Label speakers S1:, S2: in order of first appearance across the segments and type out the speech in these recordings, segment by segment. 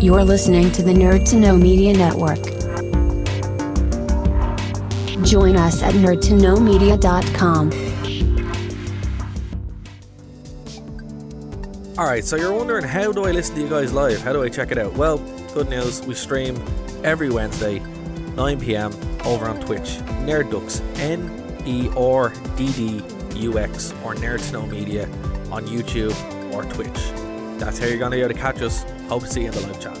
S1: You're listening to the Nerd to Know Media Network. Join us at nerdtoknowmedia.com.
S2: All right, so you're wondering how do I listen to you guys live? How do I check it out? Well, good news, we stream every Wednesday, 9 p.m. over on Twitch. Nerd Ducks, N E R D D U X, or Nerd to Know Media on YouTube or Twitch. That's how you're gonna go to catch us. Hope to see you in the live chat.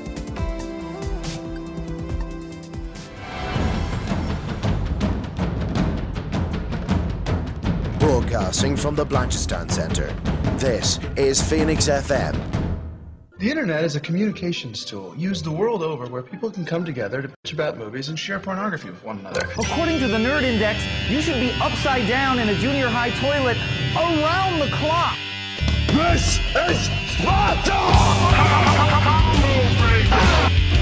S3: Broadcasting from the Blanchistan Center. This is Phoenix FM.
S4: The internet is a communications tool used the world over where people can come together to bitch about movies and share pornography with one another.
S5: According to the Nerd Index, you should be upside down in a junior high toilet around the clock.
S6: This is Sparta!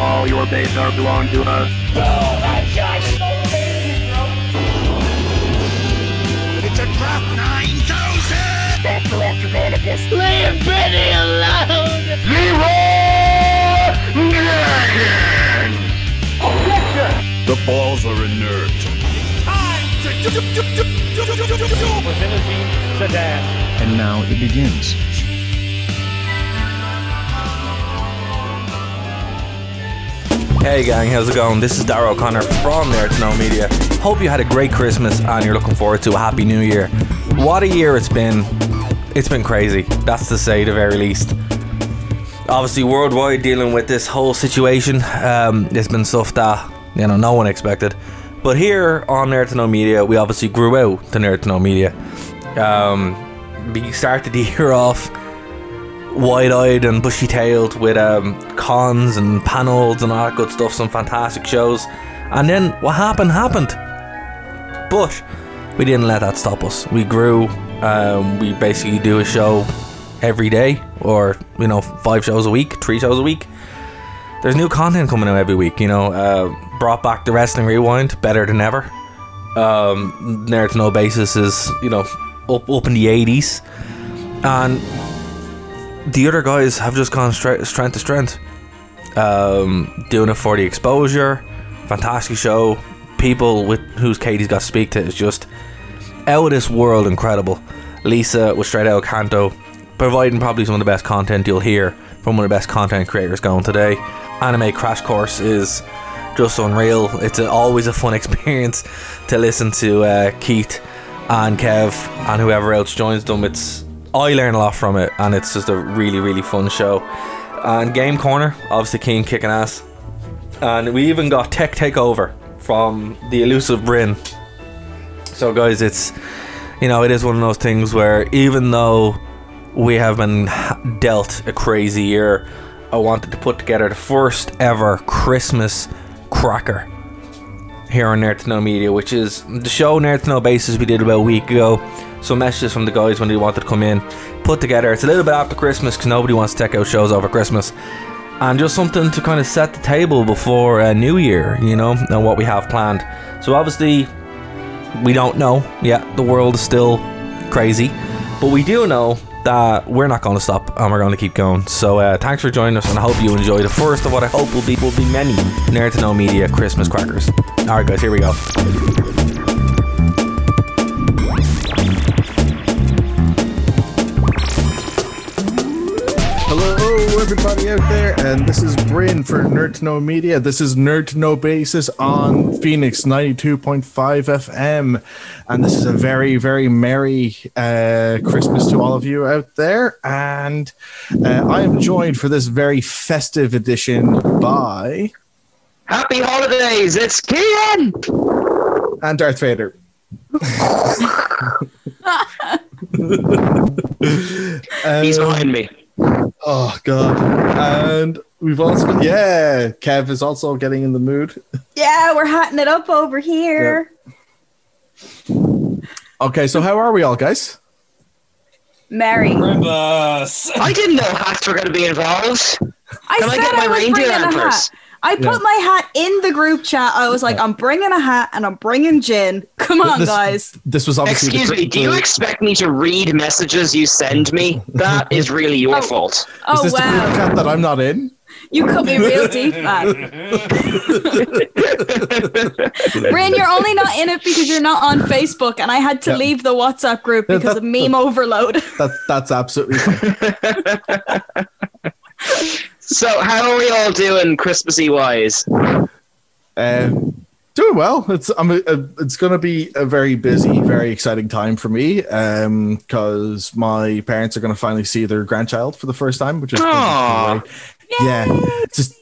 S6: All your babes are belong to us. It's a drop 9,000! That's the last of all of us. Leave Benny alone! Leroy Jenkins! Objection! The balls are inert. Time to do, do, do, do, do, do, do, do.
S7: And now it begins.
S2: Hey gang, how's it going? This is Dara O'Connor from There to Know Media. Hope you had a great Christmas and you're looking forward to a happy new year. What a year it's been. It's been crazy. That's to say the very least. Obviously worldwide dealing with this whole situation. Um, it's been stuff that you know no one expected. But here on Nerd to Know Media, we obviously grew out to Nerd to Know Media. Um, we started the year off wide-eyed and bushy-tailed with um, cons and panels and all that good stuff. Some fantastic shows, and then what happened happened. But we didn't let that stop us. We grew. Um, we basically do a show every day, or you know, five shows a week, three shows a week. There's new content coming out every week. You know, uh, brought back the wrestling rewind, better than ever. Um, Nerd to no basis is you know up up in the 80s, and the other guys have just gone stre- strength to strength. Um, doing it for the exposure, fantastic show. People with whose Katie's got to speak to is just out of this world incredible. Lisa was straight out of Canto, providing probably some of the best content you'll hear from one of the best content creators going today. Anime Crash Course is just unreal. It's a, always a fun experience to listen to uh, Keith and Kev and whoever else joins them. It's I learn a lot from it, and it's just a really really fun show. And Game Corner, obviously Keen kicking ass, and we even got Tech Takeover from the elusive Bryn. So guys, it's you know it is one of those things where even though we have been dealt a crazy year, I wanted to put together the first ever Christmas cracker here on Nerd to Know Media, which is the show Nerd to Know Basis we did about a week ago. Some messages from the guys when they wanted to come in, put together. It's a little bit after Christmas because nobody wants to check out shows over Christmas. And just something to kind of set the table before uh, New Year, you know, and what we have planned. So obviously, we don't know yet. The world is still crazy. But we do know that we're not going to stop and we're going to keep going. So uh, thanks for joining us and I hope you enjoy the first of what I hope will be will be many Nerd to Know Media Christmas crackers. All right, guys, here we go.
S7: Hello, everybody out there, and this is Bryn for Nerd to Know Media. This is Nerd to Know Basis on Phoenix 92.5 FM, and this is a very, very merry uh, Christmas to all of you out there. And uh, I am joined for this very festive edition by
S6: Happy holidays! It's Kian!
S7: and Darth Vader.
S6: He's behind me.
S7: Oh God! And we've also got, yeah, Kev is also getting in the mood.
S8: Yeah, we're hotting it up over here.
S7: Okay, so how are we all, guys?
S8: Mary,
S6: I didn't know hats were going to be involved.
S8: I
S6: Can I
S8: said
S6: get my
S8: I was
S6: reindeer
S8: bringing a
S6: antlers?
S8: hat. I put
S7: Yeah.
S8: my hat in the group chat. I was like, I'm bringing a hat and I'm bringing gin. Come on,
S7: This-
S8: guys.
S7: This was obviously the
S6: Excuse
S7: gr-
S6: me, do you
S7: the-
S6: expect me to read messages you send me? That is really your fault.
S8: Oh
S7: is this the group
S8: wow,
S7: chat that I'm not in?
S8: You cut me real deep, man. Bryn, you're only not in it because you're not on Facebook, and I had to
S7: Yeah.
S8: leave the WhatsApp group
S7: Yeah,
S8: because
S7: that-
S8: of meme overload.
S7: That's that's absolutely fine.
S6: So, how are we all doing Christmassy wise?
S7: Um, doing well. It's I'm a, a, it's going to be a very busy, very exciting time for me because my parents are going to finally see their grandchild for the first time, which is
S6: Aw.
S7: yeah, it's just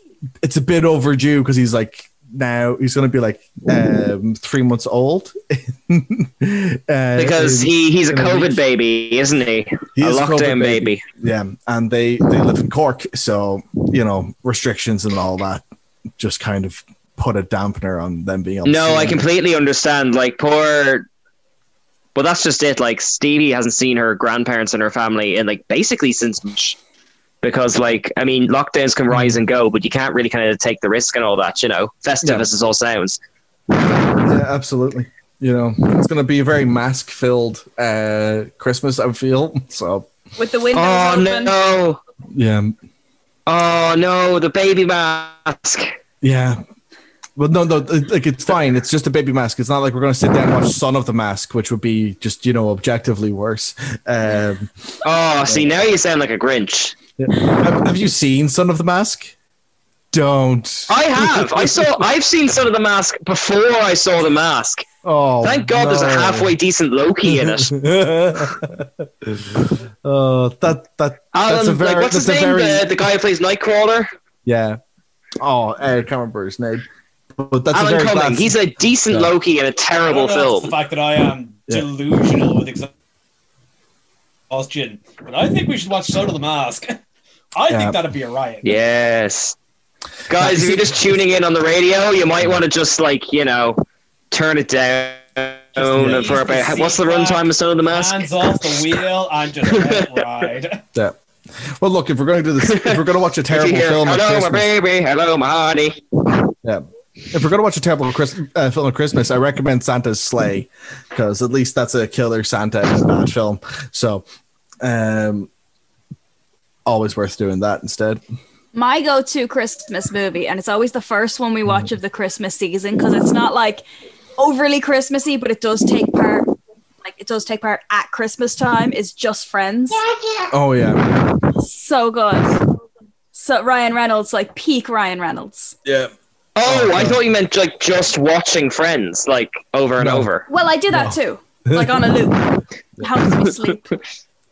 S7: it's a bit overdue because he's like now he's going to be like um, three months old
S6: Because
S7: because
S6: he, he's a
S7: in a
S6: COVID
S7: week.
S6: baby, isn't he?
S7: He
S6: a
S7: is a
S6: lockdown
S7: COVID baby.
S6: baby.
S7: yeah, and they they live in Cork, so you know restrictions and all that just kind of put a dampener on them being able. to see
S6: No, I
S7: him.
S6: completely understand. Like poor, but that's just it. Like Stevie hasn't seen her grandparents and her family in like basically since March, because like I mean, lockdowns can rise
S7: Hmm.
S6: and go, but you can't really kind of take the risk and all that. You know, festive
S7: Yeah.
S6: as this all sounds.
S7: Yeah, absolutely. You know, it's going to be a very mask filled uh, Christmas, I feel. So,
S8: With the windows
S6: Oh
S8: open.
S6: no!
S7: yeah.
S6: Oh no! The baby mask.
S7: Yeah. Well, no, no, like it's fine. It's just a baby mask. It's not like we're going to sit down and watch Son of the Mask, which would be just, you know, objectively worse. Um,
S6: Oh, see now you sound like a Grinch.
S7: have, have you seen Son of the Mask? Don't.
S6: I have. I saw. I've seen Son of the Mask before I saw the mask.
S7: Oh,
S6: Thank God, there's a
S7: no.
S6: halfway decent Loki in it.
S7: Oh, that, that, that's a
S6: Alan,
S7: very,
S6: like, what's
S7: that's
S6: his
S7: a
S6: name?
S7: very,
S6: The, the guy who plays Nightcrawler,
S7: yeah. Oh, I can't remember his name. But that's a
S6: Alan
S7: very
S6: Cumming.
S7: classy-
S6: He's a decent
S7: Yeah.
S6: Loki in a terrible
S5: I don't know if it's
S6: film.
S5: The fact that I am
S7: Yeah.
S5: delusional with exhaustion, but I think we should watch Son of the Mask. I
S7: Yeah.
S5: think that'd be a riot.
S6: Yes, guys,
S7: Is
S6: if you're
S7: it-
S6: just tuning in on the radio, you might want to just like you know turn it down
S5: leave
S6: for
S5: the
S6: about
S5: seat
S6: what's the
S5: back,
S6: runtime of Son of the Mask?
S5: Hands off the wheel and just let it ride.
S7: Yeah. Well, look, if we're going to do this, if we're going to watch a
S6: If
S7: terrible
S6: you hear,
S7: film at
S6: hello, my
S7: Christmas,
S6: baby. Hello, my honey. Oh,
S7: yeah. If we're going to watch a terrible Chris, uh, film at Christmas, I recommend Santa's Sleigh because at least that's a killer Santa in a bad film. So, um, always worth doing that instead.
S8: my go-to christmas movie and it's always the first one we
S5: Mm.
S8: watch of the christmas season because it's not like overly christmassy but it does take part like it does take part at christmas time is just friends
S7: Oh yeah,
S8: so good so ryan reynolds like peak ryan reynolds
S7: yeah.
S6: Oh, I
S7: God.
S6: thought you meant like just watching Friends like over and
S7: No.
S6: over.
S8: well i do that too like on a loop It helps me sleep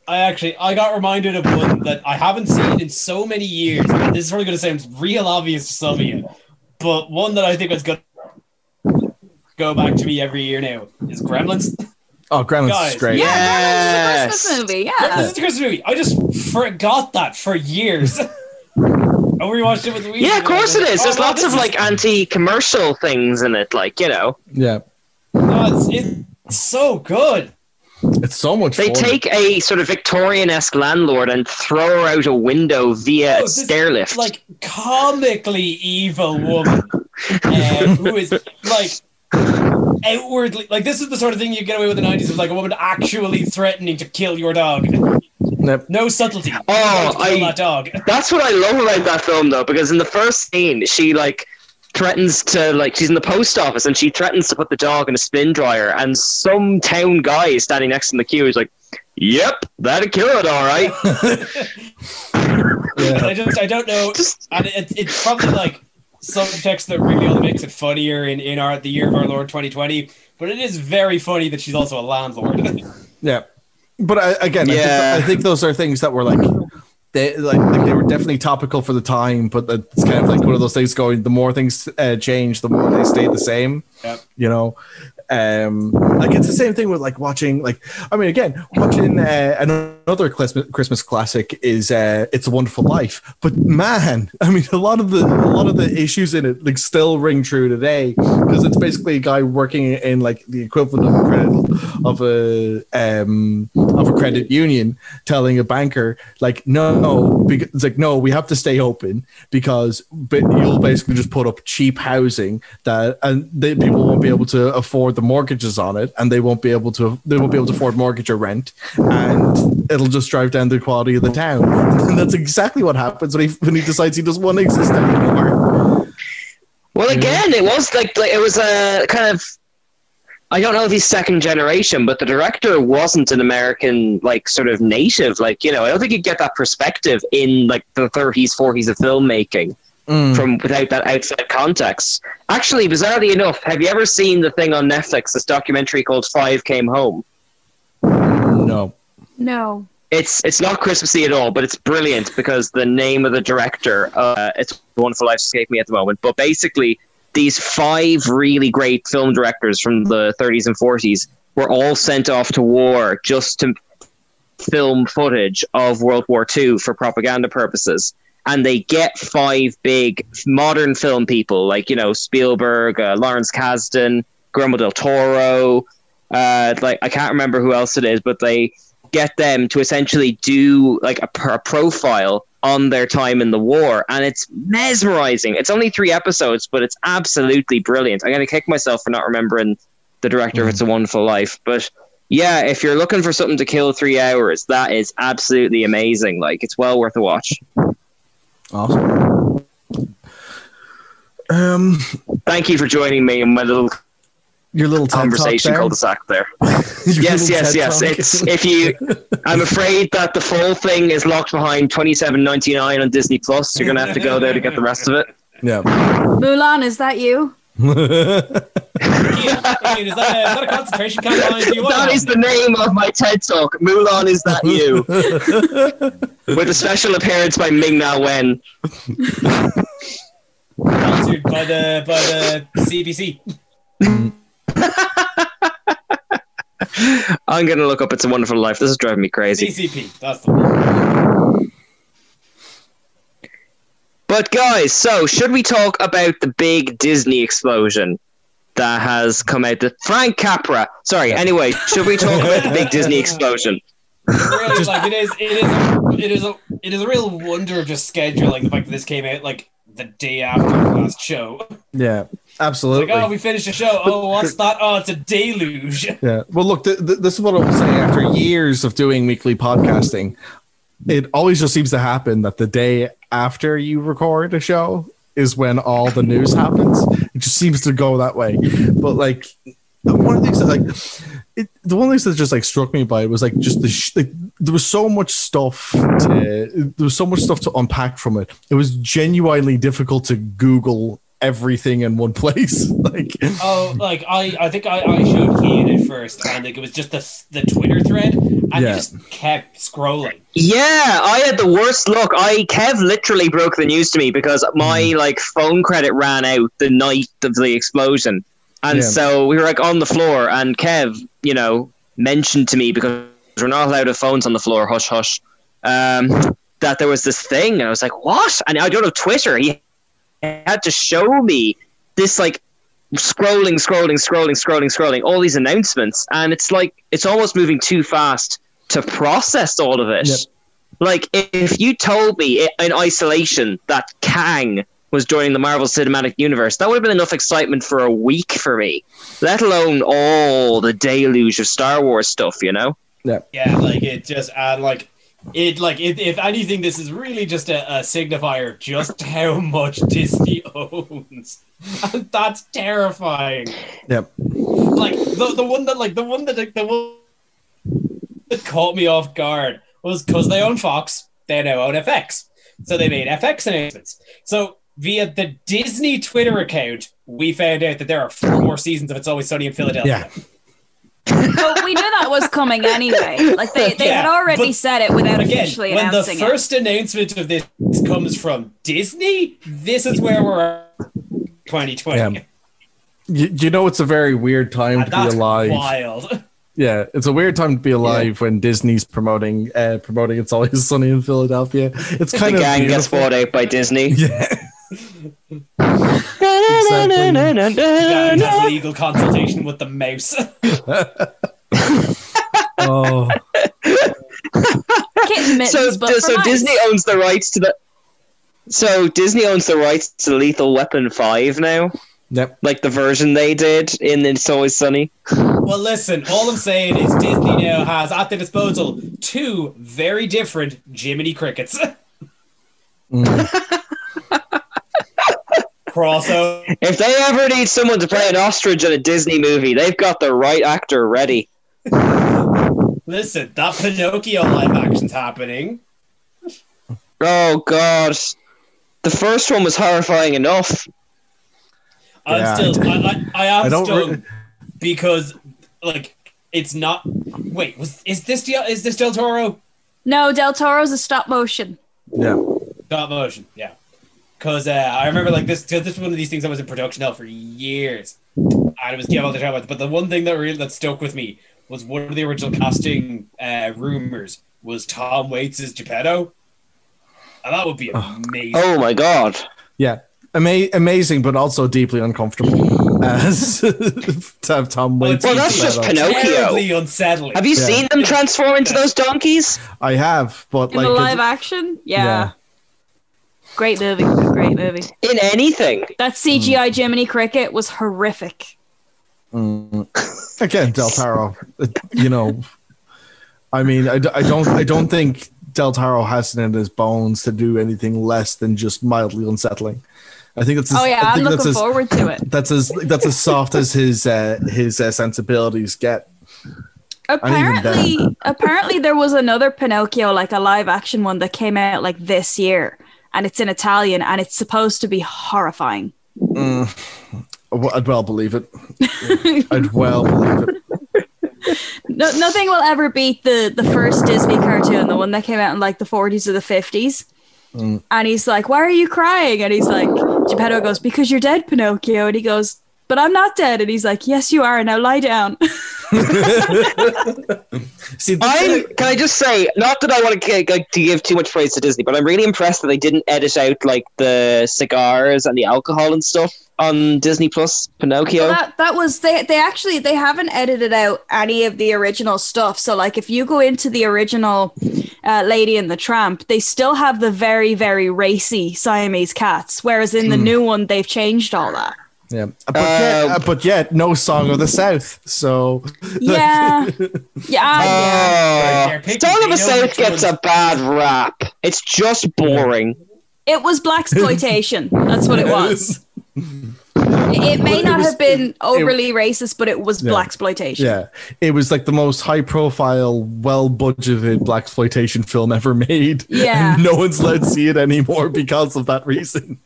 S5: I actually I got reminded of one that I haven't seen in so many years. And this is probably going to sound real obvious to some of you, but one that I think is going to go back to me every year now is Gremlins.
S7: Oh, Gremlins
S5: Guys,
S7: is great.
S8: yeah Gremlins is
S6: Yes.
S8: Oh, a christmas
S5: This
S8: movie yeah
S5: is a Christmas movie. I just forgot that for years. I rewatched it with Luigi.
S6: Yeah, of course it is.
S5: Oh,
S6: There's
S5: wow,
S6: lots
S5: this
S6: of
S5: is-
S6: like anti-commercial things in it, like you know.
S7: Yeah,
S5: Oh, it's, it's so good.
S7: it's so much.
S6: They
S7: fun.
S6: take a sort of Victorian-esque landlord and throw her out a window via
S5: Oh,
S6: a
S5: this-
S6: stair lift.
S5: Like comically evil woman uh, who is like outwardly like this is the sort of thing you get away with in the 90s of like a woman actually threatening to kill your dog.
S7: Yep.
S5: No subtlety. You're
S6: Oh,
S5: going to kill
S6: I-
S5: that dog.
S6: That's what I love about that film, though, because in the first scene, she like threatens to like she's in the post office and she threatens to put the dog in a spin dryer, and some town guy is standing next in the queue is like, "Yep, that'll kill it, all right."
S5: And I just I don't know.
S6: Just-
S5: and it, it's probably like subtext that really only makes it funnier in in our the year of our Lord 2020. But it is very funny that she's also a landlord.
S7: Yeah, but I, again,
S6: Yeah.
S7: I, think, I think those are things that were like they like, like they were definitely topical for the time, but it's kind of like one of those things going. The more things uh, change, the more they stay the same.
S5: Yep.
S7: You know, um, like it's the same thing with like watching. Like I mean, again, watching uh, an- another Christmas Christmas classic is uh, "It's a Wonderful Life." But man, I mean, a lot of the a lot of the issues in it like still ring true today because it's basically a guy working in like the equivalent of a credit of a um, of a credit union telling a banker like no, no because it's like no we have to stay open because but you'll basically just put up cheap housing that and they, people won't be able to afford the mortgages on it, and they won't be able to they won't be able to afford mortgage or rent, and it'll just drive down the quality of the town. And that's exactly what happens when he when he decides he doesn't want to exist anymore.
S6: Well, again, it was like, like it was a kind of. I don't know if he's second generation, but the director wasn't an American, like sort of native. Like you know, I don't think you get that perspective in like the thirties, forties of filmmaking
S7: Hmm.
S9: Mm.
S6: from without that outside context. Actually, bizarrely enough, have you ever seen the thing on Netflix? This documentary called Five Came Home.
S7: No.
S8: No.
S6: It's it's not Christmassy at all, but it's brilliant because the name of the director, uh, it's Wonderful Life escaped me at the moment, but basically these five really great film directors from the 30s and 40s were all sent off to war just to film footage of World War II for propaganda purposes. And they get five big modern film people like, you know, Spielberg, uh, Lawrence Kasdan, Guillermo del Toro. Uh, like, I can't remember who else it is, but they get them to essentially do like a, pr- a profile on their time in the war. And it's mesmerizing. It's only three episodes, but it's absolutely brilliant. I'm going to kick myself for not remembering the director of It's a Wonderful Life. But yeah, if you're looking for something to kill three hours, that is absolutely amazing. Like it's well worth a watch.
S7: Awesome. Um,
S6: Thank you for joining me in my little
S7: your little TED talk
S6: conversation
S7: there?
S6: cul-de-sac there. yes,
S7: little
S6: yes,
S7: TED
S6: yes.
S7: talk.
S6: It's if you. I'm afraid that the full thing is locked behind 27.99 on Disney Plus. You're gonna have to go there to get the rest of it.
S7: Yeah.
S8: Mulan, is that you?
S5: Ian, is, that a, is that a concentration camp behind you? What
S6: That is the name of my TED talk. Mulan, is that you? With a special appearance by Ming Na Wen.
S5: Sponsored by the by the CBC.
S6: I'm gonna look up It's a Wonderful Life. This is driving me crazy.
S5: CCP. That's the one.
S6: But guys, so should we talk about the big Disney explosion that has come out? The Frank Capra. Sorry. Anyway, should we talk about the big Disney explosion?
S5: Really, like it is, it is, a, it is a, it is a real wonder of just schedule. Like the fact that this came out like the day after the last show.
S7: Yeah.
S5: Like,
S7: Absolutely.
S5: oh, we finished the show. Oh, what's that? Oh, it's a deluge.
S7: Yeah. Well, look, th- th- this is what I will say after years of doing weekly podcasting. It always just seems to happen that the day after you record a show is when all the news happens. It just seems to go that way. But like, one of the things that like, it, the one thing that just like struck me by it was like just the sh- like, there was so much stuff. To, there was so much stuff to unpack from it. It was genuinely difficult to Google everything in one place. like,
S5: Oh, like I, I think I, I showed Keen at first, and like it was just the the Twitter thread, and you
S7: Yeah.
S5: just kept scrolling.
S6: Yeah, I had the worst luck. I Kev literally broke the news to me because my like phone credit ran out the night of the explosion, and
S7: Yeah.
S6: so we were like on the floor, and Kev, you know, mentioned to me because we're not allowed to have phones on the floor, hush hush, um, that there was this thing, and I was like, what? And I don't know Twitter. He had to show me this like scrolling, scrolling, scrolling, scrolling, scrolling, all these announcements, and it's like it's almost moving too fast to process all of it.
S7: Yep.
S6: Like i- if you told me i- in isolation that Kang was joining the Marvel Cinematic Universe, that would have been enough excitement for a week for me, let alone all the deluge of Star Wars stuff. You know?
S5: Yeah, like it just and like it like if, if anything, this is really just a, a signifier of just how much Disney owns, and that's terrifying.
S7: Yep.
S5: Like the the one that like the one that like, the one that caught me off guard was because they own Fox, they now own FX, so they made FX announcements. So via the Disney Twitter account, we found out that there are four more seasons of It's Always Sunny in Philadelphia.
S7: yeah.
S8: But we knew that was coming anyway. Like they, they had
S5: Yeah,
S8: already
S5: but
S8: said it without
S5: again,
S8: officially
S5: when the
S8: announcing
S5: first announcement of this comes from Disney, this is where we're at 2020.
S7: Yeah. you, you know it's a very weird time
S5: And
S7: to be
S5: Uh, that's
S7: alive.
S5: wild.
S7: Yeah, it's a weird time to be alive when Disney's promoting uh, promoting it's always sunny in Philadelphia. It's kind
S6: the
S7: of
S6: gang gets
S7: beautiful.
S6: bought out by Disney.
S5: Yeah, and that's legal consultation with the mouse.
S7: Oh,
S8: it. Kitten
S6: so
S8: mittens, but
S6: d-
S8: for
S6: so
S8: mice.
S6: Disney owns the rights to the. So Disney owns the rights to Lethal Weapon Five now.
S7: Yep.
S6: Like the version they did in It's Always Sunny.
S5: Well, listen, all I'm saying is Disney now has at their disposal two very different Jiminy Crickets.
S7: Mm,
S5: Crossover.
S6: If they ever need someone to play an ostrich in a Disney movie, they've got the right actor ready.
S5: Listen, that Pinocchio live action's happening.
S6: Oh god. The first one was horrifying enough.
S5: I'm
S6: Yeah, I
S5: still,
S6: d-
S5: I, I, I am
S6: I don't
S5: still,
S6: re-
S5: because like it's not. Wait, was is this Del, is this Del Toro
S8: No, Del Toro's a stop motion.
S7: Yeah.
S5: stop motion? Yeah, because uh, I remember like this. Cause this was one of these things I was in production hell for years, and it was getting all the time. about it. But the one thing that really that stuck with me was one of the original casting uh, rumors was Tom Waits as Geppetto, and that would be amazing.
S6: Oh my god.
S7: Yeah. Ama- amazing, but also deeply uncomfortable as to have Tom Waits.
S6: Well,
S7: be
S6: that's just
S7: Geppetto.
S6: Pinocchio.
S5: unsettling.
S6: Have you
S7: Yeah.
S6: seen them transform into those donkeys?
S7: I have, but
S8: In
S7: like
S8: the
S7: it's-
S8: live action? Yeah. Great movie. Great movie.
S6: In anything.
S8: That CGI Jiminy Cricket was horrific.
S7: Mm. Again, Del Taro. uh, You know, I mean, I, d- I don't, I don't think Del Taro has it in his bones to do anything less than just mildly unsettling. I think that's. As,
S8: oh yeah,
S7: I
S8: I'm
S7: think
S8: looking
S7: that's as,
S8: forward to it.
S7: That's as that's as soft as his uh, his uh, sensibilities get. And even then-
S8: Apparently, apparently there was another Pinocchio, like a live action one that came out like this year, and it's in Italian, and it's supposed to be horrifying.
S7: Mm. Well, I'd well believe it. I'd well believe it.
S8: No, nothing will ever beat the the first Disney cartoon, the one that came out in like the 40s or the 50s.
S7: Mm.
S8: And he's like, "Why are you crying?" And he's like, Geppetto goes, "Because you're dead, Pinocchio." And he goes, "But I'm not dead." And he's like, "Yes, you are. Now lie down."
S7: See,
S6: I'm, can I just say, not that I want to, g- like, to give too much praise to Disney, but I'm really impressed that they didn't edit out like the cigars and the alcohol and stuff on Disney Plus Pinocchio.
S8: Well, that that was they they actually they haven't edited out any of the original stuff. So like if you go into the original uh, Lady and the Tramp, they still have the very very racy Siamese cats, whereas in the
S7: Hmm.
S8: new one they've changed all that.
S7: Yeah, but yet, uh, but yet, no song of the South. So
S8: Yeah, yeah,
S7: Uh,
S8: yeah.
S6: Oh, Song of the South gets a bad rap. It's just boring.
S8: It was black exploitation. That's what it was. It, it may
S7: Well, it
S8: not
S7: was-
S8: have been overly racist, but it was
S7: Yeah.
S8: black exploitation.
S7: Yeah, it was like the most high-profile, well-budgeted black exploitation film ever made.
S8: Yeah.
S7: and no one's allowed to see it anymore because of that reason.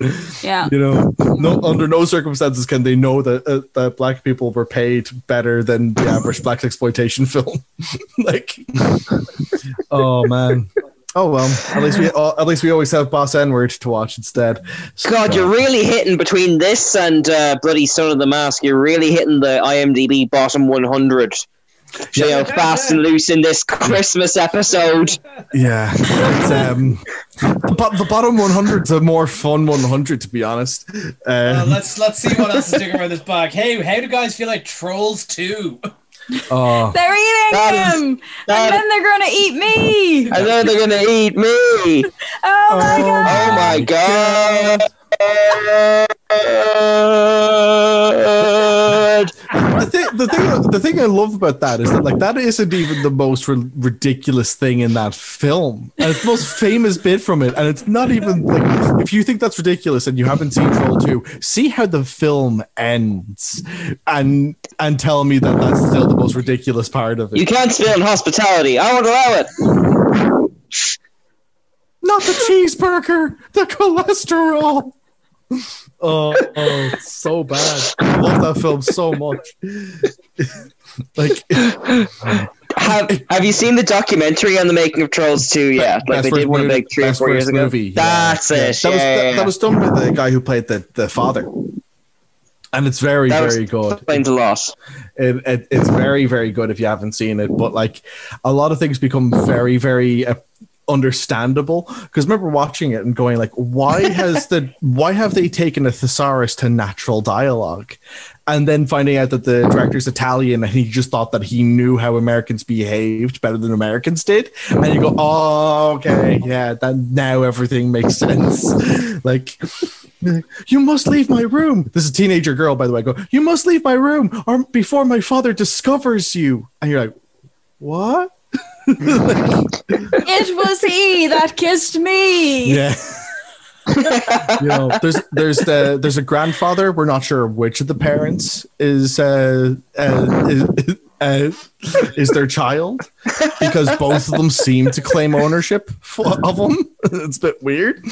S8: Yeah.
S7: You know, no, under no circumstances can they know that uh, that black people were paid better than the average black exploitation film. like, oh man. Oh well, at least we uh, at least we always have Boss N word to watch instead.
S6: God, you're really hitting between this and uh, bloody Son of the Mask. You're really hitting the IMDb bottom 100. You know, fast and loose in this Christmas episode.
S7: Yeah, it's, um, the, bo- the bottom 100's a more fun 100, to be honest.
S5: Uh,
S7: Um,
S5: let's let's see what else is sticking around this bag. Hey, how do guys feel like Trolls Two?
S7: oh,
S8: They're eating
S6: That
S8: him,
S6: that-
S8: and then they're gonna eat me.
S6: I know they're gonna eat me.
S8: Oh my
S6: Oh my
S8: god!
S6: god.
S7: the, thing, the thing, the thing I love about that is that like that isn't even the most ri- ridiculous thing in that film, and it's the most famous bit from it. And it's not even like if you think that's ridiculous and you haven't seen Troll Two, see how the film ends, and and tell me that that's still the most ridiculous part of it.
S6: You can't spill hospitality. I won't allow it.
S7: Not the cheeseburger, the cholesterol. Oh, oh, it's so bad. I love that film so much. like,
S6: Have, have you seen the documentary on the making of Trolls 2 yet?
S7: Best
S6: Like they
S7: Worst
S6: did one
S7: Movie-
S6: like three or
S7: Best
S6: four years
S7: Worst
S6: ago.
S7: Movie, yeah.
S6: That's
S7: Yeah,
S6: it.
S7: That was,
S6: yeah,
S7: that,
S6: yeah,
S7: that was done by the guy who played the, the father. And it's very,
S6: That was-
S7: very good.
S6: explains a lot.
S7: It, it, it's very, very good if you haven't seen it. But like a lot of things become very, very uh, understandable. Because remember watching it and going like, why has the why have they taken a thesaurus to natural dialogue? And then finding out that the director's Italian and he just thought that he knew how Americans behaved better than Americans did. And you go, oh, okay, yeah, that now everything makes sense. like You must leave my room. This is a teenager girl, by the way. I go, you must leave my room or before my father discovers you. And you're like, what?
S8: It was he that kissed me.
S7: Yeah. you know, there's there's the there's a grandfather. We're not sure which of the parents is uh, uh, is, uh, is their child because both of them seem to claim ownership for, of them. it's a bit weird.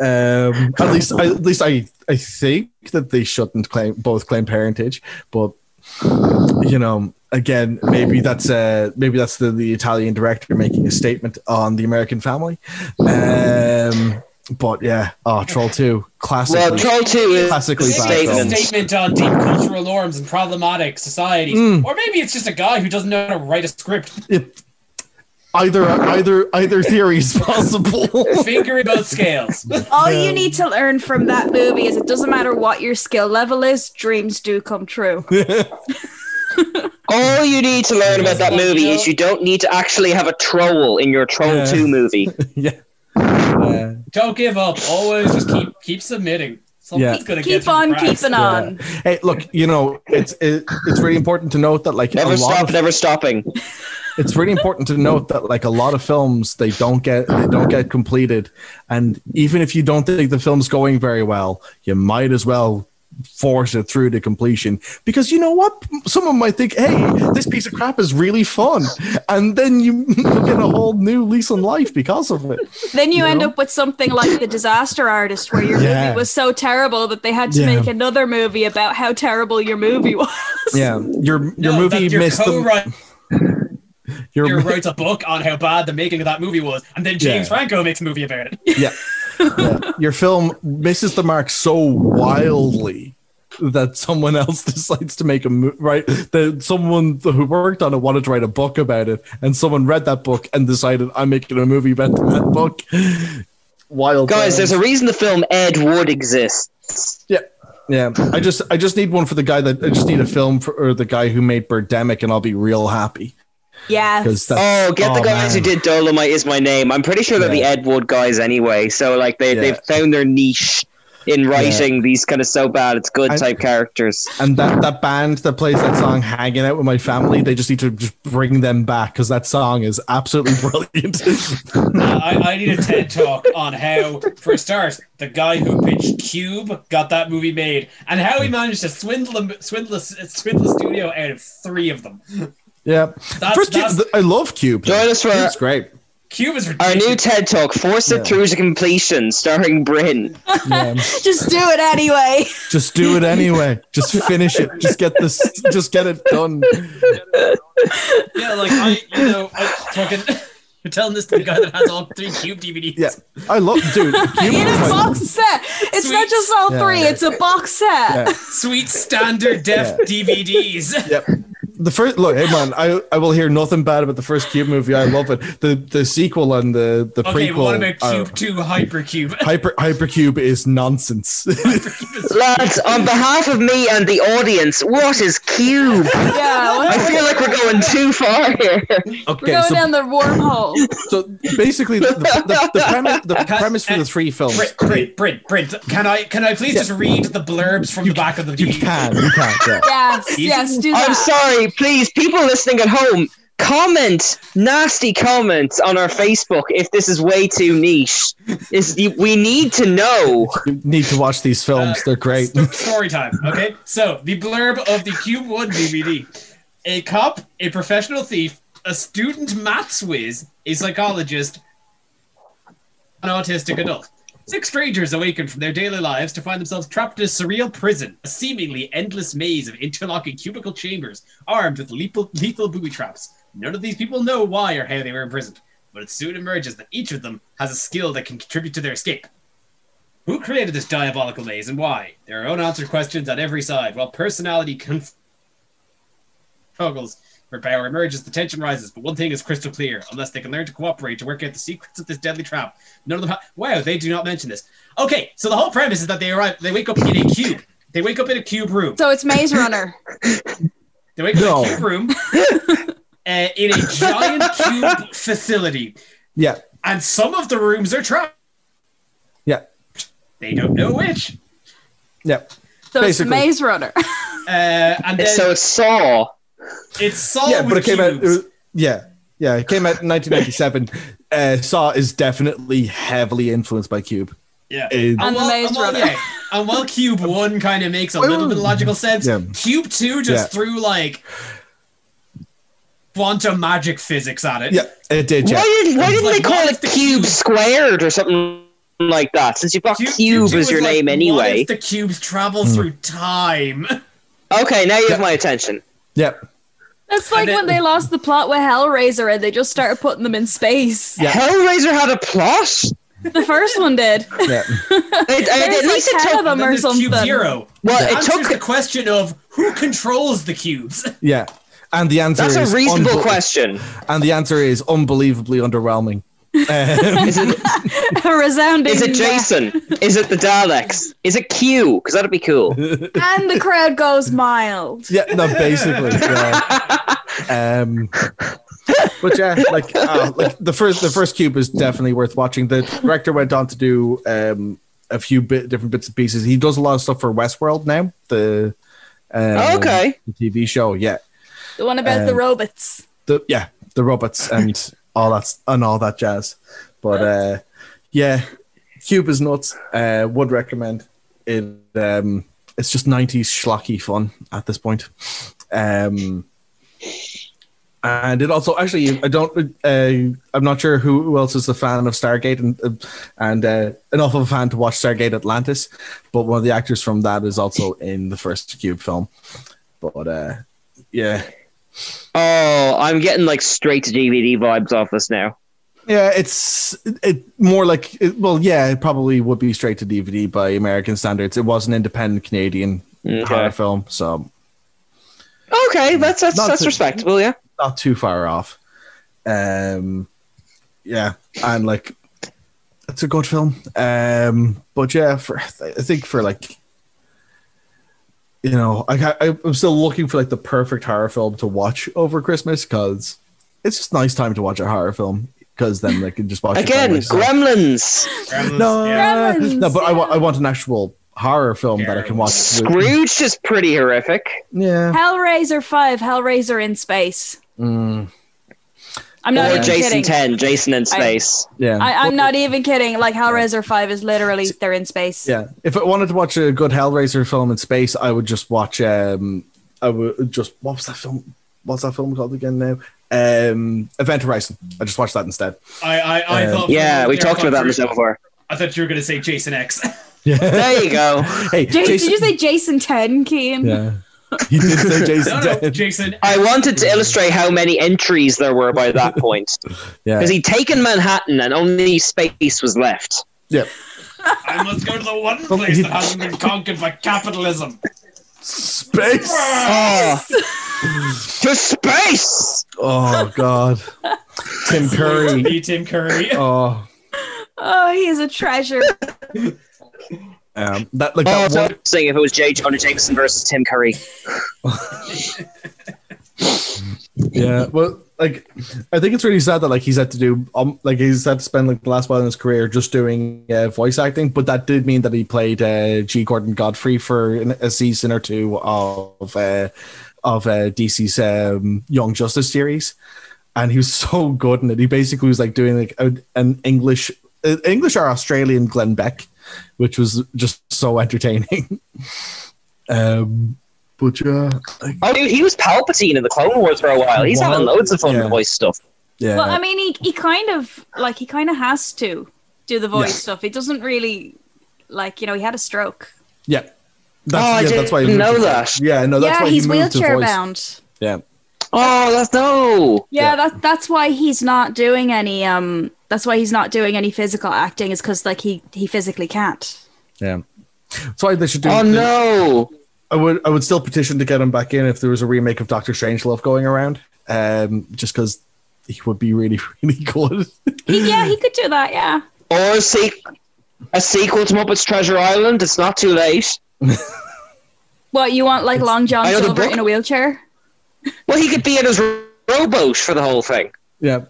S7: Um, at least I, at least I I think that they shouldn't claim both claim parentage, but you know again maybe that's uh maybe that's the, the italian director making a statement on the american family um but yeah oh troll 2 classically
S6: Well, Troll 2 is
S7: classically
S6: a
S7: bad
S6: statement.
S7: film.
S5: statement on deep cultural norms and problematic society,
S7: Mm.
S5: or maybe it's just a guy who doesn't know how to write a script.
S7: It- either either either theory is possible
S5: Fingering both scales.
S8: All you need to learn from that movie is it doesn't matter what your skill level is, dreams do come true.
S6: All you need to learn about that movie is you don't need to actually have a troll in your Troll
S7: Yeah.
S6: 2 movie.
S7: yeah Uh,
S5: Don't give up. Always just keep keep submitting. Something's
S7: Yeah.
S5: gonna get
S8: Keep
S5: you
S8: on
S5: across.
S8: keeping on.
S7: hey look you know it's it, it's really important to note that like
S6: Never
S7: a lot
S6: stop,
S7: of
S6: never stopping.
S7: it's really important to note that like a lot of films they don't get they don't get completed and even if you don't think the film's going very well you might as well force it through to completion because you know what someone might think hey this piece of crap is really fun and then you get a whole new lease on life because of it
S8: Then you end
S7: know?
S8: up with something like The Disaster Artist, where your
S7: Yeah.
S8: movie was so terrible that they had to
S7: Yeah.
S8: make another movie about how terrible your movie was.
S7: yeah your your
S5: No,
S7: movie
S5: that your
S7: missed the,
S5: co-writer
S7: your,
S5: writes a book on how bad the making of that movie was, and then James
S7: Yeah.
S5: Franco makes a movie about it.
S7: yeah. Yeah. Your film misses the mark so wildly that someone else decides to make a mo- right that someone who worked on it wanted to write a book about it and someone read that book and decided I'm making a movie about that book. Wild
S6: Guys,
S7: times.
S6: there's a reason the film Ed Wood exists.
S7: yeah. Yeah, I just I just need one for the guy that I just need a film for or the guy who made Birdemic and I'll be real happy because
S8: Yes.
S7: that's
S6: Oh, get the guys who
S7: man.
S6: did Dolomite is my name. I'm pretty sure they're the
S7: Yeah.
S6: Ed Wood guys anyway. So like they
S7: Yeah.
S6: they've found their niche in writing these kind of so bad it's good
S7: I-
S6: type characters.
S7: And that, that band that plays that song, Hanging Out with My Family, they just need to just bring them back because that song is absolutely brilliant.
S5: Uh, I, I need a TED talk on how, for starters, the guy who pitched Cube got that movie made, and how he managed to swindle a, swindle a, swindle a studio out of three of them.
S7: yeah.
S5: That's-
S7: First, Cube-
S5: that's-
S7: I love Cube.
S6: Join us for-
S7: Cube's great.
S5: Cube is
S6: Our
S5: ridiculous.
S6: new TED Talk, Force
S7: Yeah.
S6: It Through to Completion, starring Bryn.
S7: Yeah.
S8: Just do it anyway.
S7: just do it anyway. Just finish it. Just get this. Just get it done.
S5: yeah, like I, you know, I fucking. You're telling this to the guy that has all three Cube DVDs.
S7: Yeah, I love, dude. Cube
S8: In a
S7: was my-
S8: box set. It's not
S5: Sweet.
S8: just all
S7: Yeah.
S8: three, it's a box set.
S7: Yeah.
S5: Sweet standard def
S7: Yeah.
S5: DVDs.
S7: Yep. The first look, hey man, I, I will hear nothing bad about the first Cube movie. I love it. The the sequel and the the
S5: Okay,
S7: prequel. oh.
S5: what about Cube
S7: are-
S5: 2 Hypercube?
S7: Hyper Hypercube is nonsense.
S6: Lads, on behalf of me and the audience, what is Cube?
S8: Yeah.
S6: I feel like we're going too far here.
S8: we're
S7: okay,
S8: going
S7: so
S8: down the wormhole.
S7: So basically, the, the, the, the, premise, the
S5: Can-
S7: premise for the three films.
S5: Print, print, print, print. Can I can I please just read the blurbs from the back of the
S7: You
S5: DVD?
S7: can, you can, yeah.
S8: Yes, yes, do that.
S6: I'm sorry, please, people listening at home, comment nasty comments on our Facebook if this is way too niche. Is we need to know.
S7: You need to watch these films; they're great.
S5: Sto- Story time. Okay, so the blurb of the Cube One DVD: A cop, a professional thief, a student maths whiz, a psychologist, an autistic adult. Six strangers awaken from their daily lives to find themselves trapped in a surreal prison, a seemingly endless maze of interlocking cubicle chambers, armed with lethal, lethal booby traps. None of these people know why or how they were imprisoned, but it soon emerges that each of them has a skill that can contribute to their escape. Who created this diabolical maze and why? There are unanswered questions on every side. While personality conf- struggles for power emerges, the tension rises. But one thing is crystal clear: unless they can learn to cooperate to work out the secrets of this deadly trap, none of them. Ha- wow, they do not mention this. Okay, so the whole premise is that they arrive. They wake up in a cube. They wake up in a cube room.
S8: So it's Maze Runner.
S5: They wake up in
S7: No.
S5: a cube room uh, in a giant cube facility,
S7: Yeah,
S5: and some of the rooms are trapped.
S7: yeah.
S5: They don't know which.
S7: Yep.
S8: So
S7: Basically.
S8: it's Maze Runner.
S5: Uh, and then
S6: So it's Saw.
S5: it's Saw.
S7: yeah, but it
S5: with
S7: came out. it
S5: cubes.
S7: was- yeah, yeah, it came out in 1997. uh, Saw is definitely heavily influenced by Cube.
S5: Yeah.
S7: It-
S8: And the
S5: while-
S8: Maze
S5: while-
S8: Runner.
S5: yeah, and while Cube 1 kind of makes a little bit of logical sense,
S7: Yeah.
S5: Cube 2 just
S7: Yeah.
S5: threw like quantum magic physics at it.
S7: Yeah, it did. Yeah,
S6: Why, did, why
S5: It's
S6: didn't
S5: like,
S6: they call
S5: what if
S6: it
S5: the
S6: Cube
S5: cube-
S6: Squared or something like that? Since you've got
S5: Cube,
S6: Cube,
S5: two
S6: as
S5: is
S6: your
S5: like,
S6: name
S5: what
S6: anyway.
S5: if the cubes travel through
S7: Hmm.
S5: time.
S6: Okay, now you have
S7: Yeah.
S6: my attention.
S7: yep.
S8: That's like
S5: then-
S8: when they lost the plot with Hellraiser and they just started putting them in space.
S7: Yeah.
S6: Hellraiser had a plot?
S8: The first one did.
S7: Yeah.
S6: It, it- at
S8: There's like
S6: least it
S8: 10 of
S6: took.
S8: them or
S5: There's Cube
S8: something.
S5: Zero.
S6: Well, it
S5: Answers
S6: took.
S5: the question of who controls the cubes.
S7: Yeah. And the answer
S6: That's
S7: is
S6: a reasonable
S7: unbe-
S6: question.
S7: And the answer is unbelievably underwhelming. Uh,
S6: Is it,
S8: A resounding
S6: is it
S8: yes.
S6: Jason? Is it the Daleks? Is it Q? Because that'd be cool.
S8: And the crowd goes mild.
S7: Yeah, no, basically. Yeah. Um, but yeah, like, uh, like the first the first cube is definitely worth watching. The director went on to do um, a few bit different bits and pieces. He does a lot of stuff for Westworld now. The um,
S6: Okay.
S7: the TV show, yeah,
S8: The one about the
S7: Um,
S8: robots.
S7: the yeah the robots and all that and all that jazz. But uh, yeah, Cube is nuts. Uh, would recommend it. Um, it's just nineties schlocky fun at this point. Um, and it also actually I don't uh, I'm not sure who, who else is a fan of Stargate and and uh, enough of a fan to watch Stargate Atlantis, but one of the actors from that is also in the first Cube film. But uh, yeah,
S6: Oh, I'm getting like straight to DVD vibes off this now.
S7: Yeah, it's it more like it, well, yeah, it probably would be straight to DVD by American standards. It was an independent Canadian
S6: Okay.
S7: horror film, so
S6: Okay, that's that's,
S7: Not
S6: that's
S7: to-
S6: respectable. Yeah.
S7: not too far off. Um, yeah, and like it's a good film. Um, but yeah, for I think for like you know, I, ca- I I'm still looking for like the perfect horror film to watch over Christmas because it's just nice time to watch a horror film because then I can just watch it by
S6: Again,
S7: myself.
S6: Gremlins.
S7: No,
S8: Gremlins,
S7: no, but I, wa- I want an actual horror film that I can watch. with-
S6: Scrooge is pretty horrific.
S7: Yeah.
S8: Hellraiser 5, Hellraiser in space.
S7: Mm,
S8: I'm not
S6: or
S8: even
S6: Jason
S8: kidding.
S6: 10, Jason in Space.
S7: yeah.
S8: I, I'm not even kidding. Like Hellraiser 5 is literally, they're in space.
S7: yeah. If I wanted to watch a good Hellraiser film in space, I would just watch. Um, I would just what was that film? What's that film called again now? Um, Event Horizon. I just watched that instead.
S5: I, I, I
S7: Uh,
S5: thought.
S6: yeah, we
S5: I
S6: talked
S5: thought
S6: about that
S5: you-
S6: in the show before.
S5: I thought you were going to say Jason X.
S6: There you go.
S7: Hey,
S8: Jason,
S7: Jason.
S8: Did you say Jason 10, Keen?
S7: yeah. He did say Jason.
S5: no, no,
S7: Dead.
S5: Jason.
S6: I wanted to illustrate how many entries there were by that point.
S7: Yeah.
S6: Because he'd taken Manhattan and only space was left.
S7: yeah.
S5: I must go to the one place that hasn't been conquered by capitalism.
S7: Space.
S6: Oh. to space!
S7: Oh God. Tim Curry.
S5: Be Tim Curry.
S7: Oh.
S8: Oh, he is a treasure.
S7: Um, that like
S6: Oh,
S7: that
S6: it's
S7: one.
S6: interesting if it was J. Jonah Jameson versus Tim Curry.
S7: Yeah, well, like I think it's really sad that like he's had to do um like he's had to spend like the last while in his career just doing uh, voice acting, but that did mean that he played uh, G. Gordon Godfrey for an, a season or two of uh, of uh, DC's um, Young Justice series, and he was so good in it. He basically was like doing like a, an English uh, English or Australian Glenn Beck, which was just so entertaining. um, but yeah, like,
S6: Oh, dude, he was Palpatine in the Clone Wars for a while. He's having
S7: Wow.
S6: loads of fun
S7: Yeah.
S6: with voice stuff.
S7: yeah.
S8: Well, I mean, he, he kind of, like, he kind of has to do the voice
S7: Yeah.
S8: stuff. He doesn't really, like, you know, he had a stroke.
S7: Yeah.
S6: Oh, I
S7: he
S6: didn't
S7: moved
S6: know
S7: to voice.
S6: that.
S7: Yeah, no, that's
S8: yeah,
S7: why
S8: he's
S7: he moved to
S8: wheelchair
S7: voice.
S8: bound.
S7: Yeah.
S6: Oh, that's no.
S8: Yeah,
S7: Yeah.
S8: that that's why he's not doing any um that's why he's not doing any physical acting is cuz like he he physically can't.
S7: Yeah. That's why they should do
S6: Oh,
S7: they-
S6: no.
S7: I would I would still petition to get him back in if there was a remake of Doctor Strangelove going around. Um just cuz he would be really really good.
S8: He, yeah, he could do that, yeah.
S6: Or a, se- a sequel to Muppets Treasure Island. It's not too late.
S8: What you want like Long John
S6: I know the
S8: Silver
S6: book.
S8: in a wheelchair?
S6: Well, he could be in his rowboat for the whole thing.
S7: yeah.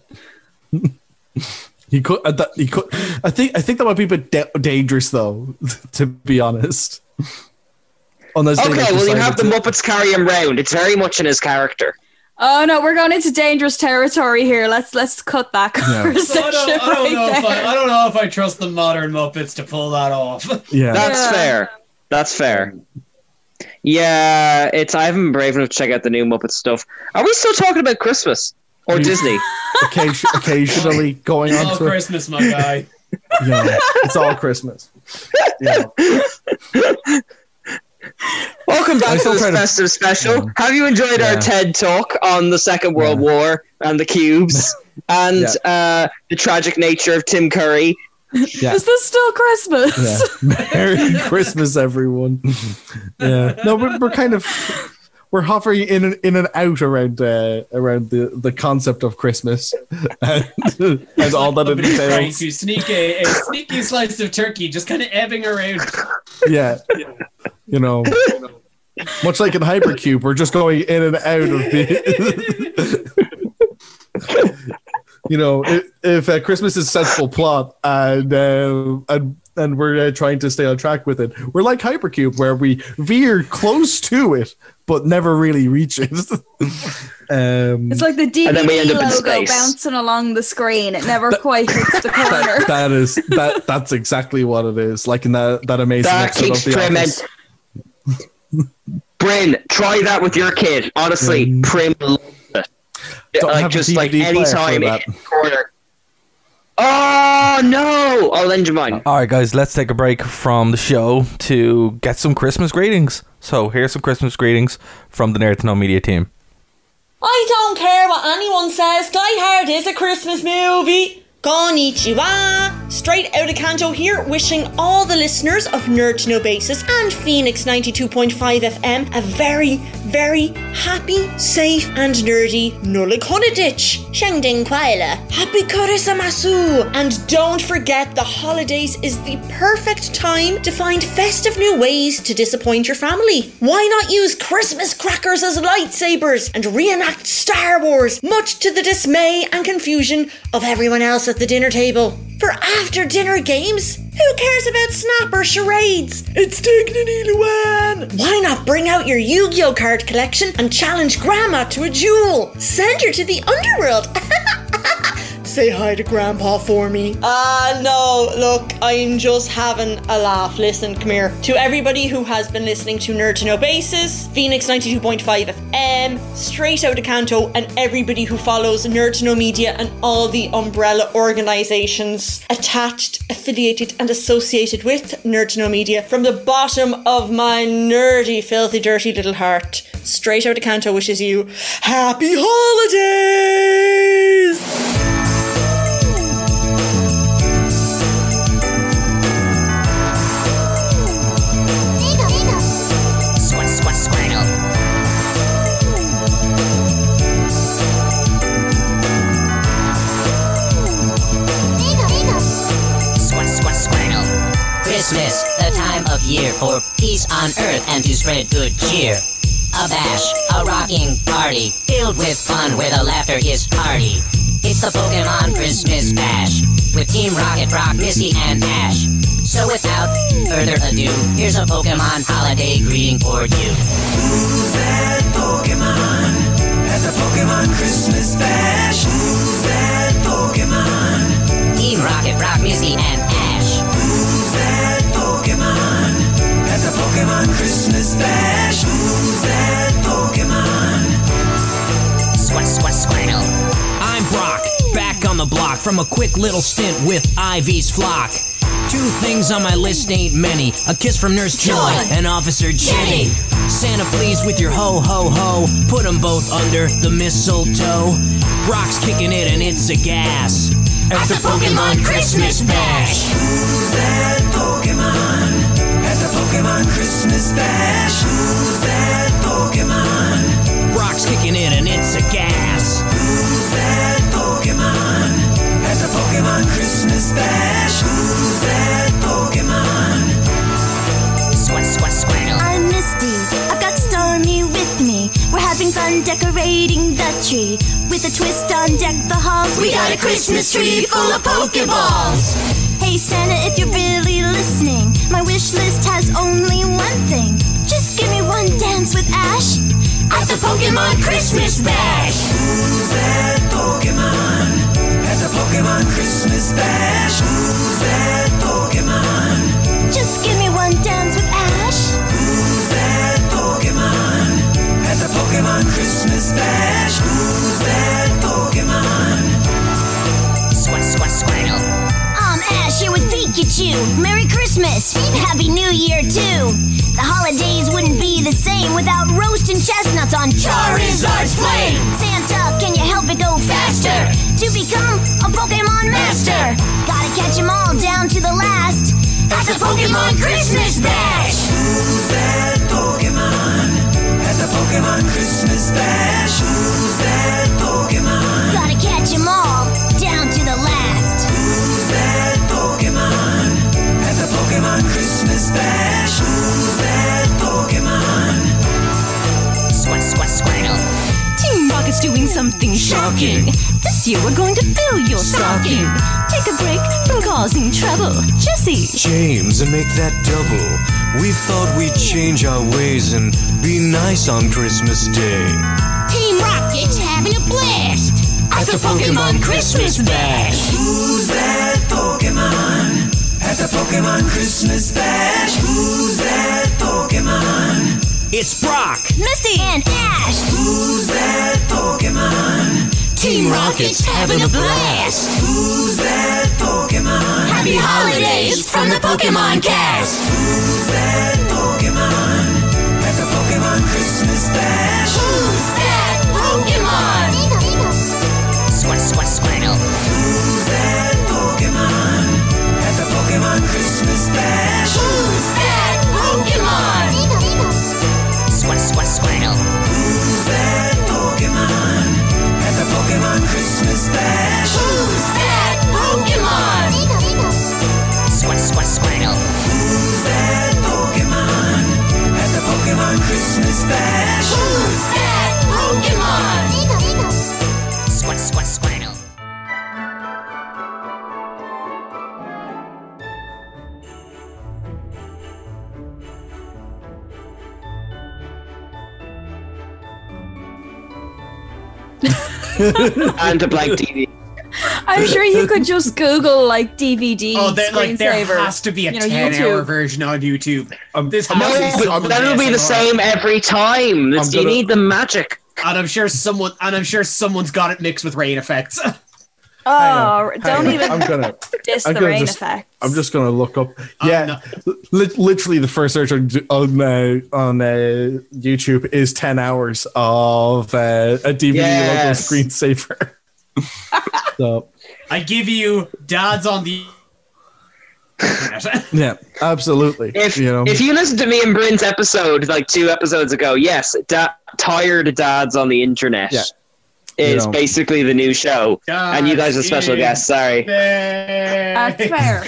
S7: He could. Uh, that, he could. I think. I think that might be a bit da- dangerous, though. To be honest. Unless they,
S6: Okay,
S7: like,
S6: well, you
S7: decided
S6: have the
S7: to-
S6: Muppets carry him round. It's very much in his character.
S10: Oh no, we're going into dangerous territory here. Let's let's cut that
S7: Yeah.
S10: conversation
S5: I don't, I don't
S10: right
S5: know if
S10: there.
S5: I, I don't know if I trust the modern Muppets to pull that off.
S7: Yeah.
S6: That's
S10: Yeah.
S6: fair. That's fair. Yeah, it's. I haven't been brave enough to check out the new Muppet stuff. Are we still talking about Christmas or
S7: You-
S6: Disney?
S7: occasion, occasionally going
S5: It's
S7: on
S5: all
S7: to it.
S5: Christmas, my guy.
S7: Yeah, it's all Christmas. Yeah.
S6: Welcome
S7: I'm
S6: back to
S7: still
S6: this
S7: trying to-
S6: festive special.
S7: Yeah.
S6: Have you enjoyed
S7: Yeah.
S6: our TED talk on the Second World
S7: Yeah.
S6: War and the cubes and uh, the tragic nature of Tim Curry?
S7: Yeah.
S10: Is this still Christmas?
S7: yeah. Merry Christmas, everyone. Yeah. No, we're, we're kind of we're hovering in and in and out around uh, around the, the concept of Christmas and, and all that it
S5: Somebody's trying
S7: entails.
S5: to sneak a, a sneaky slice of turkey, just kind of ebbing around.
S7: Yeah. You know. Much like in Hypercube, we're just going in and out of the. you know, if, if uh, Christmas is sensible plot and uh, and and we're uh, trying to stay on track with it, we're like Hypercube, where we veer close to it but never really reach it. um,
S10: It's like the DVD
S6: And then we end up in
S10: logo
S6: space.
S10: bouncing along the screen. It never quite hits the corner.
S7: that, that is that that's exactly what it is. Like in that that amazing
S6: That
S7: episode
S6: keeps
S7: of The
S6: Prim
S7: Office.
S6: and Bryn, try that with your kid. Honestly,
S7: Mm.
S6: Prim loves it.
S7: Don't
S6: like
S7: have a
S6: just like
S7: DVD
S6: any
S7: player for
S6: time
S7: that.
S6: in the corner. Oh no! I'll lend you mine.
S2: All right, guys, let's take a break from the show to get some Christmas greetings. So here's some Christmas greetings from the Nerd to Know Media team.
S8: I don't care what anyone says, Die Hard is a Christmas movie. Konnichiwa! Straight out of Kanto here, wishing all the listeners of Nerd to No Basis and Phoenix 92.5 FM a very, very happy, safe, and nerdy Nurlik Honaditch. Shengding Kwaila. Happy Kurisamasu! And don't forget, the holidays is the perfect time to find festive new ways to disappoint your family. Why not use Christmas crackers as lightsabers and reenact Star Wars, much to the dismay and confusion of everyone else at the dinner table? For after dinner games? Who cares about snap or charades? It's Dignity Luan! Why not bring out your Yu Gi Oh card collection and challenge Grandma to a duel? Send her to the underworld! Say hi to Grandpa for me. Ah, no, look, I'm just having a laugh. Listen, come here. To everybody who has been listening to Nerd to No Basis, Phoenix 92.5 FM, straight out of Canto, and everybody who follows Nerd to No Media and all the umbrella organizations attached, affiliated, and associated with Nerd to No Media, from the bottom of my nerdy, filthy, dirty little heart, straight out of Canto wishes you happy holidays! Squat, squat, squirtle. Squat, squat, squirtle.
S11: Christmas, the time of year for peace on earth and to spread good cheer. A bash, a rocking party, filled with fun where the laughter is hearty. It's the Pokemon Christmas Bash, with Team Rocket, Brock, Misty, and Ash. So without further ado, here's a Pokemon holiday greeting for you.
S12: Who's that Pokemon at the Pokemon Christmas Bash? Who's that Pokemon?
S11: Team Rocket, Brock, Misty, and Ash.
S12: Who's that Pokemon at the Pokemon Christmas Bash? Who's that Pokemon?
S11: Squat, squat, squirtle.
S13: I'm Brock, back on the block from a quick little stint with Ivy's flock. Two things on my list ain't many a kiss from Nurse Joy,
S11: Joy.
S13: and Officer Jenny.
S11: Jenny.
S13: Santa, please, with your ho ho ho, put 'em both under the mistletoe.
S5: Oh,
S13: Brock's kicking it and it's a gas. At the Pokemon Christmas Bash.
S12: Who's that Pokemon at the Pokemon Christmas Bash? Who's that Pokemon?
S13: Brock's kicking it and it's a gas.
S12: Who's that Pokemon at the Pokemon Christmas Bash? Who's that Pokemon?
S11: Squat, squat, squirtle.
S1: I'm Misty. I've got Stormy with me. We're having fun fun decorating the tree. With a twist on deck the halls, we got a Christmas tree full of Pokeballs. Hey Santa, if you're really listening, my wish list has only one thing. Just give me one dance with Ash at the Pokemon Christmas Bash.
S14: Who's that Pokemon? At the Pokemon Christmas Bash. Who's that Pokemon?
S1: Just give me one dance with Ash.
S14: Who's that Pokemon? At the Pokemon Christmas Bash. Who's that Pokemon?
S15: Squat, squat, squirtle.
S1: Um, Ash, it was Pikachu. Merry Christmas. Happy New Year, too. The holidays wouldn't be the same without roast and chestnuts on
S14: Charizard's flame.
S1: Santa, can you help it go faster? To become a Pokemon master. Gotta catch 'em all down to the last. At the Pokemon Christmas Bash.
S14: Who's that Pokemon? At the Pokemon Christmas Bash. Who's that Pokemon?
S1: Gotta catch 'em all down to the last.
S14: Who's that Pokemon? At the Pokemon Christmas Bash. Who's that Pokemon?
S15: Squat, squat, squirtle.
S16: Team Rocket's doing something shocking. This year we're going to fill your stocking. Take a break from causing trouble. Jesse.
S3: James and make that double. We thought we'd change our ways and be nice on Christmas Day.
S14: Team Rocket's having a blast
S3: at the Pokemon Christmas Bash.
S14: Who's that Pokemon? At the Pokemon Christmas Bash. Who's that Pokemon?
S17: It's Brock.
S1: Misty and Ash.
S14: Who's that Pokemon?
S17: Team Rocket's having a blast.
S14: Who's that Pokemon?
S17: Happy holidays from the Pokemon cast.
S14: Who's that Pokemon? At the Pokemon Christmas Bash. Who's that Pokemon?
S15: Squat, squat, squirtle.
S14: Who's that Pokemon? At the Pokemon Christmas Bash. Who's that Pokemon?
S15: Squat, squat, squirtle.
S14: Who's that Pokemon? At the Pokemon Christmas Bash. Who's that Pokemon?
S15: Squat, squat, squirtle.
S14: Who's that Pokemon? At the Pokemon Christmas Bash. Who's that Pokemon?
S15: Squat, squat, squirtle.
S6: and the blank TV.
S8: I'm sure you could just Google like DVD
S5: Oh, there, like there
S8: screensaver.
S5: has to be a
S8: you know,
S5: ten-hour
S8: YouTube.
S5: version on YouTube. this
S6: No,
S5: has to be
S6: but
S5: something
S6: that'll be the
S5: ASMR.
S6: same every time. It's- you need the magic.
S5: And I'm sure someone, and I'm sure someone's got it mixed with rain effects.
S8: Oh,
S5: Hang on,
S8: don't even
S5: I'm
S7: gonna-
S8: diss
S7: I'm
S8: the
S7: gonna
S8: rain
S7: just-
S8: effect.
S7: I'm just gonna look up.
S6: Oh,
S7: Yeah, li- literally the first search on on uh, on uh, YouTube is ten hours of uh, a DVD
S5: Yes.
S7: local screensaver. so
S5: I give you dads on the.
S7: yeah, absolutely.
S6: If
S7: you know,
S6: if you listen to me and Bryn's episode like two episodes ago, yes, da- tired dads on the internet
S7: Yeah.
S6: is
S7: You know.
S6: basically the new show, and you guys are special guests. Sorry,
S8: That's fair.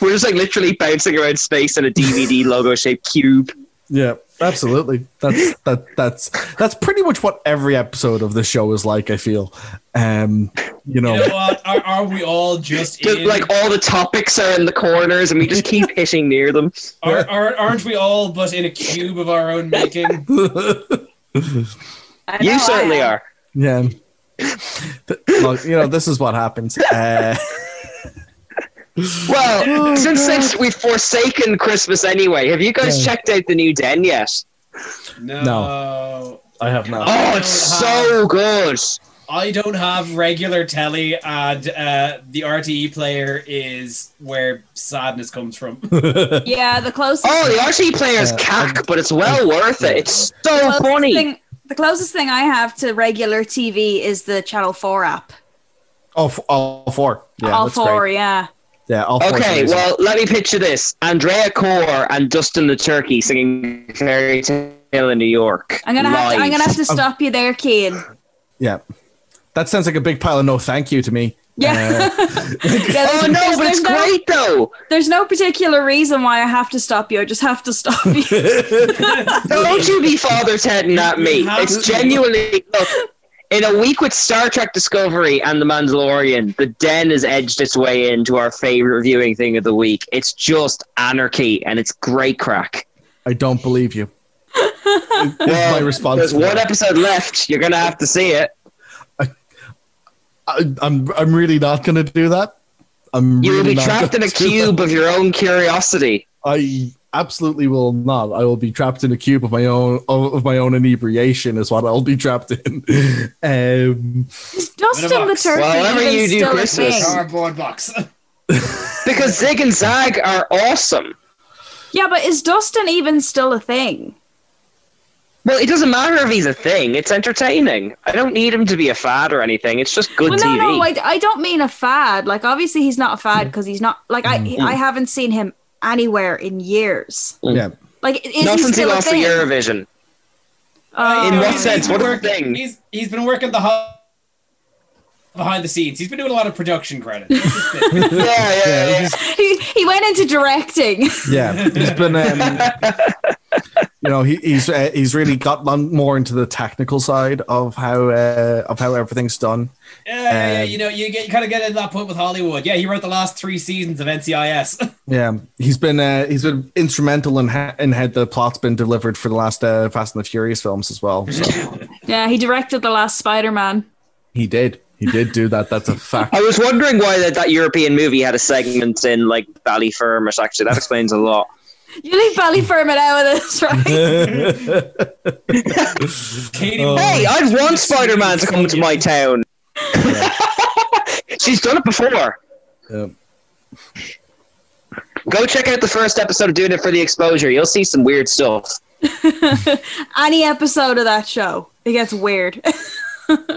S6: we're just like literally bouncing around space in a DVD logo shaped cube.
S7: yeah, absolutely. That's that that's that's pretty much what every episode of the show is like. I feel, um, you know,
S5: You know what? Are, are we all just
S6: Just,
S5: in-
S6: like all the topics are in the corners, and we just keep hitting near them.
S5: Are, are, aren't we all but in a cube of our own making?
S6: you certainly are.
S7: yeah. Th- Look, you know, this is what happens. Uh, Oh,
S6: Well, since since we've forsaken Christmas anyway, have you guys checked out the new den yet?
S5: No.
S7: I have not.
S6: Oh, it's so good.
S5: I don't have regular telly, and uh, the RTE player is where sadness comes from.
S8: Yeah, the closest.
S6: Oh, the RTE player is cack, but it's well worth it. It's
S8: The
S6: so
S8: closest
S6: funny.
S8: thing- the closest thing I have to regular TV is the Channel Four app.
S7: all, f- all four. Yeah,
S8: All
S7: that's
S8: four,
S7: great.
S8: yeah.
S7: Yeah, all four.
S6: Okay,
S7: series.
S6: well, let me picture this: Andrea Core and Dustin the Turkey singing "Fairy Tale in New York."
S8: I'm gonna have to,
S6: live.
S8: I'm
S7: Uh,
S8: gonna have to stop you there, Keen.
S7: yeah, that sounds like a big pile of no thank you to me. Uh,
S8: Yeah.
S6: oh no, but it's great though.
S8: There's no particular reason why I have to stop you. I just have to stop you.
S6: Don't you be father Ted, not me.
S8: You have
S6: It's
S8: to.
S6: genuinely look. In a week with Star Trek Discovery and The Mandalorian, The Den has edged its way into our favorite viewing thing of the week. It's just anarchy and it's great crack.
S7: I don't believe you. This is my response.
S6: There's
S7: to that.
S6: one e- episode left. You're gonna have to see it.
S7: I, I'm I'm really not going to do that. I'm
S6: You will
S7: really
S6: be
S7: not
S6: trapped in
S7: gonna
S6: a
S7: do
S6: cube
S7: that.
S6: of your own curiosity.
S7: I absolutely will not. I will be trapped in a cube of my own of of my own inebriation is what I'll be trapped in. Um,
S8: Dust in the turkey.
S6: Whatever
S8: even
S6: you do,
S8: still a
S6: Christmas.
S8: thing.
S5: Cardboard box.
S6: Because Zig and Zag are awesome.
S8: Yeah, but is Dustin even still a thing?
S6: Well, it doesn't matter if he's a thing. It's entertaining. I don't need him to be a fad or anything. It's just good
S8: well,
S6: TV.
S8: no, no, I, I don't mean a fad. Like, obviously, he's not a fad because he's not. Like, I
S6: Mm.
S8: I haven't seen him anywhere in years.
S6: Hmm.
S7: yeah.
S8: Like, is
S6: Not
S8: he
S6: since he
S8: still a
S6: lost the
S8: thing?
S6: Eurovision.
S8: Oh.
S6: In what
S5: He's
S6: sense?
S5: been
S6: What a
S5: working-
S6: thing.
S5: He's he's been working the hu- behind the scenes. He's been doing a lot of production credits. yeah,
S6: yeah,
S7: yeah.
S8: he, he went into directing.
S7: Yeah, he's been, um, you know, he, he's uh, he's really got on more into the technical side of how uh, of how everything's done.
S5: Yeah, yeah,
S7: Um,
S5: you know, you get you kind of get into that point with Hollywood. Yeah, he wrote the last three seasons of NCIS.
S7: Yeah, he's been uh, he's been instrumental in ha- in how the plot's been delivered for the last uh, Fast and the Furious films as well. So
S8: Yeah, he directed the last Spider Man.
S7: he did he did do that. That's a fact.
S6: I was wondering why that, that European movie had a segment in like Ballyferm or actually that explains a lot.
S8: You leave Ballyfermot out of this, right?
S5: Oh.
S6: hey, I'd want Spider Man to come to my town. She's done it before. Go check out the first episode of Doing It for the Exposure. You'll see some weird stuff.
S8: Any episode of that show, it gets weird.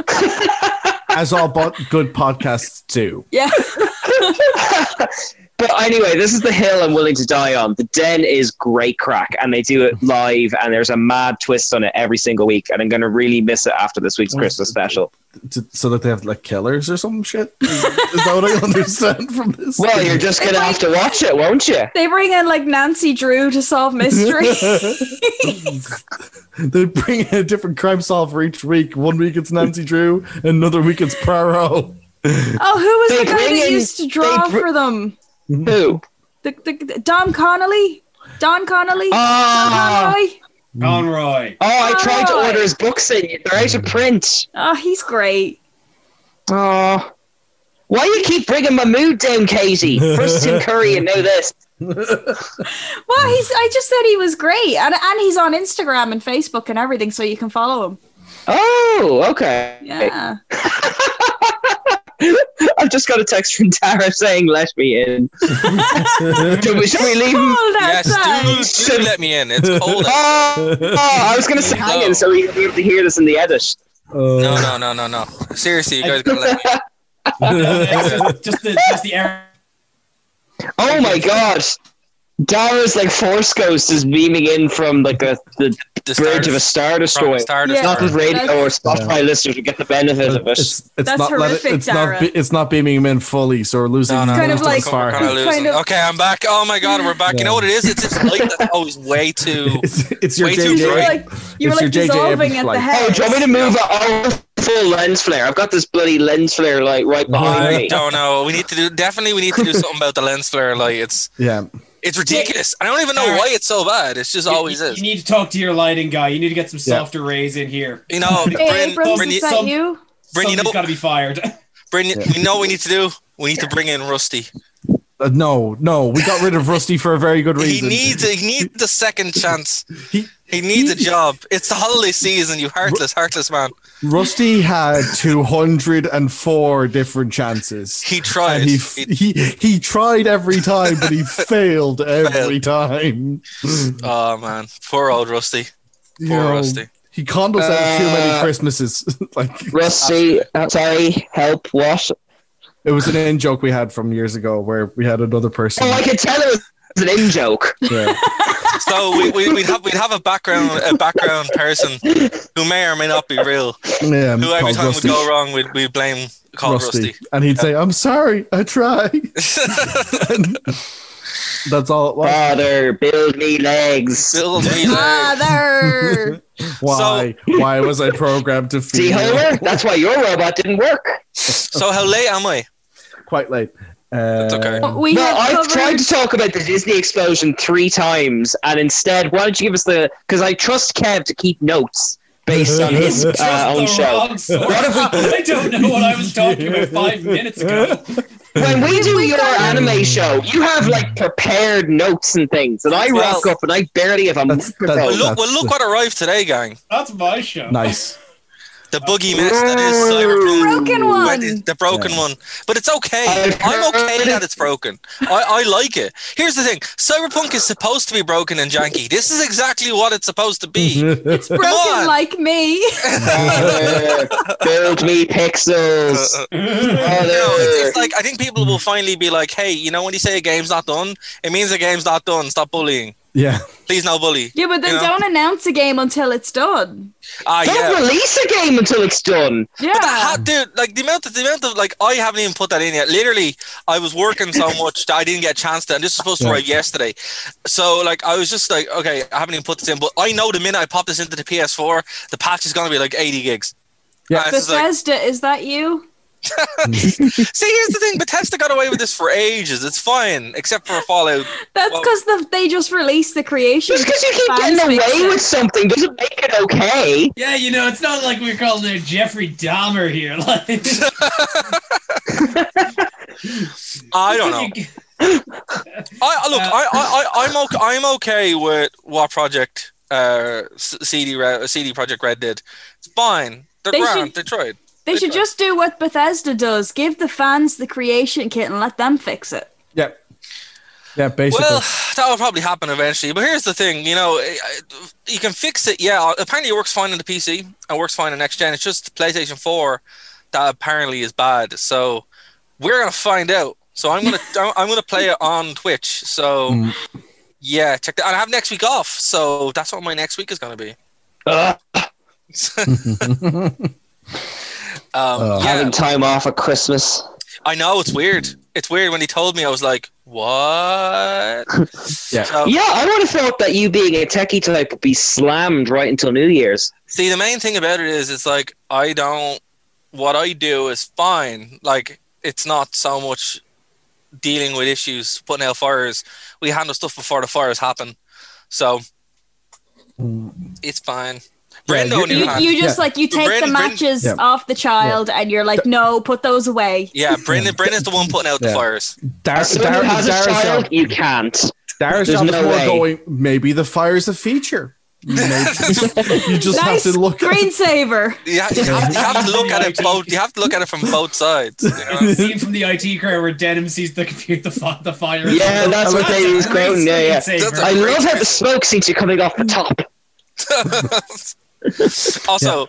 S7: As all bo- good podcasts do.
S8: yeah.
S6: But anyway, this is the hill I'm willing to die on. The Den is great crack, and they do it live, and there's a mad twist on it every single week. And I'm going to really miss it after this week's Christmas special.
S7: to, so that they have like killers or some shit. Is, is that what I understand from this?
S6: Well, you're just going to have to watch it, won't you?
S8: They bring in like Nancy Drew to solve mysteries.
S7: they bring in a different crime solver each week. One week it's Nancy Drew, another week it's Praro.
S8: oh, who was
S6: They
S8: the guy
S6: bring
S8: that
S6: in-
S8: used to draw
S6: they br-
S8: for them?
S6: Who?
S8: The, the, the- Dom Connolly? Don Connolly?
S6: Ah.
S8: Don Connolly?
S5: Conroy.
S6: Oh, I tried to
S8: Alright.
S6: order his books in. They're out of print.
S8: Oh, he's great.
S6: Oh. Why you keep bringing my mood down, Katie? First Tim Curry and now this.
S8: Well, he's. I just said he was great, and and he's on Instagram and Facebook and everything, so you can follow him.
S6: Oh, okay.
S8: Yeah.
S6: I've just got a text from Tara saying, let me in. should, we, should we leave him?
S9: yes, do, do let me in. It's cold.
S6: Oh, oh, I was going to say hang in so we would be able to hear this in the edit.
S9: No, no, no, no, no. Seriously, you guys gotta let me
S5: just the just the air.
S6: Oh my god. Dara's like Force Ghost is beaming in from like a, the, bridge of a Star Destroyer.
S9: Star
S6: It's Not
S9: Destroyer.
S6: with radio or Spotify listeners would get the benefit of it.
S7: It's
S8: That's
S7: not let it-
S8: horrific,
S7: it's not
S8: Dara.
S7: be, it's not beaming him in fully, so we're losing
S9: No, no,
S7: most
S9: no.
S7: of his fire.
S9: We're kinda losing. Okay, I'm back. Oh my god, we're back. You know what it is? It's this light that's always way too.
S7: It's, it's your
S9: way too
S7: JJ.
S9: bright.
S8: You were
S7: It's
S8: like
S7: your JJ
S8: dissolving
S7: Abrams
S8: at the
S7: flight.
S8: head.
S6: Oh, do you want me to move it oh, full lens flare? I've got this bloody lens flare light right behind
S9: I
S6: me.
S9: don't know. We need to do definitely. We need to do something about the lens flare light. It's
S7: Yeah.
S9: it's ridiculous. I don't even know why it's so bad. It's just always
S5: you,
S9: is.
S5: need to talk to your lighting guy. You need to get some
S9: Yeah.
S5: softer rays in here.
S9: You know, Hey, Bryn- Abrams, Bryn, is you- that you? Bryn, you know-
S5: got to be fired.
S9: Bring, We know what we need to do. We need to bring in Rusty.
S7: Uh, no, no, we got rid of Rusty for a very good
S9: He
S7: reason.
S9: needs he needs the second chance. He, needs a job. It's the holiday season. You heartless, heartless man.
S7: Rusty had 204 different chances.
S9: He tried.
S7: And he, f- he he tried every time, but he failed every time.
S9: Oh man, poor old Rusty. Poor
S7: You know,
S9: Rusty.
S7: He conned us out of too many
S6: Uh,
S7: Christmases. like
S6: Rusty, uh, sorry, help, what?
S7: it was an in joke we had from years ago where we had another person.
S6: Oh, I can tell it was an in joke.
S7: Yeah.
S2: so we, we, we'd have we'd have a background a background person who may or may not be real.
S7: Yeah,
S2: who every
S7: called
S2: time
S7: Rusty.
S2: would go wrong, we'd we blame called Rusty.
S7: And he'd say, I'm sorry, I try. That's all it was.
S6: Uh, Father, build me legs.
S2: Build me
S8: Ah, Father.
S7: Why? Why was I programmed to feed
S6: See,
S7: you?
S6: Homer? That's why your robot didn't work.
S2: So how late am I?
S7: Quite late. Uh, That's
S2: okay.
S8: We
S6: no,
S8: have
S6: I've
S8: covered-
S6: tried to talk about the Disney explosion three times, and instead, why don't you give us the? Because I trust Kev to keep notes based on his
S5: Trust
S6: uh,
S5: the
S6: own show.
S5: wrong source.
S6: What if we-
S5: I don't know what I was talking about five minutes ago.
S6: when we do your anime show, you have like prepared notes and things, and I
S2: Well-
S6: rock up and I barely have a microphone.
S2: well, look, well, look what arrived today, gang.
S5: That's my show.
S7: Nice.
S2: The boogie mess that is Cyberpunk.
S5: broken one.
S2: When it- The broken one. But it's okay. I'm okay that it's broken. I, I like it. Here's the thing Cyberpunk is supposed to be broken and janky. This is exactly what it's supposed to be.
S7: it's
S2: Come
S8: Broken
S2: on.
S8: like me.
S6: Father, build me pixels.
S2: No, it's, it's like I think people will finally be like, "Hey, you know when you say a game's not done, it means the game's not done. Stop bullying.
S7: Yeah.
S2: Please no bully."
S8: Yeah, but then
S2: You know?
S8: don't announce a game until it's done.
S2: Ah,
S6: Don't
S2: yeah.
S6: release a game until it's done.
S8: Yeah.
S2: But that ha- dude, like the amount of the amount of like I haven't even put that in yet. Literally, I was working so much that I didn't get a chance to. And this was supposed to
S18: Yeah.
S2: arrive yesterday, so like I was just like, okay, I haven't even put this in. But I know the minute I pop this into the PS4, the patch is gonna be like 80 gigs. Yeah,
S8: Bethesda, is that you?
S2: See, here's the thing: Bethesda got away with this for ages. It's fine, except for Fallout.
S8: That's
S2: Well-
S8: because they just released the creation.
S6: Just because you keep getting away with something doesn't make it okay.
S5: Yeah, you know, it's not like we're calling it Jeffrey Dahmer here. Like,
S2: I don't know. I I- look, I, I, I, I'm okay. I'm okay with what project uh, S- CD Red, CD Project Red did. It's fine. They're
S8: They
S2: grand.
S8: should-
S2: they tried.
S8: They should just do what Bethesda does: give the fans the creation kit and let them fix it.
S7: Yeah. Yeah, basically.
S2: Well, that will probably happen eventually. But here's the thing, you know, I- I- you can fix it. Yeah, apparently it works fine on the PC and works fine on next gen. It's just PlayStation 4 that apparently is bad. So we're gonna find out. So I'm gonna I'm- I'm gonna play it on Twitch. So
S7: Mm.
S2: yeah, check that. And I have next week off, so that's what my next week is gonna be. Um,
S7: Uh,
S2: yeah,
S6: Having time off at Christmas.
S2: I know it's weird. It's weird when he told me. I was like, what?
S7: yeah.
S2: So-
S6: yeah, I would have thought that you being a techie type would be slammed right until New Year's.
S2: See, the main thing about it is, it's like I don't. What I do is fine. Like it's not so much dealing with issues, putting out fires. We handle stuff before the fires happen, so it's fine. Brenda,
S7: you-
S2: on the
S8: You,
S2: other hand-
S8: you just like you take
S2: Brenda-
S8: the
S2: Brenda-
S8: matches
S7: Yeah.
S8: off the child, and you're like, no, put those away.
S2: Yeah, Brenda. Brenda's the one putting out the
S7: Yeah.
S2: fires.
S7: Dar-
S6: Someone
S7: Dar-
S6: who has
S7: Dara's
S6: a child,
S7: job-
S6: you can't.
S7: Dara's
S6: There's
S7: job is
S6: no
S7: more
S6: way.
S7: going, maybe the fire's a feature. Maybe- you just
S8: nice
S7: have to look at
S8: screensaver.
S2: You have, you have- you have to look at it both. You have to look at it from both sides. you know?
S5: the scene from the IT crowd where Denim sees the computer, the, fi- the fire.
S6: Yeah, that's what they was quoting. Yeah, yeah.
S5: screensaver.
S6: I love how the smoke seems to be coming off the top.
S2: also,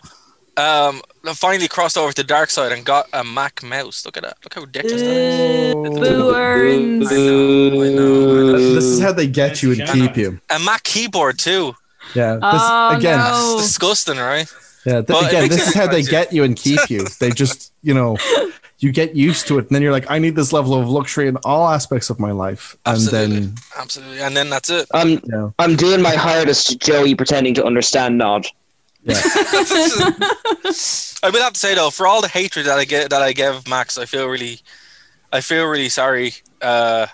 S2: um, I finally crossed over to the dark side and got a Mac mouse. Look at that. Look how ridiculous that is.
S8: Booerns.
S7: This is how they get you and keep you.
S2: A Mac keyboard too.
S7: Yeah. This, again,
S2: It's disgusting, right?
S7: yeah, th-
S2: Well, it
S7: again,
S2: makes
S7: this
S2: it
S7: is how they
S2: attractive.
S7: get you and keep you. They just, you know, you get used to it, and then you're like, I need this level of luxury in all aspects of my life, and then
S2: Absolutely. And then that's it.
S6: I'm I'm doing my hardest, Joey, pretending to understand Nod.
S2: I will have to say though, for all the hatred that I get that I give Max, I feel really, I feel really sorry. Uh,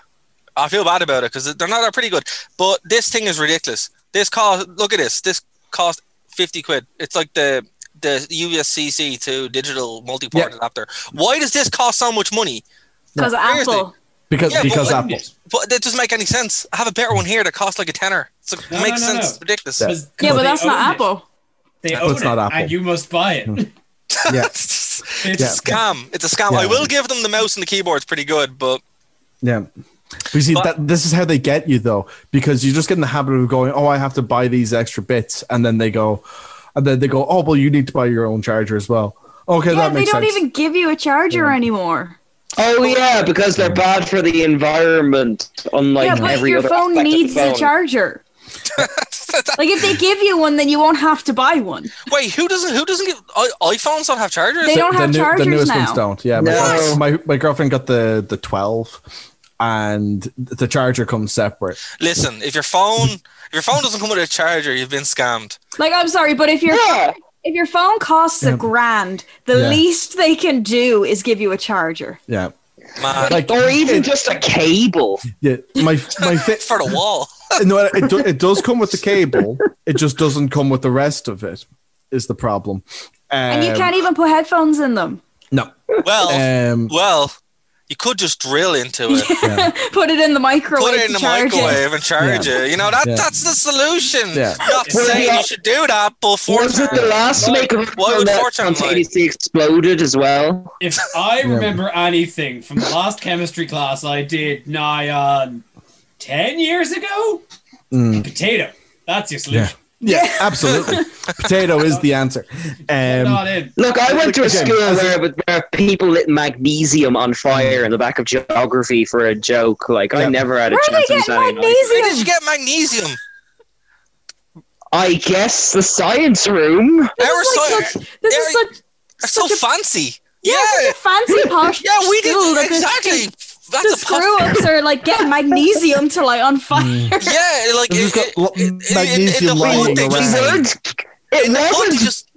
S2: I feel bad about it because they're not that pretty good. But this thing is ridiculous. This cost. Look at this. This cost fifty quid. It's like the the USCC to digital multi-port adapter. Why does this cost so much money?
S8: 'Cause of
S2: Seriously.
S8: Apple.
S7: because
S2: Yeah, but
S7: because
S2: wouldn't
S7: Apple.
S2: But that doesn't make any sense. I have a better one here that costs like a tenner. It's like,
S5: No,
S2: makes
S5: no, no,
S2: sense.
S5: no.
S2: It's ridiculous.
S8: Yeah, but that's
S5: They
S8: not
S5: owned it.
S8: Apple.
S5: They
S7: But
S5: own
S7: it's not
S5: it,
S7: Apple.
S5: and you must buy it.
S7: Yeah.
S2: It's
S7: Yeah.
S2: a scam. It's a scam.
S7: Yeah.
S2: I will give them the mouse and the keyboard's pretty good, but
S7: Yeah. But you see, that, this is how they get you though, because you just get in the habit of going, "Oh, I have to buy these extra bits," and then they go, and then they go, "Oh, well, you need to buy your own charger as well." Okay,
S8: yeah,
S7: that
S8: they
S7: makes
S8: don't
S7: sense.
S8: even give you a charger anymore.
S6: Oh yeah, because they're bad for the environment, unlike
S8: yeah, but
S6: every
S8: your
S6: other
S8: phone
S6: aspect of
S8: needs
S6: the
S8: the
S6: phone.
S8: charger. like if they give you one, then you won't have to buy one.
S2: Wait, who doesn't? Who doesn't give? I, iPhones don't have chargers.
S8: They don't
S7: the,
S8: have
S7: new-
S8: chargers
S7: the newest
S8: now.
S7: ones don't. Yeah, my,
S8: No.
S7: girlfriend- my my girlfriend got the the twelve, and the charger comes separate.
S2: Listen, if your phone, if your phone doesn't come with a charger, you've been scammed.
S8: Like I'm sorry, but if your if your phone costs
S7: Yeah.
S8: a grand, the
S7: Yeah.
S8: least they can do is give you a charger.
S7: Yeah.
S2: Man.
S6: or even just a cable.
S7: Yeah, my my fa-
S2: for the wall.
S7: no, it do, it does come with the cable. It just doesn't come with the rest of it. Is the problem? Um,
S8: and you can't even put headphones in them.
S7: No.
S2: Well,
S7: Um,
S2: well, you could just drill into it,
S8: put it in the microwave.
S2: put it in
S8: to
S2: the
S8: charge
S2: microwave, and charge
S6: Yeah.
S2: it. You know that
S6: Yeah.
S2: that's the solution.
S6: Yeah.
S2: Not
S6: Well,
S2: saying
S6: yeah.
S2: you should do that, but for
S6: Was it the last make of
S2: Why would
S6: that
S2: Fortune lie?
S6: spontaneously exploded as well?
S5: If I remember anything from the last chemistry class I did nigh on 10 years ago,
S7: Mm.
S5: potato. That's your solution.
S7: Yeah. Yeah, absolutely. Potato is the answer. Um,
S6: Look, I went to a
S7: again,
S6: school
S7: as a-
S6: where, where people lit magnesium on fire in the back of geography for a joke. Like, I never had a chance in saying
S2: Where did you get magnesium?
S6: I guess the science room.
S2: Our science.
S8: this is such,
S2: so fancy. Yeah,
S8: such a fancy posh
S2: Yeah, we didn't
S8: school that this-
S2: exactly.
S8: the
S2: That's a posh-
S8: screw ups are like getting magnesium to light on
S6: Mm.
S8: fire.
S2: Yeah, like
S7: It's just got lo-
S2: in
S7: magnesium
S2: the
S7: lying
S2: hood, they just-
S7: around.
S6: It
S2: wasn't just.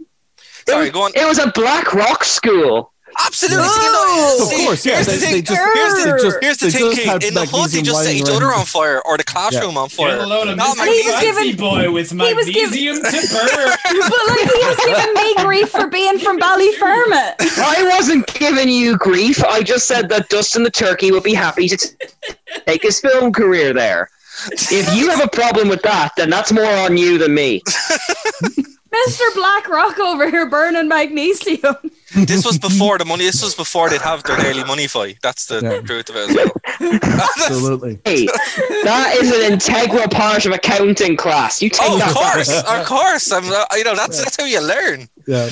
S2: Sorry, go on.
S6: It was a black rock school.
S2: Absolutely.
S6: No.
S2: you know,
S6: Of
S2: see,
S6: course, yeah,
S2: Here's the
S6: they-
S2: thing.
S6: they just-
S2: here's the,
S6: they just-
S2: here's the
S6: they
S2: thing,
S6: just
S2: Kate.
S6: had
S2: In the hood, they
S6: magnesium
S2: just set
S6: lying
S2: each other
S6: around.
S2: on fire or the classroom on fire.
S5: Get a load of
S2: Not
S5: Mr. Fancy
S2: magnesium.
S5: boy with
S8: he was given-
S5: magnesium to burn.
S8: but like he was giving me grief for being from Ballyfermot.
S6: I wasn't giving you grief. I just said that Dustin the Turkey would be happy to t- take his film career there. If you have a problem with that, then that's more on you than me.
S8: Mr. Blackrock over here burning magnesium.
S2: This was before the money. This was before they'd have their daily money fight. That's the truth of it. As well.
S7: Absolutely.
S6: Hey, that is an integral part of accounting class. You take
S2: Oh,
S6: that
S2: of course,
S6: back.
S2: of course. I'm, uh, you know, that's that's how you learn.
S7: Yeah.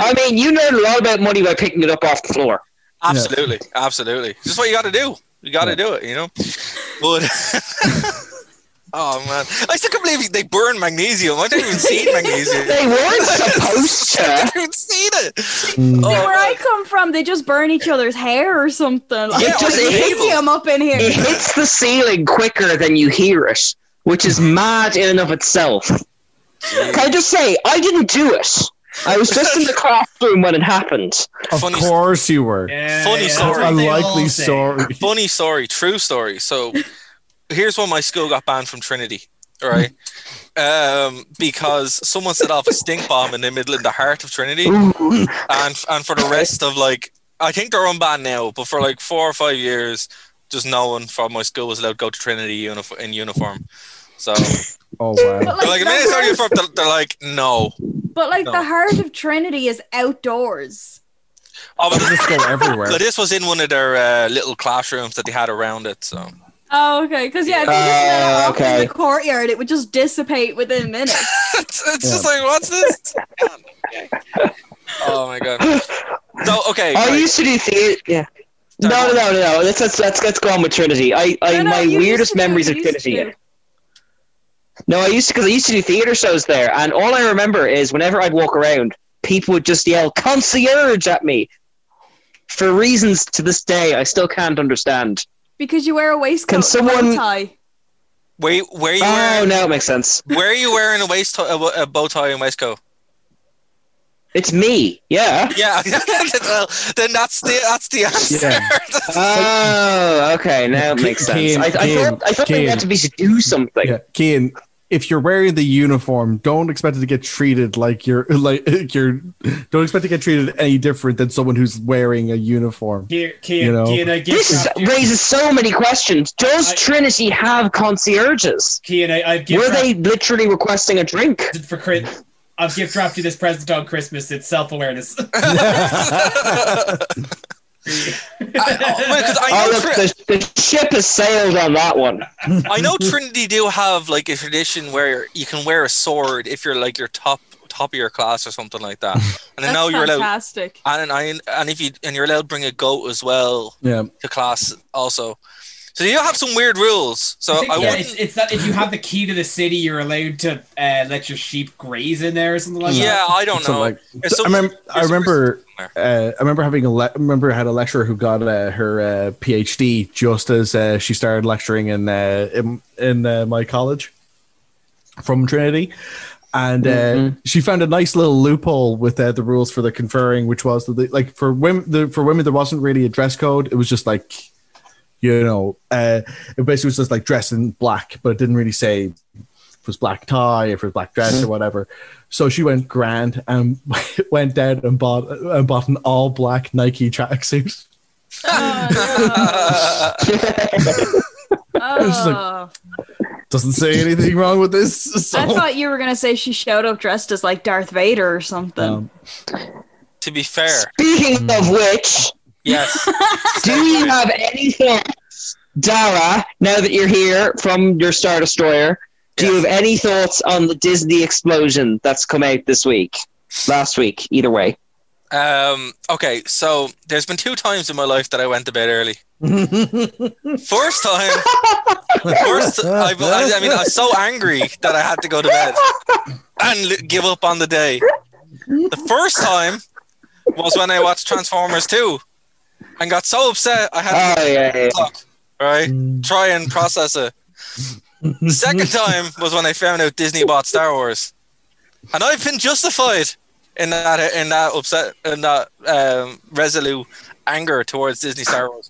S6: I mean, you learn a lot about money by picking it up off the floor.
S2: Absolutely, absolutely. This is what you got to do. You got to do it. You know. But oh man, I still can't believe they burn magnesium. I didn't even see magnesium.
S6: They weren't supposed to.
S2: I didn't even see it.
S8: See,
S7: Mm.
S8: where I come from, they just burn each other's hair or something. Like,
S6: It just-
S8: magnesium up in here.
S6: It hits the ceiling quicker than you hear it, which is mad in and of itself. Can I just say, I didn't do it. I was just in the classroom when it happened.
S7: Of course you were.
S2: Funny story.
S7: A likely story.
S2: Funny story. True story. So here's when my school got banned from Trinity. All right. Um, because someone set off a stink bomb in the middle in the heart of Trinity.
S6: Ooh.
S2: And and for the rest of like I think they're unbanned now, but for like four or five years, just no one from my school was allowed to go to Trinity unif- in uniform. So
S7: Oh wow.
S2: They're like, "Man, it's not uniform." They're, they're like, no.
S8: But like
S2: No.
S8: the heart of Trinity is outdoors.
S2: Oh, but
S7: this go everywhere.
S2: So this was in one of their uh, little classrooms that they had around it. So
S8: Oh, okay. Because yeah, if you just
S6: Uh,
S8: let it off in the courtyard, it would just dissipate within minutes.
S2: it's just like, what's this? Oh my god. So okay.
S6: I
S2: right.
S6: used to do theater. Yeah. No, no, no, no, no. Let's let's let's, let's go on with Trinity. I, I
S2: No, no,
S6: my
S2: you used
S6: weirdest
S2: to do it,
S6: memories
S2: you
S6: of
S2: used to
S6: Trinity.
S2: do it.
S6: No, I used to because I used to do theater shows there, and all I remember is whenever I'd walk around, people would just yell "concierge" at me for reasons to this day I still can't understand.
S8: Because you wear a
S6: Can
S8: waistcoat and a bow
S6: someone-
S8: tie.
S2: Wait, where you?
S6: Oh, now it makes sense.
S2: Where are you wearing a waist to- a, wa- a bow tie and waistcoat?
S6: It's me. Yeah.
S2: Yeah, well, then that's the that's the answer.
S6: Oh, okay. Now it makes sense.
S7: Kane,
S6: I, I
S7: Kane,
S6: thought I thought they
S7: Kane.
S6: had to be to do something.
S7: Yeah, Kane, if you're wearing the uniform, don't expect it to get treated like you're like you're. Don't expect to get treated any different than someone who's wearing a uniform.
S5: Here, Kane,
S7: You know.
S5: Kane, I give
S6: This
S5: crap to you.
S6: raises so many questions. Does Trinity have concierges?
S5: Kane, I, I give
S6: Were
S5: crap
S6: they literally requesting a drink?
S5: for Chris. I've gift wrapped you this present on Christmas. It's self awareness.
S2: Because I,
S6: Oh,
S2: know Tri-
S6: look, the, the ship has sailed on that one.
S2: I know Trinity do have like a tradition where you can wear a sword if you're like your top top of your class or something like that. And I
S8: That's
S2: know you're allowed.
S8: fantastic.
S2: And I and if you and you're allowed to bring a goat as well
S7: Yeah.
S2: to class also. So you have some weird rules. So I,
S5: I think, yeah,
S2: wouldn't.
S5: it's, it's that if you have the key to the city, you're allowed to uh, let your sheep graze in there or something like that.
S2: Yeah, I don't
S7: So, like, I remember, I remember, uh, I remember having a le- remember I had a lecturer who got uh, her uh, PhD just as uh, she started lecturing in uh, in, in uh, my college from Trinity, and uh, she found a nice little loophole with uh, the rules for the conferring, which was that they, like for women, the, for women there wasn't really a dress code. It was just like you know, uh, it basically was just like dress in black, but it didn't really say if it was black tie, if it was black dress, or whatever. So she went grand and went down and bought and bought an all black Nike tracksuit.
S8: Oh,
S7: I was just
S8: Oh,
S7: like, doesn't say anything wrong with this. So.
S8: I thought you were gonna say she showed up dressed as like Darth Vader or something.
S7: Um,
S2: To be fair,
S6: Speaking of which,
S2: yes.
S6: do you have any thoughts, Dara? Now that you're here from your Star Destroyer, do you have any thoughts on the Disney explosion that's come out this week, last week? Either way,
S2: Um, okay, so there's been two times in my life that I went to bed early.
S7: um,
S2: First time, first I, I, I mean, I was so angry that I had to go to bed and l- give up on the day. The first time was when I watched Transformers 2 and got so upset I had to
S6: Oh, yeah, yeah.
S2: Talk, right? Try and process it. The second time was when I found out Disney bought Star Wars, and I've been justified in that in that upset in that um, resolute anger towards Disney Star Wars.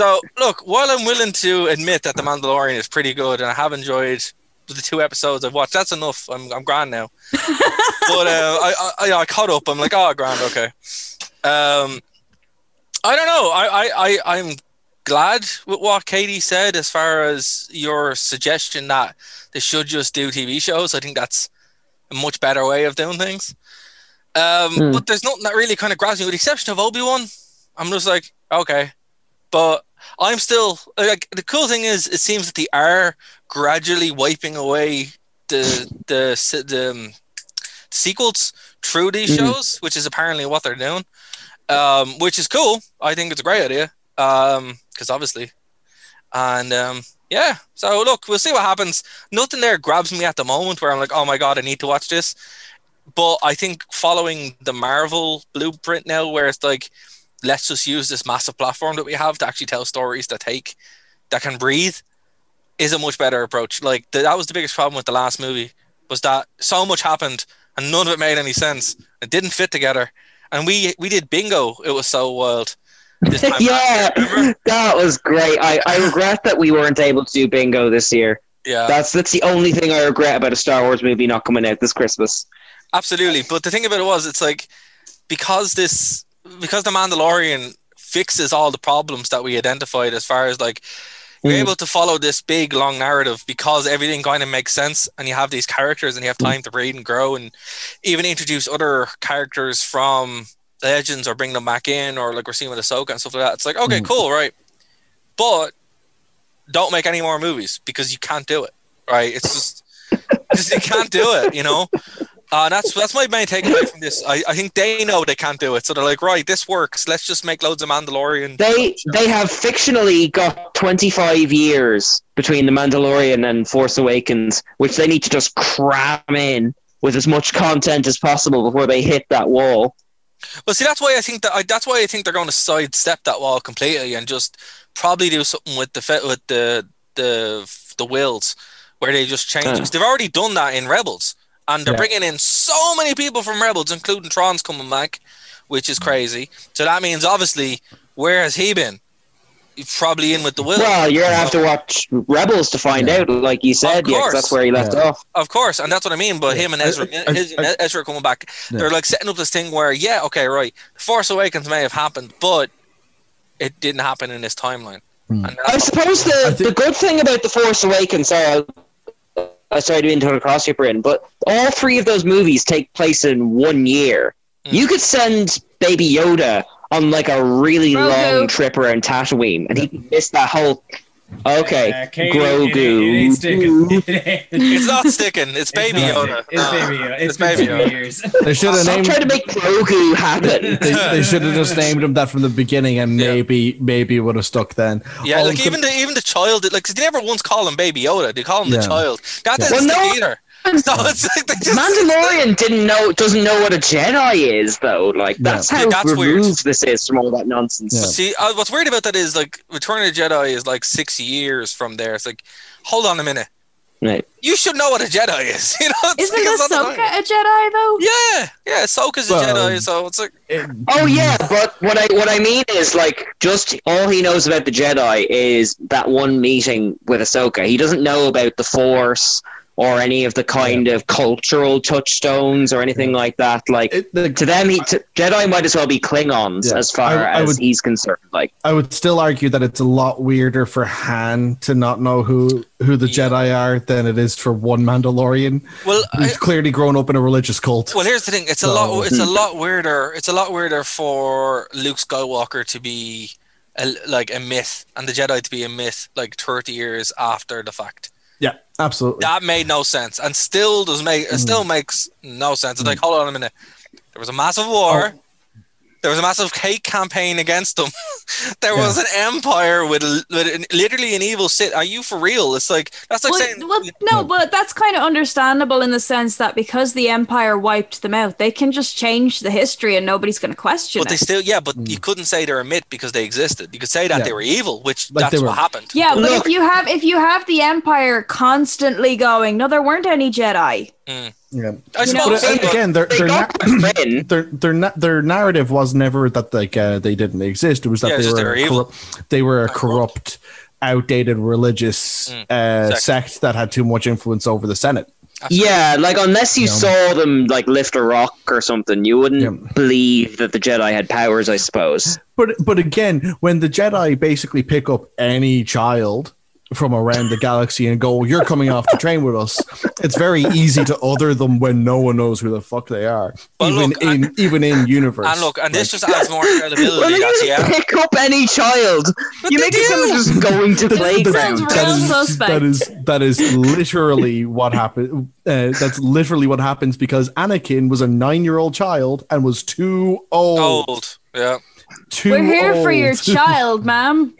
S2: So look, while I'm willing to admit that The Mandalorian is pretty good and I have enjoyed the two episodes I've watched, that's enough. I'm I'm grand now. but uh, I, I I caught up. I'm like, oh, grand, okay. Um, I don't know. I I, I I'm glad with what Katie said as far as your suggestion that they should just do TV shows. I think that's a much better way of doing things. Um,
S6: Hmm.
S2: But there's nothing that really kind of grabs me, with the exception of Obi Wan. I'm just like, okay, but I'm still like the cool thing is it seems that they are gradually wiping away the the se- the um, sequels through these
S6: Mhm.
S2: shows, which is apparently what they're doing, um, which is cool. I think it's a great idea because Um, obviously, and um, yeah. So look, we'll see what happens. Nothing there grabs me at the moment where I'm like, oh my god, I need to watch this. But I think following the Marvel blueprint now, where it's like, let's just use this massive platform that we have to actually tell stories that take that can breathe is a much better approach. Like th- that was the biggest problem with the last movie was that so much happened and none of it made any sense. It didn't fit together, and we we did bingo. It was so wild. This time
S6: yeah, that was great. I, I regret that we weren't able to do bingo this year.
S2: Yeah.
S6: that's that's the only thing I regret about a Star Wars movie not coming out this Christmas.
S2: Absolutely, but the thing about it was, it's like because this because the Mandalorian fixes all the problems that we identified as far as like you're
S6: Mm.
S2: able to follow this big long narrative because everything kind of makes sense and you have these characters and you have time to breed and grow and even introduce other characters from legends or bring them back in or like we're seeing with Ahsoka and stuff like that. It's like okay, cool, right? But don't make any more movies because you can't do it, right? It's just because you can't do it, you know. Uh, that's that's my main takeaway from this. I, I think they know they can't do it, so they're like, right, this works. Let's just make loads of Mandalorian.
S6: They they have fictionally got 25 years between The Mandalorian and Force Awakens, which they need to just cram in with as much content as possible before they hit that wall.
S2: Well, see, that's why I think that I, that's why I think they're going to sidestep that wall completely and just probably do something with the fe- with the the the wills where they just change.
S6: Yeah.
S2: it. They've already done that in Rebels, and they're
S6: Yeah.
S2: bringing in so many people from Rebels, including Tron's coming back, which
S6: Hmm.
S2: is crazy. So that means obviously, where has he been? He's probably in with the wills.
S6: Well, you're gonna have to watch Rebels to find out, like you said, yeah, 'cause that's where he left off.
S2: Of course, and that's what I mean. But him and Ezra, his, Ezra coming back, they're like setting up this thing where, yeah, okay, right, The Force Awakens may have happened, but it didn't happen in this timeline.
S7: Hmm.
S6: I suppose the, the good thing about The Force Awakens, uh, sorry, I, I started doing Total Cross Super in, but all three of those movies take place in one year.
S5: Mm.
S6: You could send Baby Yoda on like a really long trip around Tatooine, and he'd miss that whole Okay,
S5: Uh, Katie,
S6: Grogu.
S5: it ain't- it ain't sticking.
S2: it's not sticking. It's baby
S5: not
S2: Yoda.
S5: It's baby Yoda. It's been
S2: baby
S5: two
S2: Yoda.
S5: years.
S7: They should have named.
S6: to make Grogu happen.
S7: They, they should have just named him that from the beginning, and maybe maybe it would have stuck then.
S2: Yeah, like
S7: Also-
S2: even the even the child, like 'cause they never once call him Baby Yoda. They call him
S7: Yeah.
S2: the child. That
S7: Yeah.
S2: doesn't
S6: Well,
S2: stick either. No, it's like they just,
S6: Mandalorian didn't know doesn't know what a Jedi is though. Like that's
S2: Yeah,
S6: how
S2: that's
S6: removed
S2: weird.
S6: this is from all that nonsense.
S2: But See, uh, what's weird about that is like Return of the Jedi is like six years from there. It's like, hold on a minute,
S6: Right.
S2: you should know what a Jedi is. You know, it's
S8: Isn't
S2: like, it's not
S8: Ahsoka a Jedi though?
S2: Yeah. Yeah, Ahsoka's a
S6: Well,
S2: Jedi, so it's like
S6: Oh yeah, but what I what I mean is like just all he knows about the Jedi is that one meeting with Ahsoka. He doesn't know about the Force or any of the kind of cultural touchstones or anything like that. Like
S7: to
S6: them, he, to, Jedi might as well be Klingons as far
S7: I- I
S6: as
S7: would-
S6: he's concerned. Like
S7: I would still argue that it's a lot weirder for Han to not know who who the Jedi are than it is for one Mandalorian.
S2: Well,
S7: who's clearly grown up in a religious cult.
S2: Well, hmm. here's the thing. It's a
S7: So-
S2: lot. It's a lot weirder. It's a lot weirder for Luke Skywalker to be a, like a myth, and the Jedi to be a myth, like thirty years after the fact.
S7: Yeah, absolutely.
S2: That made no sense, and still does make. It still makes no sense. It's like, hold on a minute. There was a massive war. There was a massive hate campaign against them. there was an empire with, a- with an, literally an evil Sith. Are you for real? It's like that's like saying
S8: Well, no, but that's kind of understandable in the sense that because the Empire wiped them out, they can just change the history and nobody's going to question
S2: But they
S8: it.
S2: still, yeah, but you couldn't say they're a myth because they existed. You could say that
S7: Mm. Yeah.
S2: they were evil, which
S7: Like
S2: that's
S7: they were-
S2: what happened.
S8: yeah, but if you have if you have the Empire constantly going, no, there weren't any Jedi.
S7: Yeah.
S2: I
S8: suppose
S7: but, uh,
S8: so, but
S7: again, their
S8: they
S7: their, na-
S8: got
S7: their their na- their narrative was never that like uh, they didn't exist. It was that
S2: Yeah, it's
S7: they,
S2: just
S7: were
S2: they were evil.
S7: a corrupt, they were a corrupt, outdated religious
S2: Mm,
S7: uh, sect that had too much influence over the Senate.
S6: yeah, like unless you saw them like lift a rock or something, you wouldn't believe that the Jedi had powers. I suppose.
S7: But but again, when the Jedi basically pick up any child from around the galaxy and go, "You're coming off to train with us," it's very easy to other them when no one knows who the fuck they are, even in even in universe.
S2: And look, and this just adds more credibility.
S6: Well,
S2: that,
S6: you
S2: yeah.
S6: pick up any child. You make it sound like just going to playground.
S7: that is that is literally what happened. Uh, that's literally what happens because Anakin was a nine-year-old child and was too old.
S2: Old. Yeah.
S7: Too
S8: We're here for your
S7: old.
S8: child, ma'am.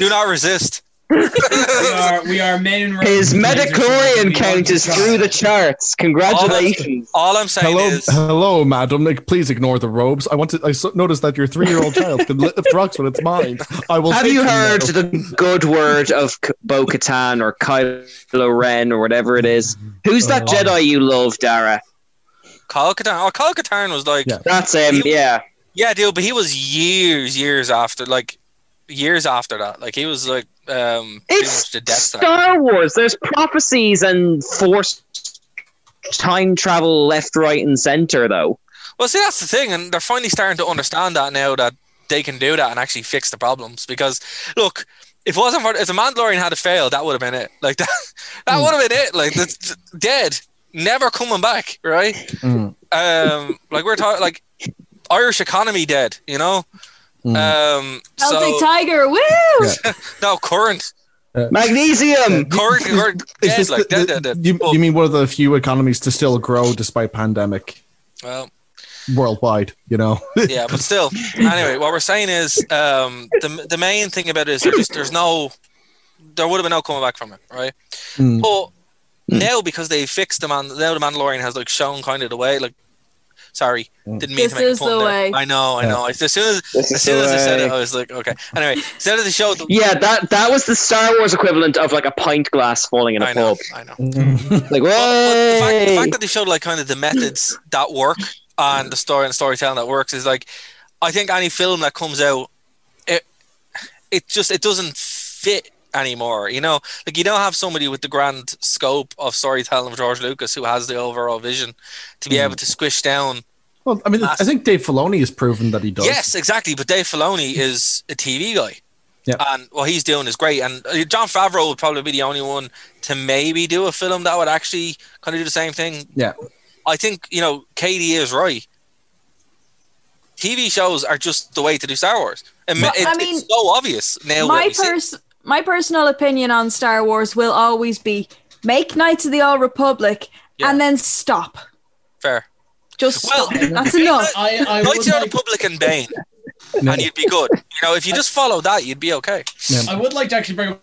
S2: Do not resist.
S5: we are we are men. and
S6: His
S5: women.
S6: Metachlorian count is through the charts. Congratulations.
S2: All I'm saying
S7: hello,
S2: is,
S7: hello, madam. Like, please ignore the robes. I want to. I so, noticed that your three-year-old child can lift rocks when it's mine. I will.
S6: Have
S7: take
S6: you
S7: him
S6: heard
S7: now.
S6: the good word of K- Bo Katan or Kylo Ren or whatever it is? Who's that Jedi you love, Dara?
S2: Kyle Katarn. Oh, Kyle Katarn was like,
S6: That's him, yeah.
S2: yeah, dude, but he was years, years after, like, years after that. Like, he was like, um, pretty much the Death Star.
S6: Star Wars, there's prophecies and forced time travel left, right, and center, though.
S2: Well, see, that's the thing, and they're finally starting to understand that now that they can do that and actually fix the problems. Because look, if it wasn't for if the Mandalorian had failed, that would have been it. Like that, that would have been it. Like that's dead, never coming back. Right? Um, like we're talking like Irish economy dead. You know.
S7: Hmm. Mm. uh,
S2: Um, so
S8: Celtic Tiger, woo!
S2: no current.
S7: Uh,
S6: Magnesium.
S2: Current, current
S7: Is
S2: dead,
S7: this
S2: like
S7: the-
S2: dead,
S7: the-
S2: dead, dead.
S7: You, you mean one of the few economies to still grow despite pandemic
S2: Well,
S7: worldwide? You know.
S2: yeah, but still. Anyway, what we're saying is um, the the main thing about it is there's, just, there's no there would have been no coming back from it, right?
S7: Mm.
S2: But now because they fixed the man, now the Mandalorian has like shown kind of the way. Like, sorry, didn't mean
S8: This
S2: to make a
S8: is
S2: pun
S8: the
S2: there.
S8: way.
S2: I know, I know. As soon as
S6: Mm.
S2: as
S6: This is
S2: soon
S6: the
S2: as I said it,
S6: way.
S2: I was like, okay. Anyway, instead of the show,
S6: Yeah, that that was the Star Wars equivalent of like a pint glass falling in a
S2: I know,
S6: pub.
S2: I know.
S7: Mm-hmm.
S6: Like,
S2: the fact, the
S6: way.
S2: fact that they showed like kind of the methods that work and the story and storytelling that works is like I think any film that comes out it it just it doesn't fit anymore you know like you don't have somebody with the grand scope of storytelling of George Lucas who has the overall vision to be
S7: Hmm.
S2: able to squish down
S7: Well, I mean, I think Dave Filoni has proven that he does.
S2: Yes, exactly. But Dave Filoni is a TV guy.
S7: Yeah.
S2: And what he's doing is great. And uh, John Favreau would probably be the only one to maybe do a film that would actually kind of do the same thing.
S7: Yeah.
S2: I think, you know, Katie is right. TV shows are just the way to do Star Wars. And
S8: Well,
S2: it,
S8: I mean,
S2: it's so obvious now. that
S8: my
S2: we see it.
S8: pers- my personal opinion on Star Wars will always be make Knights of the Old Republic and then stop.
S2: Fair.
S8: Just stop. That's enough.
S2: Knights of the Republic and Bane, and you'd be good. You know, if you just follow that, you'd be okay.
S5: I would like to actually bring up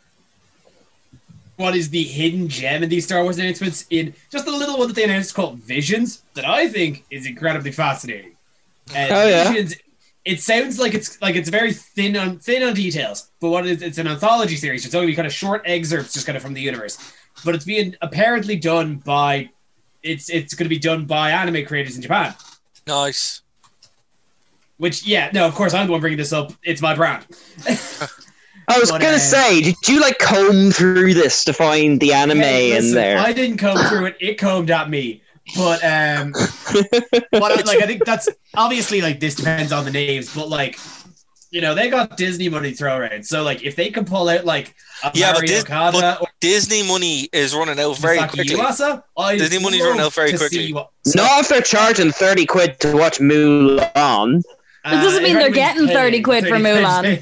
S5: what is the hidden gem in these Star Wars announcements in just a little one that they announced called Visions that I think is incredibly fascinating. And
S6: Oh, yeah.
S5: Visions, it sounds like it's like it's very thin on thin on details, but what it is it's an anthology series. It's only kind of short excerpts just kind of from the universe. But it's being apparently done by it's it's going to be done by anime creators in Japan.
S2: Nice.
S5: Which yeah, no, of course I'm the one bringing this up. It's my brand.
S6: I was
S5: uh,
S6: gonna say, did you like comb through this to find the anime
S5: Hey,
S6: in
S5: listen,
S6: there?
S5: I didn't comb through it; it combed at me. But um, but I, like I think that's obviously like this depends on the names, but like you know they got Disney money throw around, so like if they can pull out like a
S2: Yeah, but,
S5: Mario
S2: Dis-
S5: Kart
S2: but Disney money is running out very
S5: Masaki
S2: quickly.
S5: Yuasa? I
S2: Disney money's running out
S5: love
S2: very
S5: to
S2: quickly.
S5: see what-
S6: Not if they're charging thirty quid to watch Mulan.
S8: That
S5: uh,
S8: doesn't mean they're getting 30 quid for Mulan.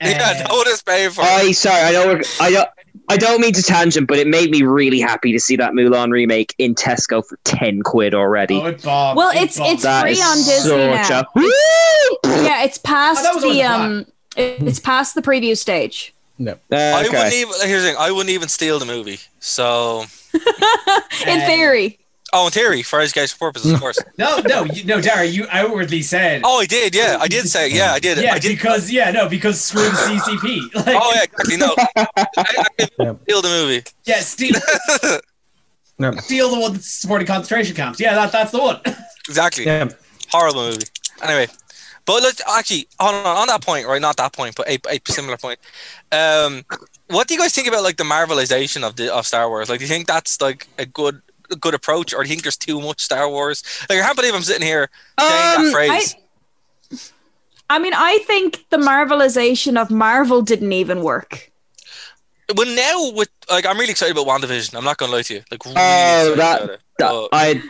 S2: yeah,
S5: Uh,
S2: no one is paying for
S6: I sorry, I don't, I don't, I don't mean to tangent, but it made me really happy to see that Mulan remake in Tesco for ten quid already.
S5: Oh, it bombed.
S8: Well,
S5: It
S8: it's
S5: bombed.
S8: it's free on Disney now. yeah, it's past
S5: that was on
S8: the
S5: the
S8: um, it- it's past the preview stage.
S6: No.
S2: I wouldn't even. Here's the thing. I wouldn't even steal the movie. So,
S8: In theory,
S2: oh, in theory, for educational purposes, of course.
S5: No, no, you, no, Dara, you outwardly said.
S2: Oh, I did. Yeah, I did say. Yeah, I did.
S5: Yeah,
S2: I did.
S5: because yeah, no, because screw the CCP. Like,
S2: Oh yeah, exactly. No, I, I didn't steal the movie.
S5: yeah, steal, steal the one that's supporting concentration camps. Yeah, that, that's the one.
S2: Exactly. Horrible movie. Anyway, but let's actually on on that point, right? Not that point, but a, a similar point. Um, what do you guys think about like the Marvelization of the of Star Wars? Like, do you think that's like a good a good approach, or do you think there's too much Star Wars? Like, I can't believe I'm sitting here saying that phrase.
S8: Um, I mean, I think the marvelization of Marvel didn't even work.
S2: Well, now with like, I'm really excited about WandaVision. I'm not gonna lie to you. Like, really
S6: Oh,
S2: excited
S6: that,
S2: about it.
S6: that I,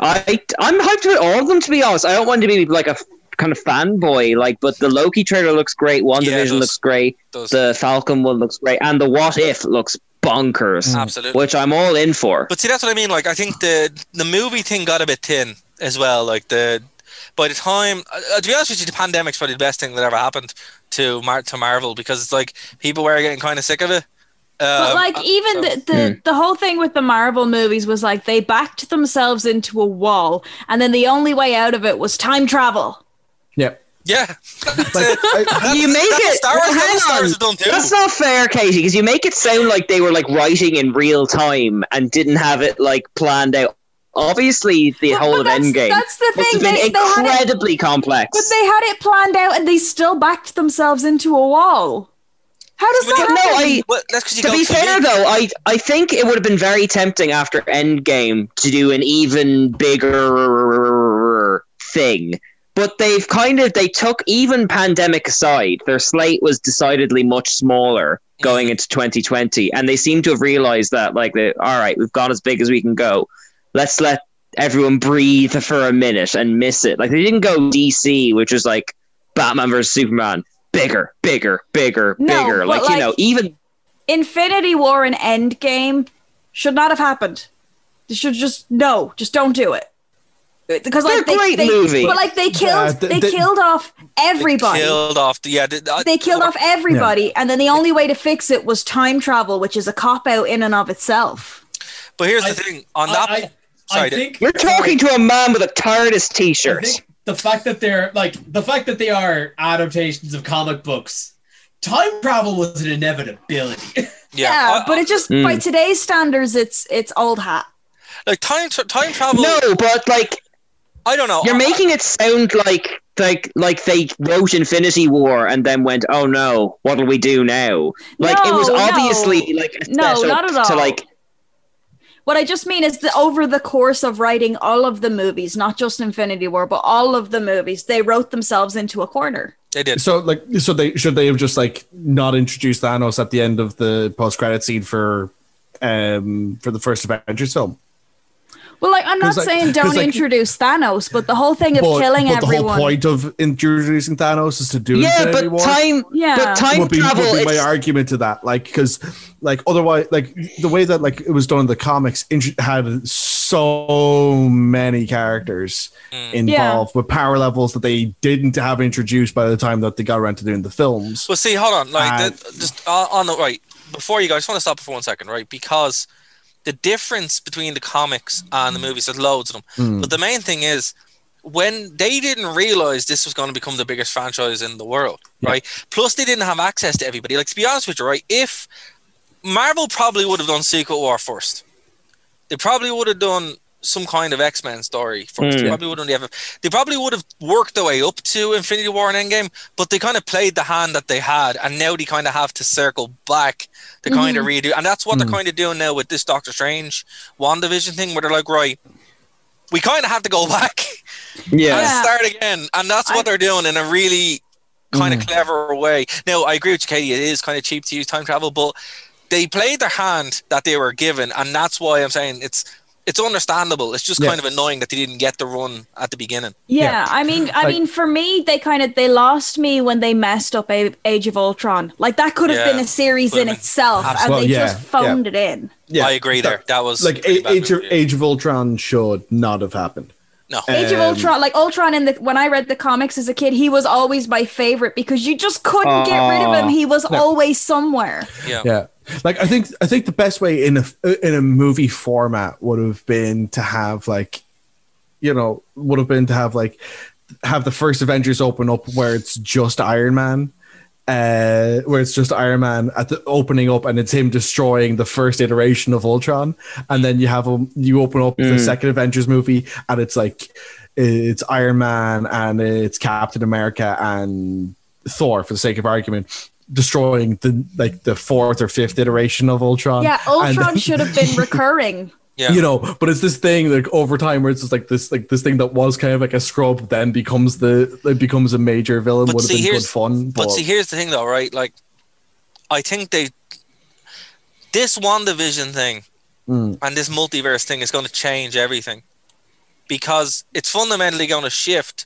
S6: I, I'm hyped about all of them. To be honest, I don't want to be like a f- kind of fanboy, like, but the Loki trailer looks great. One Division looks great. The Falcon one looks great, and the What If looks
S8: Mm.
S6: bonkers.
S2: Absolutely.
S6: which I'm all in for.
S2: But see, that's what I mean. Like, I think the the movie thing got a bit thin as well. Like the by the time, uh, to be honest with you, the pandemic's probably the best thing that ever happened to Mar- to Marvel because it's like people were getting kind of sick of it.
S8: But
S2: Um,
S8: like,
S2: uh,
S8: even
S2: so-
S8: the the,
S6: Hmm.
S8: the whole thing with the Marvel movies was like they backed themselves into a wall, and then the only way out of it was time travel.
S2: yeah,
S6: you make
S2: that's what
S6: it.
S2: Star Wars-
S6: well,
S2: that's
S6: hang
S2: what Star Wars
S6: on.
S2: has done too.
S6: That's not fair, Katie, because you make it sound like they were like writing in real time and didn't have it like planned out. Obviously, the whole of Endgame
S8: that's the
S6: must have
S8: thing,
S6: been
S8: they- they had it-
S6: incredibly complex.
S8: But they had it planned out and they still backed themselves into a wall. How does
S6: But
S8: that
S6: no,
S8: happen?
S6: I, to be fair though, I, I think it would have been very tempting after Endgame to do an even bigger thing. But they've kind of they took even pandemic aside, their slate was decidedly much smaller going into 2020, and they seem to have realized that like they, all right, we've gone as big as we can go. Let's let everyone breathe for a minute and miss it. Like they didn't go DC, which was like Batman versus Superman, bigger, bigger, bigger,
S8: No,
S6: bigger.
S8: but,
S6: Like, you know,
S8: like,
S6: even
S8: Infinity War and Endgame should not have happened. They should just no, just don't do it. Because like
S6: They're
S8: they,
S6: great
S8: they-
S6: movies.
S8: but like they killed
S2: Yeah, th-
S8: they,
S2: they-
S8: killed off everybody.
S2: killed off. The, yeah, the,
S7: Uh,
S8: they killed off everybody, and then the only way to fix it was time travel, which is a cop out in and of itself.
S2: But here's the thing on that. sorry, Dave.
S6: you're talking to a man with a TARDIS t-shirt.
S5: the fact that they're like the fact that they are adaptations of comic books. Time travel was an inevitability.
S8: Yeah,
S7: Uh,
S8: but it just
S7: mm.
S8: by today's standards, it's it's old hat.
S2: Like time tra- time travel.
S6: No, but like
S2: I don't know.
S6: You're
S2: Oh, I-
S6: making it sound like like like they wrote Infinity War and then went, "Oh no, what'll we do now?" Like it was
S8: No, no.
S6: obviously like a
S8: No,
S6: setup
S8: not at
S6: to
S8: all.
S6: like
S8: What I just mean is that over the course of writing all of the movies, not just Infinity War, but all of the movies, they wrote themselves into a corner.
S2: They did.
S7: So like so they should they have just like not introduced Thanos at the end of the post credit scene for um for the first Avengers film.
S8: Well, like I'm not
S7: 'Cause, like-
S8: saying
S7: 'cause,
S8: don't
S7: like-
S8: introduce Thanos, but the whole thing of
S7: but,
S8: killing
S7: but the
S8: everyone.
S7: whole point of introducing Thanos is to do
S8: Yeah, but time- Yeah.
S7: but
S8: but time
S7: would be, would
S8: travel
S7: be my
S8: is-
S7: argument to that, like because like otherwise, like the way that like it was done in the comics int- had so many characters
S2: Mm.
S7: involved with power levels that they didn't have introduced by the time that they got around to doing the films.
S2: But see, hold on, like
S7: Uh,
S2: the, just on, on the right before you go, I just want to stop for one second, right? Because the difference between the comics and the movies, there's loads of them.
S19: Mm.
S2: But the main thing is when they didn't realize this was going to become the biggest franchise in the world, right? Plus, they didn't have access to everybody. Like to be honest with you, right? If Marvel probably would have done Secret War first, they probably would have done some kind of X Men story first. They
S6: Mm.
S2: probably wouldn't have. They probably would have worked their way up to Infinity War and Endgame, but they kind of played the hand that they had, and now they kind of have to circle back to kind of
S6: Mhm.
S2: redo. And that's what
S6: Mm.
S2: they're kind of doing now with this Doctor Strange, WandaVision thing, where they're like, right, we kind of have to go back
S6: Yeah.
S2: and start again, and that's what they're doing in a really kind of clever way. Now, I agree with you, Katie. It is kind of cheap to use time travel, but they played their hand that they were given, and that's why I'm saying it's it's understandable. It's just
S8: Yeah.
S2: kind of annoying that they didn't get the run at the beginning.
S8: yeah, I mean, I
S2: Like-
S8: mean, for me, they kind of they lost me when they messed up A- Age of Ultron. Like that could have
S2: Yeah.
S8: been a series in
S2: Would've been
S8: itself,
S7: absolute-
S8: and they
S7: Well, yeah,
S8: just phoned it in.
S7: Yeah,
S2: I agree there. That was
S7: like
S2: pretty
S7: A-
S2: bad
S7: Age of,
S2: movie.
S7: Age of Ultron should not have happened.
S2: No,
S8: Age of
S7: Um,
S8: Ultron, like Ultron in the when I read the comics as a kid, he was always my favorite because you just couldn't get rid of him.
S7: Aw.
S8: He was
S7: No.
S8: always somewhere.
S2: Yeah.
S7: Like I think I think the best way in a in a movie format would have been to have like you know, would have been to have like have the first Avengers open up where it's just Iron Man. Uh, where it's just Iron Man at the opening up, and it's him destroying the first iteration of Ultron, and then you have him. You open up the
S6: Mm.
S7: second Avengers movie, and it's like it's Iron Man and it's Captain America and Thor, for the sake of argument, destroying the like the fourth or fifth iteration of Ultron.
S8: yeah,
S7: Um, And
S8: Ultron
S7: then-
S8: should have been recurring.
S7: you know, but it's this thing like over time where it's just like this like this thing that was kind of like a scrub then becomes the it becomes a major villain
S2: But
S7: would
S2: see,
S7: have been good
S2: here's-
S7: fun. But,
S2: But see, here's the thing, though, right? Like, I think they this WandaVision thing
S7: Mm.
S2: and this multiverse thing is going to change everything because it's fundamentally going to shift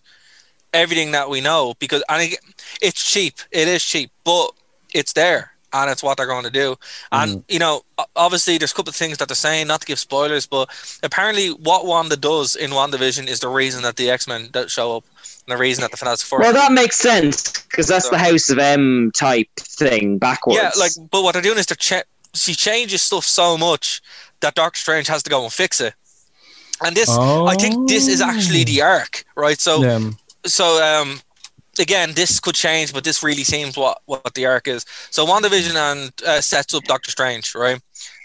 S2: everything that we know. Because and ag- it's cheap, it is cheap, but it's there and it's what they're going to do. And you know, o- obviously, there's a couple of things that they're saying, not to give spoilers, but apparently, what Wanda does in WandaVision is the reason that the X Men don't show up and the reason that the Fantastic Four.
S20: Well, that makes sense because that's
S2: So-
S20: the House of M type thing backwards.
S2: Yeah, like, but what they're doing is they're cha- she changes stuff so much that Doctor Strange has to go and fix it. And this, I think, this is actually
S20: Oh.
S2: the arc, right? So,
S7: Yeah.
S2: so um, again, this could change, but this really seems what what the arc is. So, WandaVision and uh, sets up Doctor Strange, right?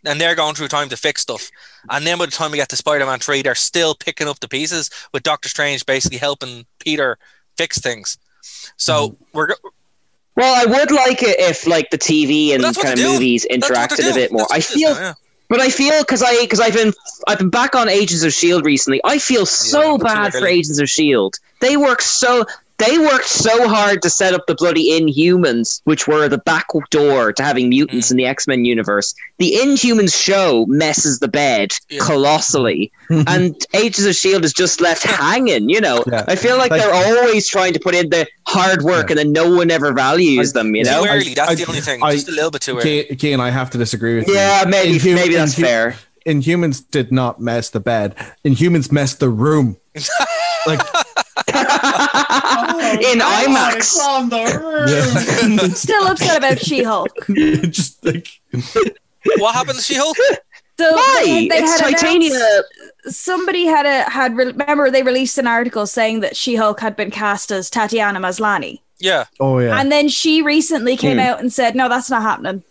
S2: And they're going through time to fix stuff. And then by the time we get to Spider-Man three, they're still picking up the pieces with Doctor Strange basically helping Peter fix things. So
S20: Mm-hmm.
S2: we're go-
S20: Well, I would like it if like the TV and
S2: But that's what
S20: kind
S2: they're
S20: of
S2: doing.
S20: movies
S2: That's what they're
S20: interacted a
S2: doing.
S20: bit more.
S2: That's
S20: I
S2: what it is
S20: feel,
S2: now, yeah.
S20: but I feel because I because I've been I've been back on Agents of Shield recently. I feel so bad for Agents of Shield. E They work so they worked so hard to set up the bloody Inhumans, which were the back door to having mutants in the X Men universe. The Inhumans show messes the bed colossally, and Agents of Shield E is just left hanging. You know, I feel like,
S7: Like-
S20: they're always trying to put in the hard work, and then no one ever values them. You
S7: It's
S20: know,
S7: too early, that's I-
S2: the only thing,
S7: I-
S2: just a little bit too early.
S7: Kay, Kay and I have to disagree with
S20: Yeah,
S7: you.
S20: maybe-
S7: Inhu-
S20: maybe that's
S7: Inhu-
S20: fair.
S7: Inhumans did not mess the bed. Inhumans messed the room. like
S20: in
S5: God,
S20: IMAX.
S5: it's on the roof.
S8: Still upset about She-Hulk.
S7: just like
S2: what happened to She Hulk?
S8: So
S2: Why? It's
S8: announced-
S2: Titania.
S8: Somebody had a had re- remember they released an article saying that She-Hulk had been cast as Tatiana Maslany,
S2: Yeah.
S7: Oh yeah.
S8: and then she recently came
S7: Hmm.
S8: out and said, "No, that's not happening."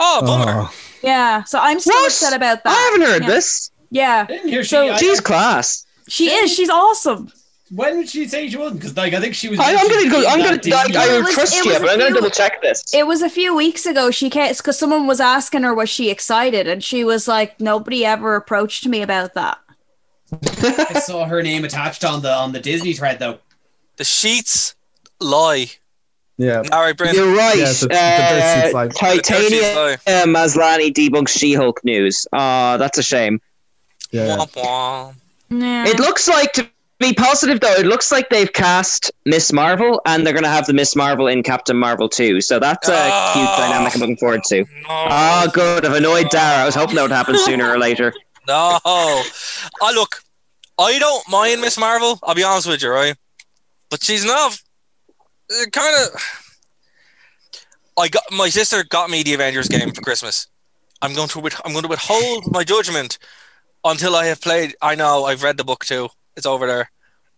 S20: Uh,
S2: Oh,
S7: bummer.
S8: Yeah, so I'm still upset about that. I
S20: haven't heard
S8: yeah.
S20: this.
S8: Yeah,
S5: Here she,
S8: so
S5: I-
S20: She's class.
S8: she is. She's awesome.
S5: When did she say she was? Because like I think she was.
S20: I, I'm gonna go. I'm gonna.
S5: That
S20: I, I
S5: Disney-
S20: will trust
S8: it
S20: you,
S8: was
S20: but I'm
S8: a
S20: gonna
S8: few-
S20: double check this.
S8: It was a few weeks ago. She came because someone was asking her, was she excited? And she was like, nobody ever approached me about that.
S5: I saw her name attached on the on the Disney thread though.
S2: The sheets lie.
S7: Yeah.
S2: All right, Brent.
S20: You're right.
S2: Yeah, the- the
S20: uh,
S2: Dirty Slime. The Dirty
S20: Titania
S2: Slime.
S20: uh, Maslani debunks She-Hulk news. Ah, that's a shame.
S7: Yeah.
S2: Womp womp.
S8: Yeah.
S6: It looks like to be positive though. It looks like they've cast Miss Marvel, and they're going to have the Miss Marvel in Captain Marvel too. So that's a cute dynamic I'm looking forward to.
S7: Ah,
S20: Ah,
S2: Ah.
S6: Oh, good. I've annoyed Dara. I was hoping that would happen sooner or later.
S2: No. I look, I don't mind Miss Marvel. I'll be honest with you, right? But she's not. Kind of. I got my sister got me the Avengers game for Christmas. I'm going to with, I'm going to withhold my judgment until I have played. I know I've read the book too. It's over there.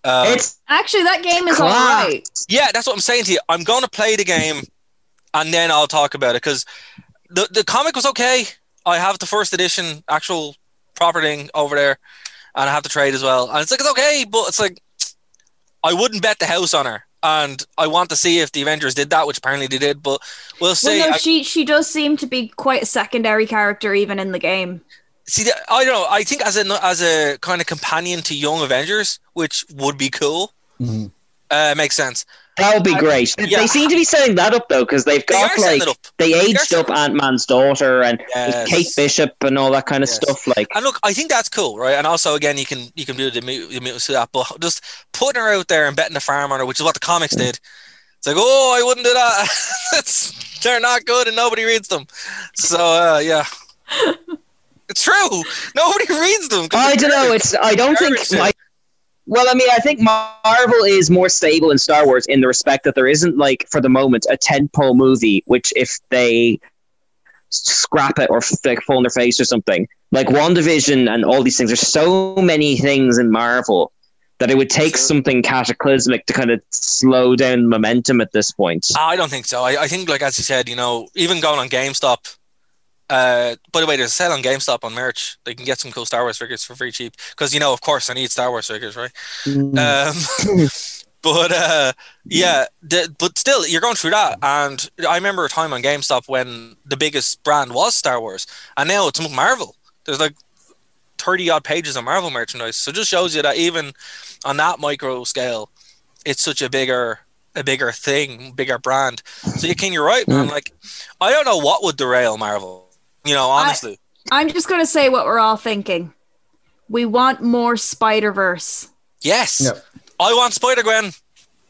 S2: Um,
S8: Actually, that game is alright.
S2: yeah, that's what I'm saying to you. I'm going to play the game, and then I'll talk about it because the the comic was okay. I have the first edition, actual proper thing over there, and I have the trade as well. And it's like it's okay, but it's like I wouldn't bet the house on her. And I want to see if the Avengers did that, which apparently they did. But we'll see.
S8: Well, no,
S2: I-
S8: she she does seem to be quite a secondary character even in the game.
S2: See, th- I don't know. I think as a as a kind of companion to Young Avengers, which would be cool, uh, makes sense.
S6: That would be great. They-
S2: Yeah.
S6: They seem to be setting that up though, because they've
S2: They
S6: got
S2: are setting it
S6: like
S2: up.
S6: they
S2: They are
S6: aged
S2: setting
S6: up Ant Man's daughter and
S2: Yes.
S6: Kate Bishop and all that kind of stuff. Like,
S2: And look, I think that's cool, right? And also, again, you can you can do the mute the mutants to that, but just putting her out there and betting the farm on her, which is what the comics did. It's like, oh, I wouldn't do that. It's- they're not good, and nobody reads them. So uh, yeah, it's true. Nobody reads them. 'cause
S6: I
S2: they're
S6: don't know.
S2: garbage.
S6: It's I don't think.
S2: Garbage.
S6: My, well, I mean, I think Marvel is more stable than Star Wars in the respect that there isn't like for the moment a tentpole movie, which if they scrap it or f- like fall in their face or something, like WandaVision and all these things. There's so many things in Marvel that it would take something cataclysmic to kind of slow down momentum at this point.
S2: I don't think so. I, I think, like as you said, you know, even going on GameStop. Uh, by the way, there's a sale on GameStop on merch. They can get some cool Star Wars figures for very cheap. Because you know, of course, I need Star Wars figures, right? Um, but uh, yeah, the, but still, you're going through that. And I remember a time on GameStop when the biggest brand was Star Wars, and now it's Marvel. There's like thirty odd pages of Marvel merchandise. So it just shows you that even on that micro scale, it's such a bigger a bigger thing, bigger brand. So you can you're right, man. Like I don't know what would derail Marvel. You know, honestly.
S8: I'm just gonna say what we're all thinking. We want more Spider Verse.
S2: yes. I want Spider Gwen.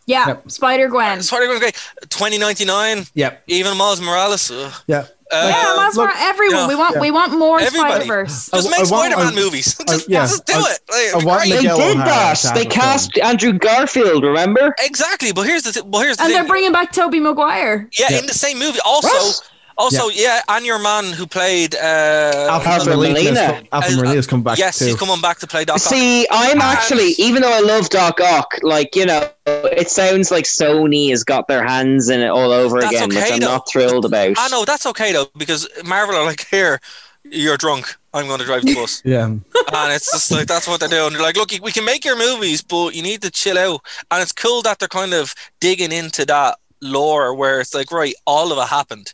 S8: Yeah, Spider Gwen.
S2: Spider Gwen great. Twenty ninety nine.
S7: Yep.
S2: Even Miles Morales. ugh. Uh,
S7: Yeah.
S8: yeah, Miles Morales, everyone.
S2: yeah.
S8: We want
S2: Yeah.
S8: we want more Spider
S2: Everybody.
S8: Verse.
S2: Just make Spider-Man movies. Just- just do it. Like, it'd be great.
S6: they did that. They cast Andrew Garfield. Remember?
S2: Exactly, but here's the th- well, here's the
S8: And
S2: thing.
S8: they're bringing back Toby Maguire.
S2: Yeah, in the same movie. Also, also, yeah. and your man who played uh,
S7: Alfred Molina. has come- Alfred Molina's come back
S2: yes,
S7: too.
S2: he's coming back to play Doc. Ock.
S6: See, I'm
S2: And-
S6: actually, even though I love Doc Ock, like you know, it sounds like Sony has got their hands in it all over
S2: That's
S6: again, which
S2: okay,
S6: I'm
S2: though.
S6: not thrilled about.
S2: I know that's okay though because Marvel are like, here, you're drunk. I'm going to drive the bus,
S7: Yeah.
S2: and it's just like that's what they're doing. They're like, look, we can make your movies, but you need to chill out. And it's cool that they're kind of digging into that lore where it's like, right, all of it happened.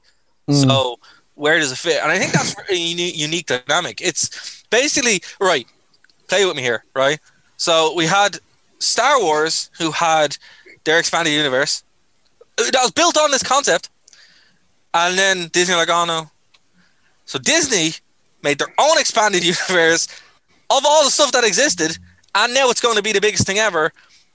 S2: So where does it fit? And I think that's a uni- unique dynamic. It's basically right. Play with me here, right? So we had Star Wars, who had their expanded universe uh, that was built on this concept, and then Disney were like, oh no. So Disney made their own expanded universe of all the stuff that existed, and now it's going to be the biggest thing ever.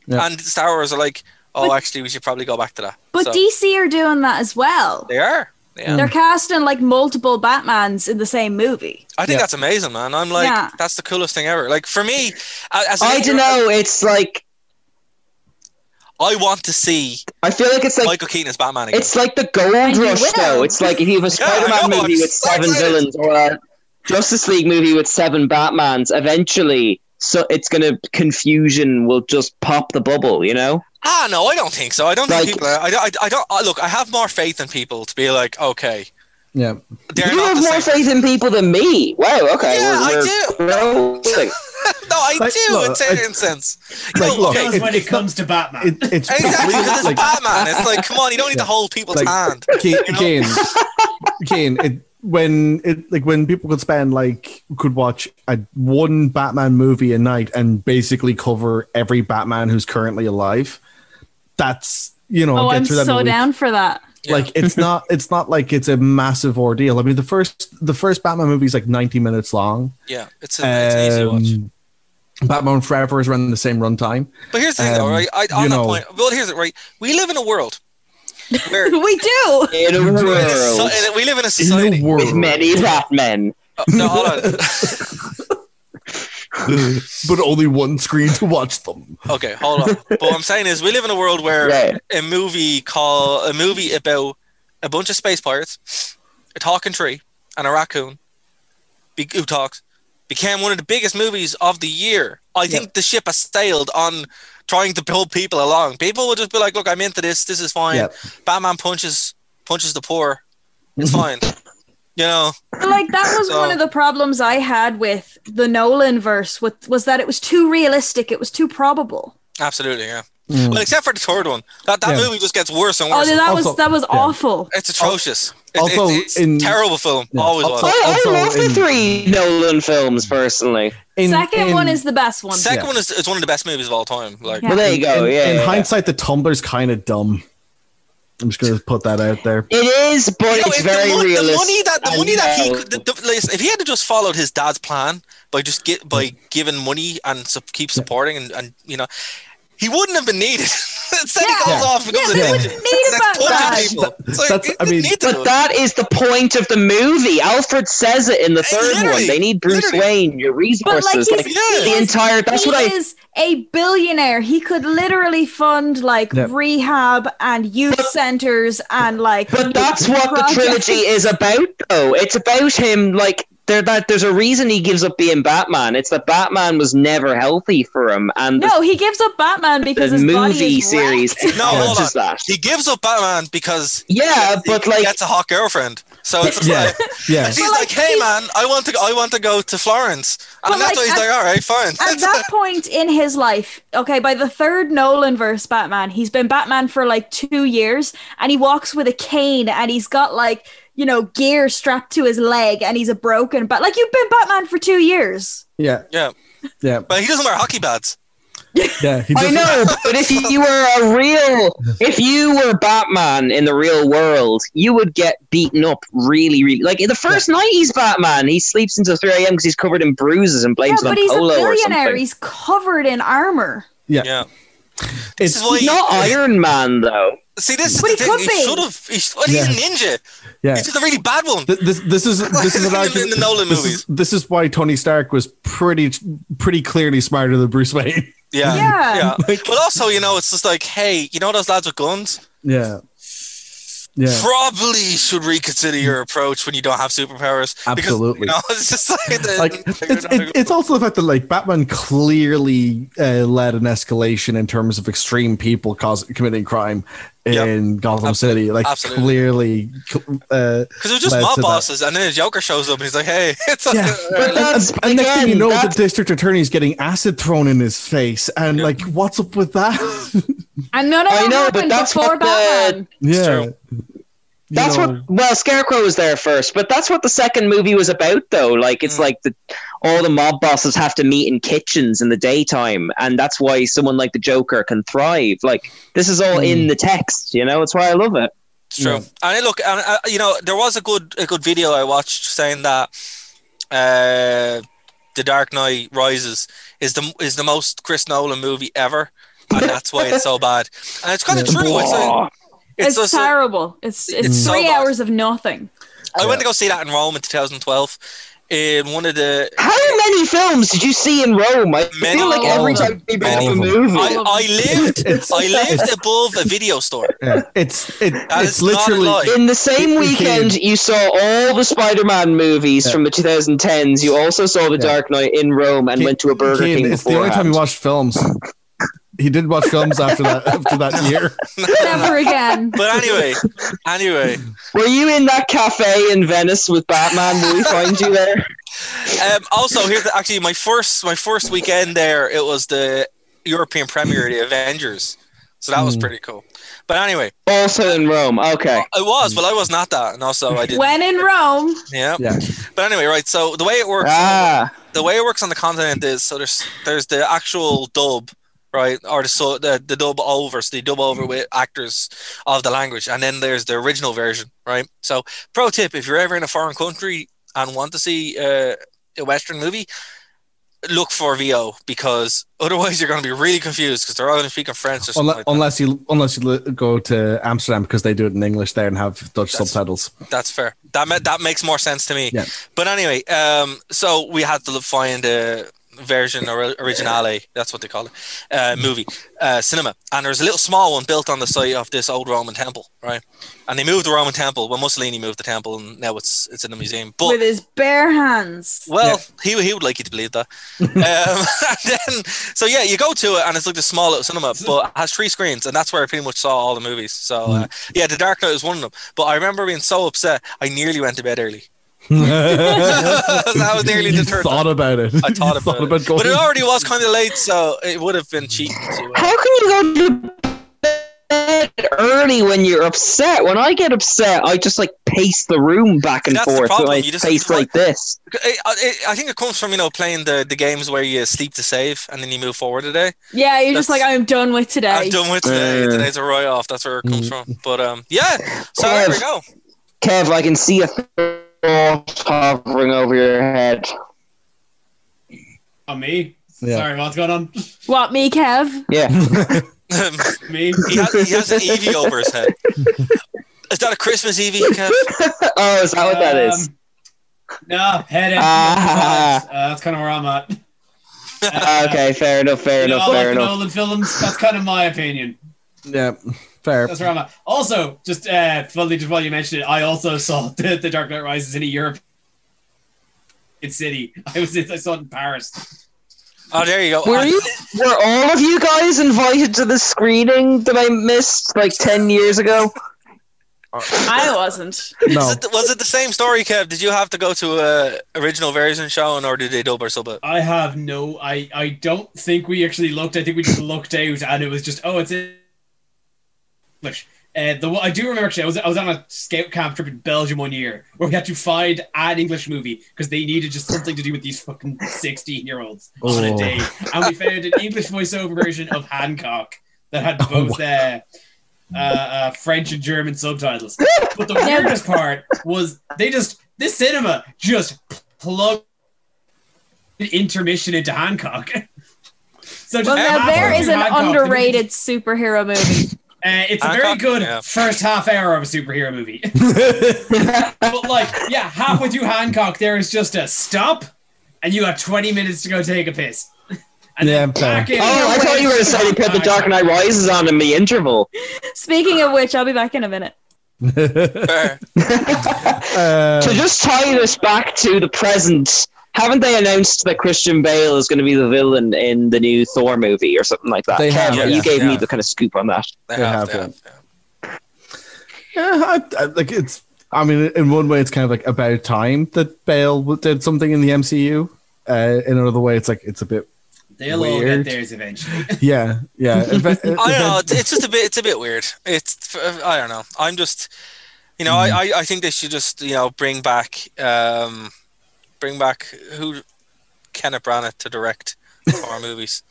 S7: Yeah.
S2: And Star Wars are like, oh, actually, we should probably go back to that.
S8: But
S2: So,
S8: DC are doing that as well.
S2: they are. Yeah.
S8: They're casting like multiple Batmans in the same movie.
S2: I think that's amazing, man. I'm like,
S8: Yeah.
S2: that's the coolest thing ever. Like for me, a- as an
S6: I
S2: actor,
S6: don't know. It's like
S2: I want to see.
S6: I feel like it's like
S2: Michael Keaton as Batman again.
S6: it's like the gold
S2: you
S6: rush,
S2: will.
S6: though. It's like if you have a
S2: Yeah, I
S6: Spider-Man
S2: know,
S6: movie
S2: I'm
S6: with
S2: so
S6: seven
S2: excited.
S6: villains or a Justice League movie with seven Batmans, eventually, so it's gonna confusion will just pop the bubble, you know.
S2: ah, no, I don't think so. I don't
S6: Like-
S2: think people. Are, I, don't- I, I don't. I, look, I have more faith in people to be like, okay,
S7: Yeah.
S2: they're
S6: you
S2: not
S6: have
S2: the
S6: more
S2: same.
S6: faith in people than me. Wow. Okay.
S2: Yeah, I
S6: I do.
S2: No, I
S7: Like,
S2: do.
S7: look,
S2: in certain
S7: it's-
S2: sense.
S7: like, look,
S5: Because
S7: it-
S5: when it comes to Batman,
S7: It, it's
S2: Exactly, because it's
S7: like-
S2: Batman. It's like, come on, you don't need to hold people's hand.
S7: Again, again, again, it when it like when people could spend like could watch a one Batman movie a night and basically cover every Batman who's currently alive. That's you know
S8: oh,
S7: get
S8: I'm
S7: through that in a
S8: so
S7: week.
S8: down for that.
S7: Like it's not it's not like it's a massive ordeal. I mean the first the first Batman movie is like ninety minutes long.
S2: Yeah, it's, a, it's an easy
S7: Um,
S2: watch.
S7: Batman Forever is around the same runtime.
S2: But here's the thing, though,
S7: Um,
S2: right? I, on that
S7: you know-
S2: point, well, here's it, right? We live in a world where
S8: we do.
S6: In a world.
S2: so- and we live in a society
S6: with many Batmen.
S2: No, hold on.
S7: but only one screen to watch them.
S2: Okay, hold on. but what I'm saying is, we live in a world where
S7: Yeah.
S2: a movie call a movie about a bunch of space pirates, a talking tree, and a raccoon be- who talks became one of the biggest movies of the year. I think the ship has sailed on trying to pull people along. People will just be like, "Look, I'm into this. This is fine."
S7: Yeah.
S2: Batman punches punches the poor. It's fine. You know,
S8: But, like that was
S2: So-
S8: one of the problems I had with the Nolan verse with was that it was too realistic, it was too probable.
S2: absolutely, yeah.
S7: Mm.
S2: Well, except for the third one, that, that
S7: Yeah.
S2: movie just gets worse and
S8: Oh,
S2: worse.
S8: that was that was awful.
S2: It's atrocious. It-
S8: Also,
S2: it's, it's
S7: Oh, in-
S2: terrible film. Always
S6: Also-
S8: Oh,
S2: was.
S6: I love the
S2: in-
S6: three Nolan films personally.
S8: Second one is the best one.
S2: Second one is, is one of the best movies of all time. Like,
S7: In, in hindsight, the Tumblr's kind of dumb. I'm just gonna put that out there.
S6: It is, but
S2: You know,
S6: it's
S2: if the
S6: very
S2: mon- the,
S6: realistic.
S2: money that the
S6: I
S2: money that he
S6: know.
S2: could, the, the, listen, if he had to just followed his dad's plan by just get by giving money and su- keep supporting and, and you know he wouldn't have been needed. Instead, he goes
S6: Yeah.
S2: off and
S6: Yeah,
S2: becomes
S6: they
S2: a ninja.
S6: wouldn't
S8: need
S2: That's
S8: about
S2: torture
S8: that.
S2: people. It's like,
S7: That's-
S2: he
S7: I
S2: didn't
S7: mean-
S2: need to do
S6: But
S2: it.
S6: that is the point of the movie. Alfred says it in the third one. They need Bruce Wayne, your
S8: But like,
S6: resources.
S8: he's,
S6: Like, the entire. That's
S8: he
S6: what I.
S8: is a billionaire. He could literally fund like
S6: Yeah.
S8: rehab and youth centers and like.
S6: But that's what the
S8: projects.
S6: trilogy is about, though. It's about him. Like there, that there's a reason he gives up being Batman. It's that Batman was never healthy for him, and the-
S8: No, he gives up Batman
S6: the,
S8: because his body
S6: movie
S8: is
S6: series
S8: wrecked.
S2: No, hold
S6: acknowledges that.
S2: He gives up Batman because
S6: yeah, but like
S2: that's a hot girlfriend. So it's just like,
S7: yeah.
S2: And she's like, "Hey man, I want to, I want to go to Florence," and
S8: But,
S2: that's
S8: like,
S2: why he's
S8: at-
S2: like, "All right, fine."
S8: At that point in his life, okay, by the third Nolan verse Batman, he's been Batman for like two years and he walks with a cane and he's got like, you know, gear strapped to his leg and he's a broken bat. Like, you've been Batman for two years.
S7: Yeah,
S2: yeah,
S7: yeah.
S2: But he doesn't wear hockey pads.
S7: Yeah, he
S6: I know, but if you were a real, if you were Batman in the real world, you would get beaten up really, really. Like in the first night, he's Batman. He sleeps until three a.m. because he's covered in bruises and
S8: Yeah,
S6: blames it
S8: but
S6: on
S8: he's a
S6: polo or
S8: billionaire.
S6: something.
S8: He's covered in armor.
S7: Yeah,
S2: yeah.
S7: This
S2: is why
S6: he's not Iron Man though.
S2: See, this is the
S8: But he
S2: thing.
S8: could
S2: He
S8: be.
S2: should have. He should, well, he's a
S7: Yeah.
S2: ninja.
S7: Yeah.
S2: He's just a really bad one.
S7: Th- This, this is this is an
S2: In the
S7: argument-
S2: Nolan
S7: this is-
S2: movies.
S7: this is why Tony Stark was pretty pretty clearly smarter than Bruce Wayne.
S2: Yeah.
S7: Yeah.
S2: but also, you know, it's just like, hey, you know those lads with guns?
S7: Yeah. Yeah.
S2: Probably should reconsider your approach when you don't have superpowers.
S7: Absolutely.
S2: Because, you know, it's just like, the-
S7: like it's, it, it's also the fact that like batman clearly uh, led an escalation in terms of extreme people causing committing crime in gotham city like
S2: Absolutely.
S7: clearly because uh,
S2: Because it was just
S7: led
S2: mob
S7: to that.
S2: bosses, and then the Joker shows up and he's like, hey, it's like,
S7: and, and- and next thing you know the district attorney's getting acid thrown in his face and like what's up with that
S8: And none of
S6: I
S8: that
S6: know, but
S8: happened
S6: that's
S8: before
S6: what the-
S8: Batman.
S7: yeah
S6: That's
S7: know-
S6: what. Well, Scarecrow was there first, but that's what the second movie was about, though. Like,
S2: Hmm.
S6: it's like the all the mob bosses have to meet in kitchens in the daytime, and that's why someone like the Joker can thrive. Like, this is all
S7: Hmm.
S6: in the text, you know. It's why I love it.
S2: It's true. And I look, and uh, you know, there was a good a good video I watched saying that uh, the Dark Knight Rises is the is the most Chris Nolan movie ever, and that's why it's so bad. And it's kind of true. It's, like, it's
S8: It's,
S2: just like-
S8: terrible. It's it's,
S2: It's so
S8: three
S2: bad.
S8: hours of nothing.
S2: I went to go see that in Rome in 2012. In Um, one of the
S6: How many films did you see in Rome? I
S2: Many.
S6: feel like every
S2: All of
S6: time they bring
S2: Many.
S6: up a movie,
S2: I, I lived,
S7: It's-
S2: I lived
S7: it's-
S2: above a video store.
S7: Yeah, it's it,
S2: That is
S7: it's
S2: not a lie.
S7: literally
S6: in the same
S7: It became-
S6: weekend you saw all the Spider-Man movies from the 2010s. You also saw The Dark Knight in Rome and went to a Burger
S7: Kane,
S6: King.
S7: it's the only time he watched films he did watch films after that after that year
S8: Never again.
S2: But anyway, anyway,
S6: Were you in that cafe in Venice with Batman? Will we find you there?
S2: um, also here's the- actually my first my first weekend there. It was the European premiere, of the Avengers. So that was pretty cool. But anyway,
S6: Also in Rome. Okay.
S2: I was, but I was not that, and also I didn't.
S8: When in Rome,
S2: Yeah. But anyway, right. So the way it works,
S6: Ah.
S2: the way it works on the continent is so there's there's the actual dub, right, or the so the, the dub over, so they dub over with actors of the language, and then there's the original version, right. So pro tip: if you're ever in a foreign country and want to see uh, a Western movie, look for VO because otherwise you're going to be really confused because they're all going to speak in French or something. like
S7: Unless, unless you unless you li- go to Amsterdam because they do it in English there and have Dutch subtitles.
S2: That's fair. That ma- that makes more sense to me.
S7: Yeah.
S2: But anyway, um, so we had to find a version or originale. That's what they call it. Uh, movie, uh, cinema, and there's a little small one built on the site of this old Roman temple, right? And they moved the Roman temple. Well, Mussolini moved the temple, and now it's it's in the museum. But
S8: with his bare hands.
S2: well, he, he would like you to believe that. um, and then, so yeah, you go to it, and it's like this small little cinema, but it has three screens, and that's where I pretty much saw all the movies. So uh,
S7: Hmm.
S2: yeah, The Dark Knight was one of them. But I remember being so upset, I nearly went to bed early.
S7: that
S2: was nearly the
S7: you
S2: third
S7: Thought about it. I thought about, it.
S2: But it already was kind of late, so it would have been cheating. To, uh,
S6: How can you go to bed early when you're upset? When I get upset, I just like pace the room back and
S2: That's the
S6: forth. So
S2: problem,
S6: I
S2: you just-
S6: pace like this.
S2: I- I, I think it comes from you know playing the, the games where you sleep to save and then you move forward a day.
S8: Yeah, you're just
S2: That's-
S8: like I'm done with today.
S2: I'm done with today.
S6: Uh.
S2: Today's a write off. That's where it comes
S7: Hmm.
S2: from. But um, yeah. So there we
S6: Kev.
S2: go.
S6: Kev, I can see a thought hovering over your head.
S5: On Oh, me? Sorry, what's going on?
S8: What me, Kev?
S6: Yeah.
S5: me?
S2: He has, he has an Eevee over his head. Is that a Christmas Eevee, Kev?
S6: oh, is that what that is?
S5: Um, No, head end.
S6: Ah.
S5: uh, that's kind of where I'm at.
S6: Ah, okay, fair enough, fair
S5: You know, I
S6: enough,
S5: like
S6: fair
S5: the
S6: enough.
S5: Nolan films. That's kind of my opinion.
S7: Yeah, fair.
S5: That's where I'm at. Also, just uh, funny, just while you mentioned it, I also saw the, the Dark Knight Rises in a European city. I was I saw it in Paris.
S2: Oh, there you go.
S6: Were you? Were all of you guys invited to the screening that I missed like ten years ago?
S8: I wasn't.
S2: Is it, was it the same story, Kev? Did you have to go to a original version showing, or did they dub or sub it?
S5: I have no. I I don't think we actually looked. I think we just looked out, and it was just oh, it's in English. Uh, the one- I do remember actually, I was I was on a scout camp trip in Belgium one year where we had to find an English movie because they needed just something to do with these fucking sixteen year olds on a
S21: Oh.
S5: day, and we found an English voiceover version of Hancock that had both. Uh, uh, uh, French and German subtitles. But the weirdest part was they just this cinema just plugged intermission into Hancock. so
S8: well, now there is an underrated superhero movie.
S5: Uh, it's a very good first half hour of a superhero movie. but like, yeah, halfway through Hancock, there is just a stop, and you have twenty minutes to go take a piss.
S7: yeah, fair.
S5: Back in-
S6: Oh, I thought you were going to say you put the Dark Knight Rises on in the interval.
S8: Speaking of which, I'll be back in a minute.
S7: Um,
S6: so just tying this back to the present, haven't they announced that Christian Bale is going to be the villain in the new Thor movie or something like that?
S7: They have,
S6: Kev,
S7: yeah,
S6: you gave
S7: yeah.
S6: me the kind of scoop on that.
S7: They have, yeah. Yeah, I, I, like it's. I mean, in one way, it's kind of like about time that Bale w- did something in the MCU. Uh, in another way, it's like it's a bit.
S5: They'll all
S7: Weird.
S5: get theirs eventually.
S7: Yeah, yeah. If-
S2: I uh, don't
S7: if-
S2: know. It's it's just a bit. It's a bit weird. It's. I don't know. I'm just. You know, I,
S6: Mm-hmm.
S2: I, I think they should just you know bring back um, bring back who Kenneth Branagh to direct our movies.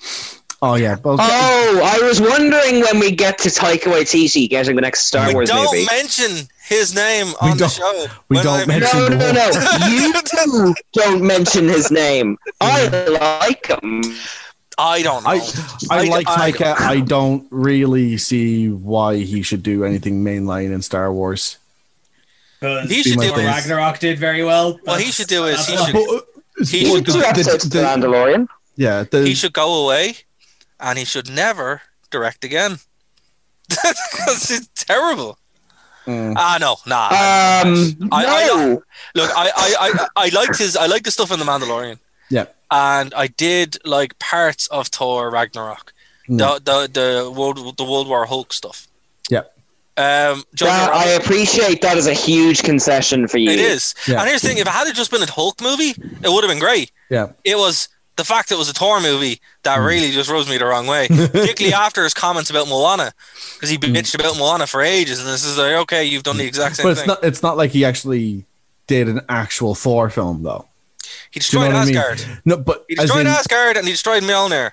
S7: Oh yeah. Well,
S6: Oh, I was wondering when we get to Taika Waititi getting the next Star Wars
S2: don't
S6: movie.
S2: mention his name on the show.
S6: We
S2: when
S6: don't
S2: I'm-
S6: No, no, no. You two don't mention his name. I
S7: Mm-hmm.
S6: like him.
S2: I don't know.
S7: I, I like Taika. I, don't really see why he should do anything mainline in Star Wars.
S5: Because
S7: He should do it.
S5: Ragnarok did very well.
S2: What he should do is he
S5: That's
S2: should
S5: why-
S2: he should,
S7: the- the- the-
S6: Mandalorian.
S2: he
S7: Yeah, the,
S2: should go away, and he should never direct again. Because it's terrible.
S7: mm.
S2: Ah no, nah.
S7: Uh,
S6: Um,
S2: I, I,
S6: no.
S2: look, I, I, I, I liked his. I liked the stuff in the Mandalorian,
S7: yeah.
S2: and I did like parts of Thor Ragnarok, the, the the world the World War Hulk stuff.
S7: Yeah.
S2: Um, John
S6: That- I appreciate that is a huge concession for you.
S2: It is.
S6: Yeah.
S2: And here's the thing: if it had just been a Hulk movie, it would have been great.
S7: Yeah. Mm.
S2: It was the fact that it was a Thor movie that really just rubs me the wrong way, particularly after his comments about Moana, because he
S7: Mm.
S2: bitched about Moana for ages, and this is like, okay, you've done the exact same
S7: But it's
S2: thing.
S7: not. It's not like he actually did an actual Thor film, though.
S2: he
S7: Do you
S2: destroyed
S7: know what I mean?
S2: Asgard.
S7: No, but
S2: He
S7: as
S2: destroyed
S7: in-
S2: Asgard and he destroyed Mjolnir.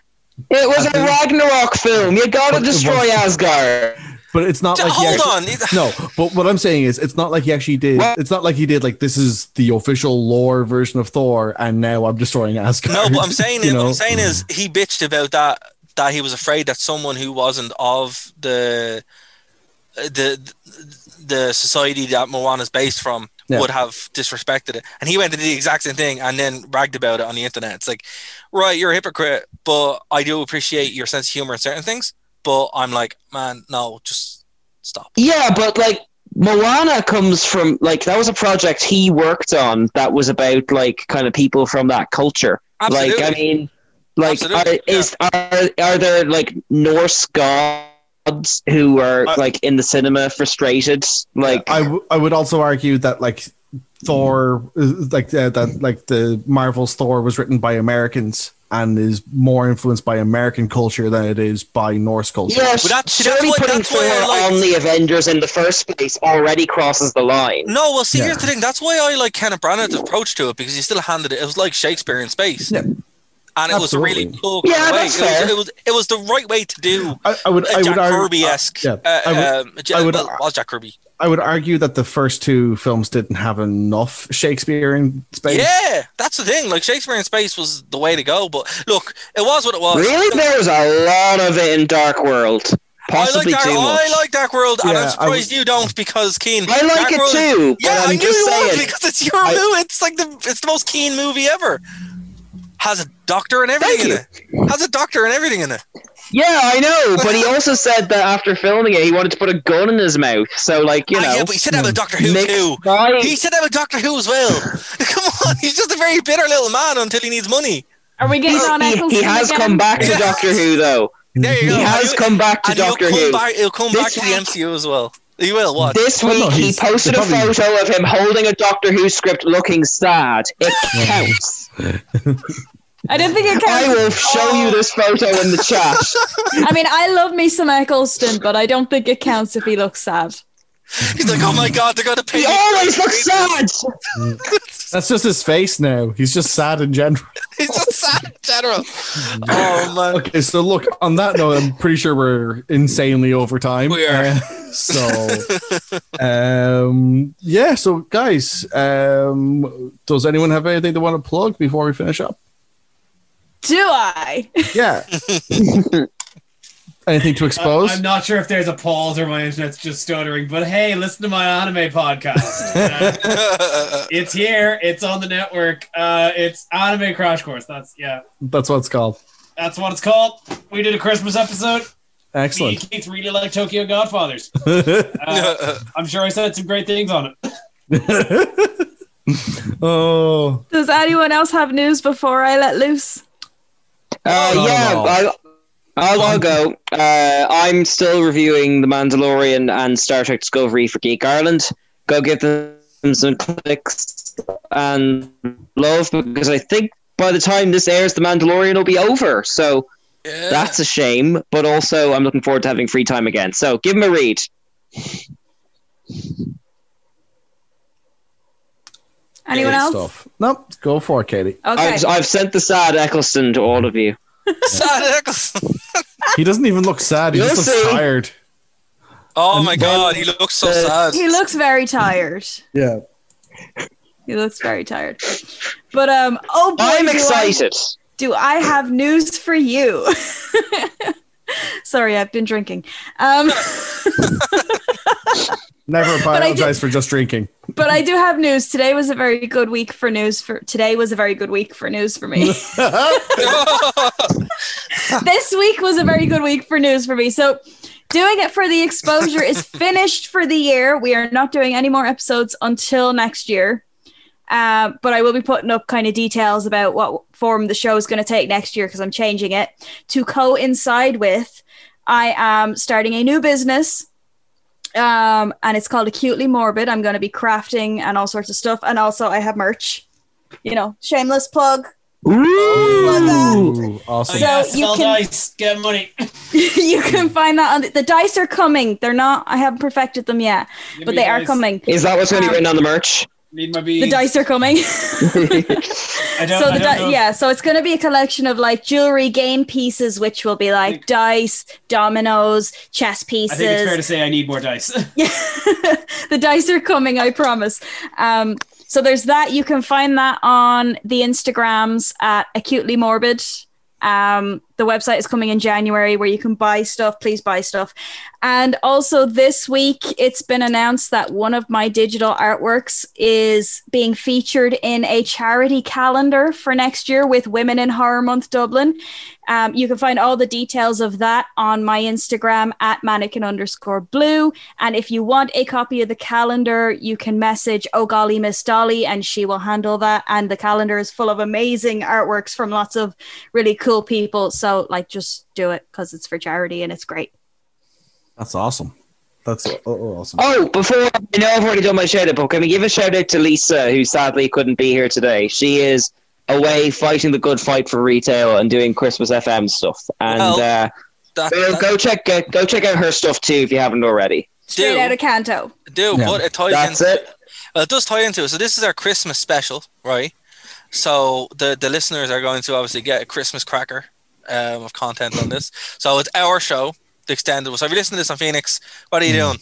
S6: It was a Ragnarok film. You gotta
S7: But it
S6: destroy
S7: was-
S6: Asgard.
S7: But it's not
S5: J-
S7: like he
S5: hold
S7: actually- No, but what I'm saying is, it's not like he actually did. It's not like he did like this is the official lore version of Thor, and now I'm destroying Asgard.
S5: No, what I'm saying
S7: you
S5: is, what
S7: know?
S5: I'm saying is, he bitched about that that he was afraid that someone who wasn't of
S2: uh,
S5: the the the society that Moana's based from
S7: Yeah.
S5: would have disrespected it, and he went to the exact same thing and then ragged about it on the internet. It's like, right, you're a hypocrite, but I do appreciate your sense of humor in certain things. But I'm like, man, no, just stop.
S6: Yeah, but like Moana comes from like that was a project he worked on that was about like kind of people from that culture.
S5: Absolutely.
S6: Like I mean, like are,
S5: Absolutely,
S6: is are are there like Norse gods who are like in the cinema frustrated? Like
S7: I, w- I would also argue that like Thor, uh, like uh, that, like the Marvel's Thor was written by Americans and is more influenced by American culture than it is by Norse culture.
S6: yeah, surely putting Thor on the Avengers in the first place already crosses the line.
S5: No, well, see, here's the thing. That's why I like Kenneth Branagh's approach to it because he still handed it. It was like Shakespeare in space. And it was a really
S7: Absolutely.
S5: cool kind
S7: Yeah,
S5: of way.
S7: that's
S5: it, was,
S7: fair.
S5: it was it was the right way to do.
S7: I, I would- I would
S5: Jack
S7: argue-
S5: Kirby esque.
S7: uh, yeah, I would- I would-
S5: well, it was Jack Kirby.
S7: I would argue that the first two films didn't have enough Shakespeare in space.
S5: Yeah, that's the thing. Like Shakespeare in space was the way to go. But look, it was what it was.
S6: Really, there was a lot of it in Dark World. Possibly
S5: Oh, I like Dark,
S6: too much.
S5: I like Dark World, and
S6: Yeah,
S5: I'm
S6: I
S5: surprised you don't because Keen.
S6: I like
S5: Dark
S6: it
S5: World-
S6: too, but
S5: Yeah,
S6: I'm
S5: I knew
S6: just
S5: you would
S6: saying,
S5: because it's your
S6: I-
S5: movie. It's like the it's the most Keen movie ever. Has a doctor and everything in it. Has a doctor and everything in it.
S6: Yeah, I know, but he also said that after filming it, he wanted to put a gun in his mouth. So, like, you
S5: Ah,
S6: know, hmm.
S5: yeah, but he said that about Doctor Who
S6: mixed
S5: too.
S6: signs.
S5: He said that about Doctor Who as well. Come on, he's just a very bitter little man until he needs money.
S8: Are we
S6: He- he, he has come back to Doctor Who, though.
S5: There you
S6: He
S5: go.
S6: has
S5: And
S6: come back to
S5: and he'll
S6: Doctor
S5: come
S6: Who.
S5: Back, he'll come back to the MCU as well. He will. What
S6: This week, he posted a photo of him holding a Doctor Who script looking sad. It counts.
S8: I don't think it
S6: I
S8: counts.
S6: will show you this photo in the chat.
S8: I mean, I love me some Mike Olston, but I don't think it counts if he looks sad.
S5: He's like, oh my god, they're gonna pay.
S6: He always looks sad.
S7: That's just his face now. He's just sad in general.
S5: He's just sad in general. Oh man.
S7: Okay, so look, on that note, I'm pretty sure we're insanely over time. We are. so, um, yeah, so guys, um, does anyone have anything they want to plug before we finish up?
S8: Do I?
S7: Yeah. anything to expose?
S2: I, am not sure if there's a pause or my internet's just stuttering, but hey, listen to my anime podcast. Uh, it's here. It's on the network. Uh, it's Anime Crash Course. That's yeah.
S7: That's what it's called.
S2: That's what it's called. We did a Christmas episode. Me and
S7: Excellent.
S2: Keith really like Tokyo Godfathers. Uh, I'm sure I said some great things on it.
S7: oh.
S8: Does anyone else have news before I let loose?
S6: Uh, yeah, I'll, I'll, I'll go. Uh, I'm still reviewing The Mandalorian and Star Trek Discovery for Geek Ireland. Go give them some clicks and love because I think by the time this airs, The Mandalorian will be over. So that's a shame, but also I'm looking forward to having free time again. So give them a read.
S8: Anyone
S6: Good
S8: else?
S7: Stuff. Nope. Go for it, Katie.
S8: Okay.
S6: I've, I've sent the sad Eccleston to all of you.
S7: He doesn't even look sad. He
S6: You'll
S7: just looks
S6: see.
S7: tired.
S5: Oh my god, he looks so sad.
S8: He looks very tired.
S7: Yeah.
S8: He looks very tired. But um, oh boy,
S6: I'm
S8: do I-
S6: excited.
S8: do I have news for you? Sorry, I've been drinking. Um,
S7: Never
S8: But I did-
S7: apologize for just drinking.
S8: but I do have news. Today was a very good week for news. For today was a very good week for news for me. this week was a very good week for news for me. So, doing it for the exposure is finished for the year. We are not doing any more episodes until next year. Uh, but I will be putting up kind of details about what form the show is going to take next year because I'm changing it to coincide with I am starting a new business. Um, and it's called Acutely Morbid. I'm going to be crafting and all sorts of stuff. And also, I have merch. You know, shameless plug.
S7: Ooh, awesome.
S2: So yeah,
S8: So you
S2: sell
S8: can-
S2: dice, get money.
S8: you
S5: Mm.
S8: can find that on the, the dice are coming. They're not. I haven't perfected them yet,
S2: Give
S8: but
S2: me
S8: they are
S2: dice.
S8: coming.
S6: Is that what's going to
S8: Um,
S6: be written on the merch?
S5: Need my
S8: The
S5: beans.
S8: dice are coming.
S5: I don't,
S8: so
S5: I
S8: the
S5: don't
S8: di-
S5: know.
S8: yeah, so it's going to be a collection of like jewelry, game pieces, which will be like dice, dominoes, chess
S5: I think it's fair to
S8: pieces.
S5: say I need more dice.
S8: The dice are coming, I promise. Um, so there's that. You can find that on the Instagrams at acutely morbid. Um, the website is coming in January where you can buy stuff. Please buy stuff. And also this week, it's been announced that one of my digital artworks is being featured in a charity calendar for next year with Women in Horror Month Dublin. Um, you can find all the details of that on my Instagram at mannequin underscore blue. And if you want a copy of the calendar, you can message Oh Golly Miss Dolly and she will handle that. And the calendar is full of amazing artworks from lots of really cool people. So, like, just do it because it's for charity and it's great.
S7: That's awesome. That's uh, awesome.
S6: Oh, before I know I've already done my shout out, but can we give a shout out to Lisa, who sadly couldn't be here today? She is away fighting the good fight for retail and doing Christmas FM stuff. And
S8: Well,
S6: uh, go, go check go, go check out her stuff too if you haven't already.
S8: Straight out of Canto.
S2: Do
S6: Yeah.
S2: but it ties
S6: That's
S2: into
S6: it.
S2: Well, Uh, it does tie into it. So this is our Christmas special, right? So the the listeners are going to obviously get a Christmas cracker um, of content on this. So it's our show, the extended. one. So if you listen to this on Phoenix, what are you doing?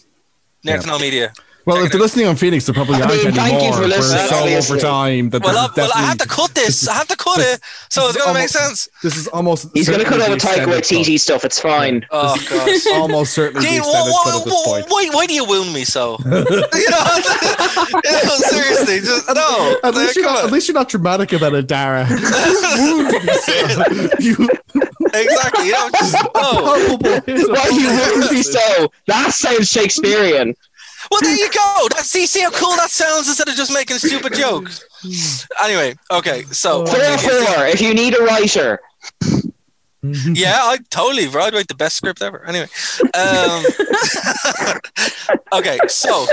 S2: Near to
S7: Mm. Yeah.
S2: no media.
S7: Well, if they're listening on Phoenix, they're probably
S2: I
S7: aren't
S2: mean, thank you
S7: anymore.
S2: for
S7: We're
S2: listening,
S7: so
S2: obviously.
S7: over time that
S2: Well, I,
S7: this is
S2: well, I have
S7: definitely-
S2: to cut this. I have to cut it. So it's
S7: is
S2: going to make
S7: almost-
S2: sense.
S7: This is almost.
S6: He's going to cut
S7: certainly
S6: all the
S7: the
S6: Taika
S7: extended
S6: Waititi stuff. It's fine.
S2: Oh,
S7: It's almost certainly the
S2: Dean,
S7: extended
S2: wha-
S7: cut at this
S2: wha-
S7: point.
S2: why, why do you wound me so? you know, You know, seriously, just no.
S7: At least, you're not, at least you're not dramatic about it, Dara.
S2: exactly. You know, just no.
S6: Why you wouldn't be so? That sounds Shakespearean.
S2: Well, there you go. That's see, see how cool that sounds instead of just making stupid jokes. Anyway, okay, so
S6: Therefore, if you need a writer,
S7: Mm-hmm.
S2: yeah, I totally. bro. I'd write the best script ever. Anyway, um, okay, so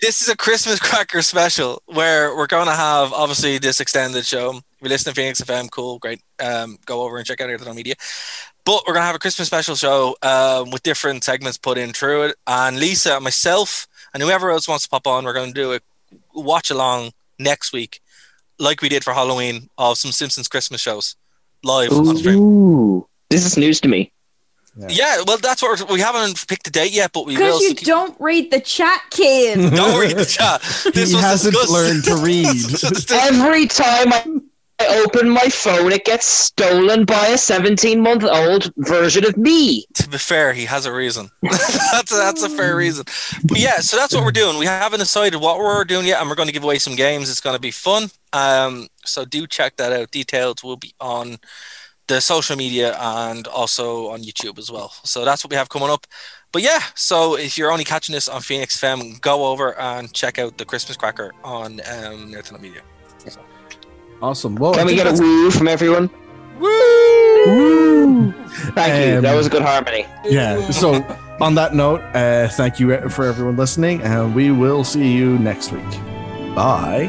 S2: this is a Christmas cracker special where we're going to have obviously this extended show. If you listen to Phoenix FM, cool, great. Um, go over and check out Airtel Media. But we're gonna have a Christmas special show um, with different segments put in through it. And Lisa, and myself, and whoever else wants to pop on, we're gonna do a watch along next week, like we did for Halloween, of some Simpsons Christmas shows live on stream.
S6: ooh, this is news to me.
S2: Yeah, well, that's what we're, we haven't picked a date yet, but we will.
S8: Because
S2: so
S8: you
S2: keep-
S8: don't read the chat, kid.
S2: don't worry, the chat. This
S7: he
S2: was
S7: hasn't
S2: discussed.
S7: learned to read.
S6: Every time I I open my phone, it gets stolen by a 17 month old version of me.
S2: To be fair, he has a reason. that's a, that's a fair reason. But yeah, so that's what we're doing. We haven't decided what we're doing yet, and we're going to give away some games. It's going to be fun. Um, so do check that out. Details will be on the social media and also on YouTube as well. So that's what we have coming up. But yeah, so if you're only catching this on Phoenix FM, go over and check out the Christmas Cracker on um, Nerdtonic Media.
S7: awesome. Well, Oh, I
S6: Can we
S7: think
S6: get a
S7: that's-
S6: woo from everyone?
S7: Woo!
S6: Thank you. That
S7: Um,
S6: was a good harmony.
S7: Yeah. So, on that note, uh, thank you for everyone listening, and we will see you next week. Bye.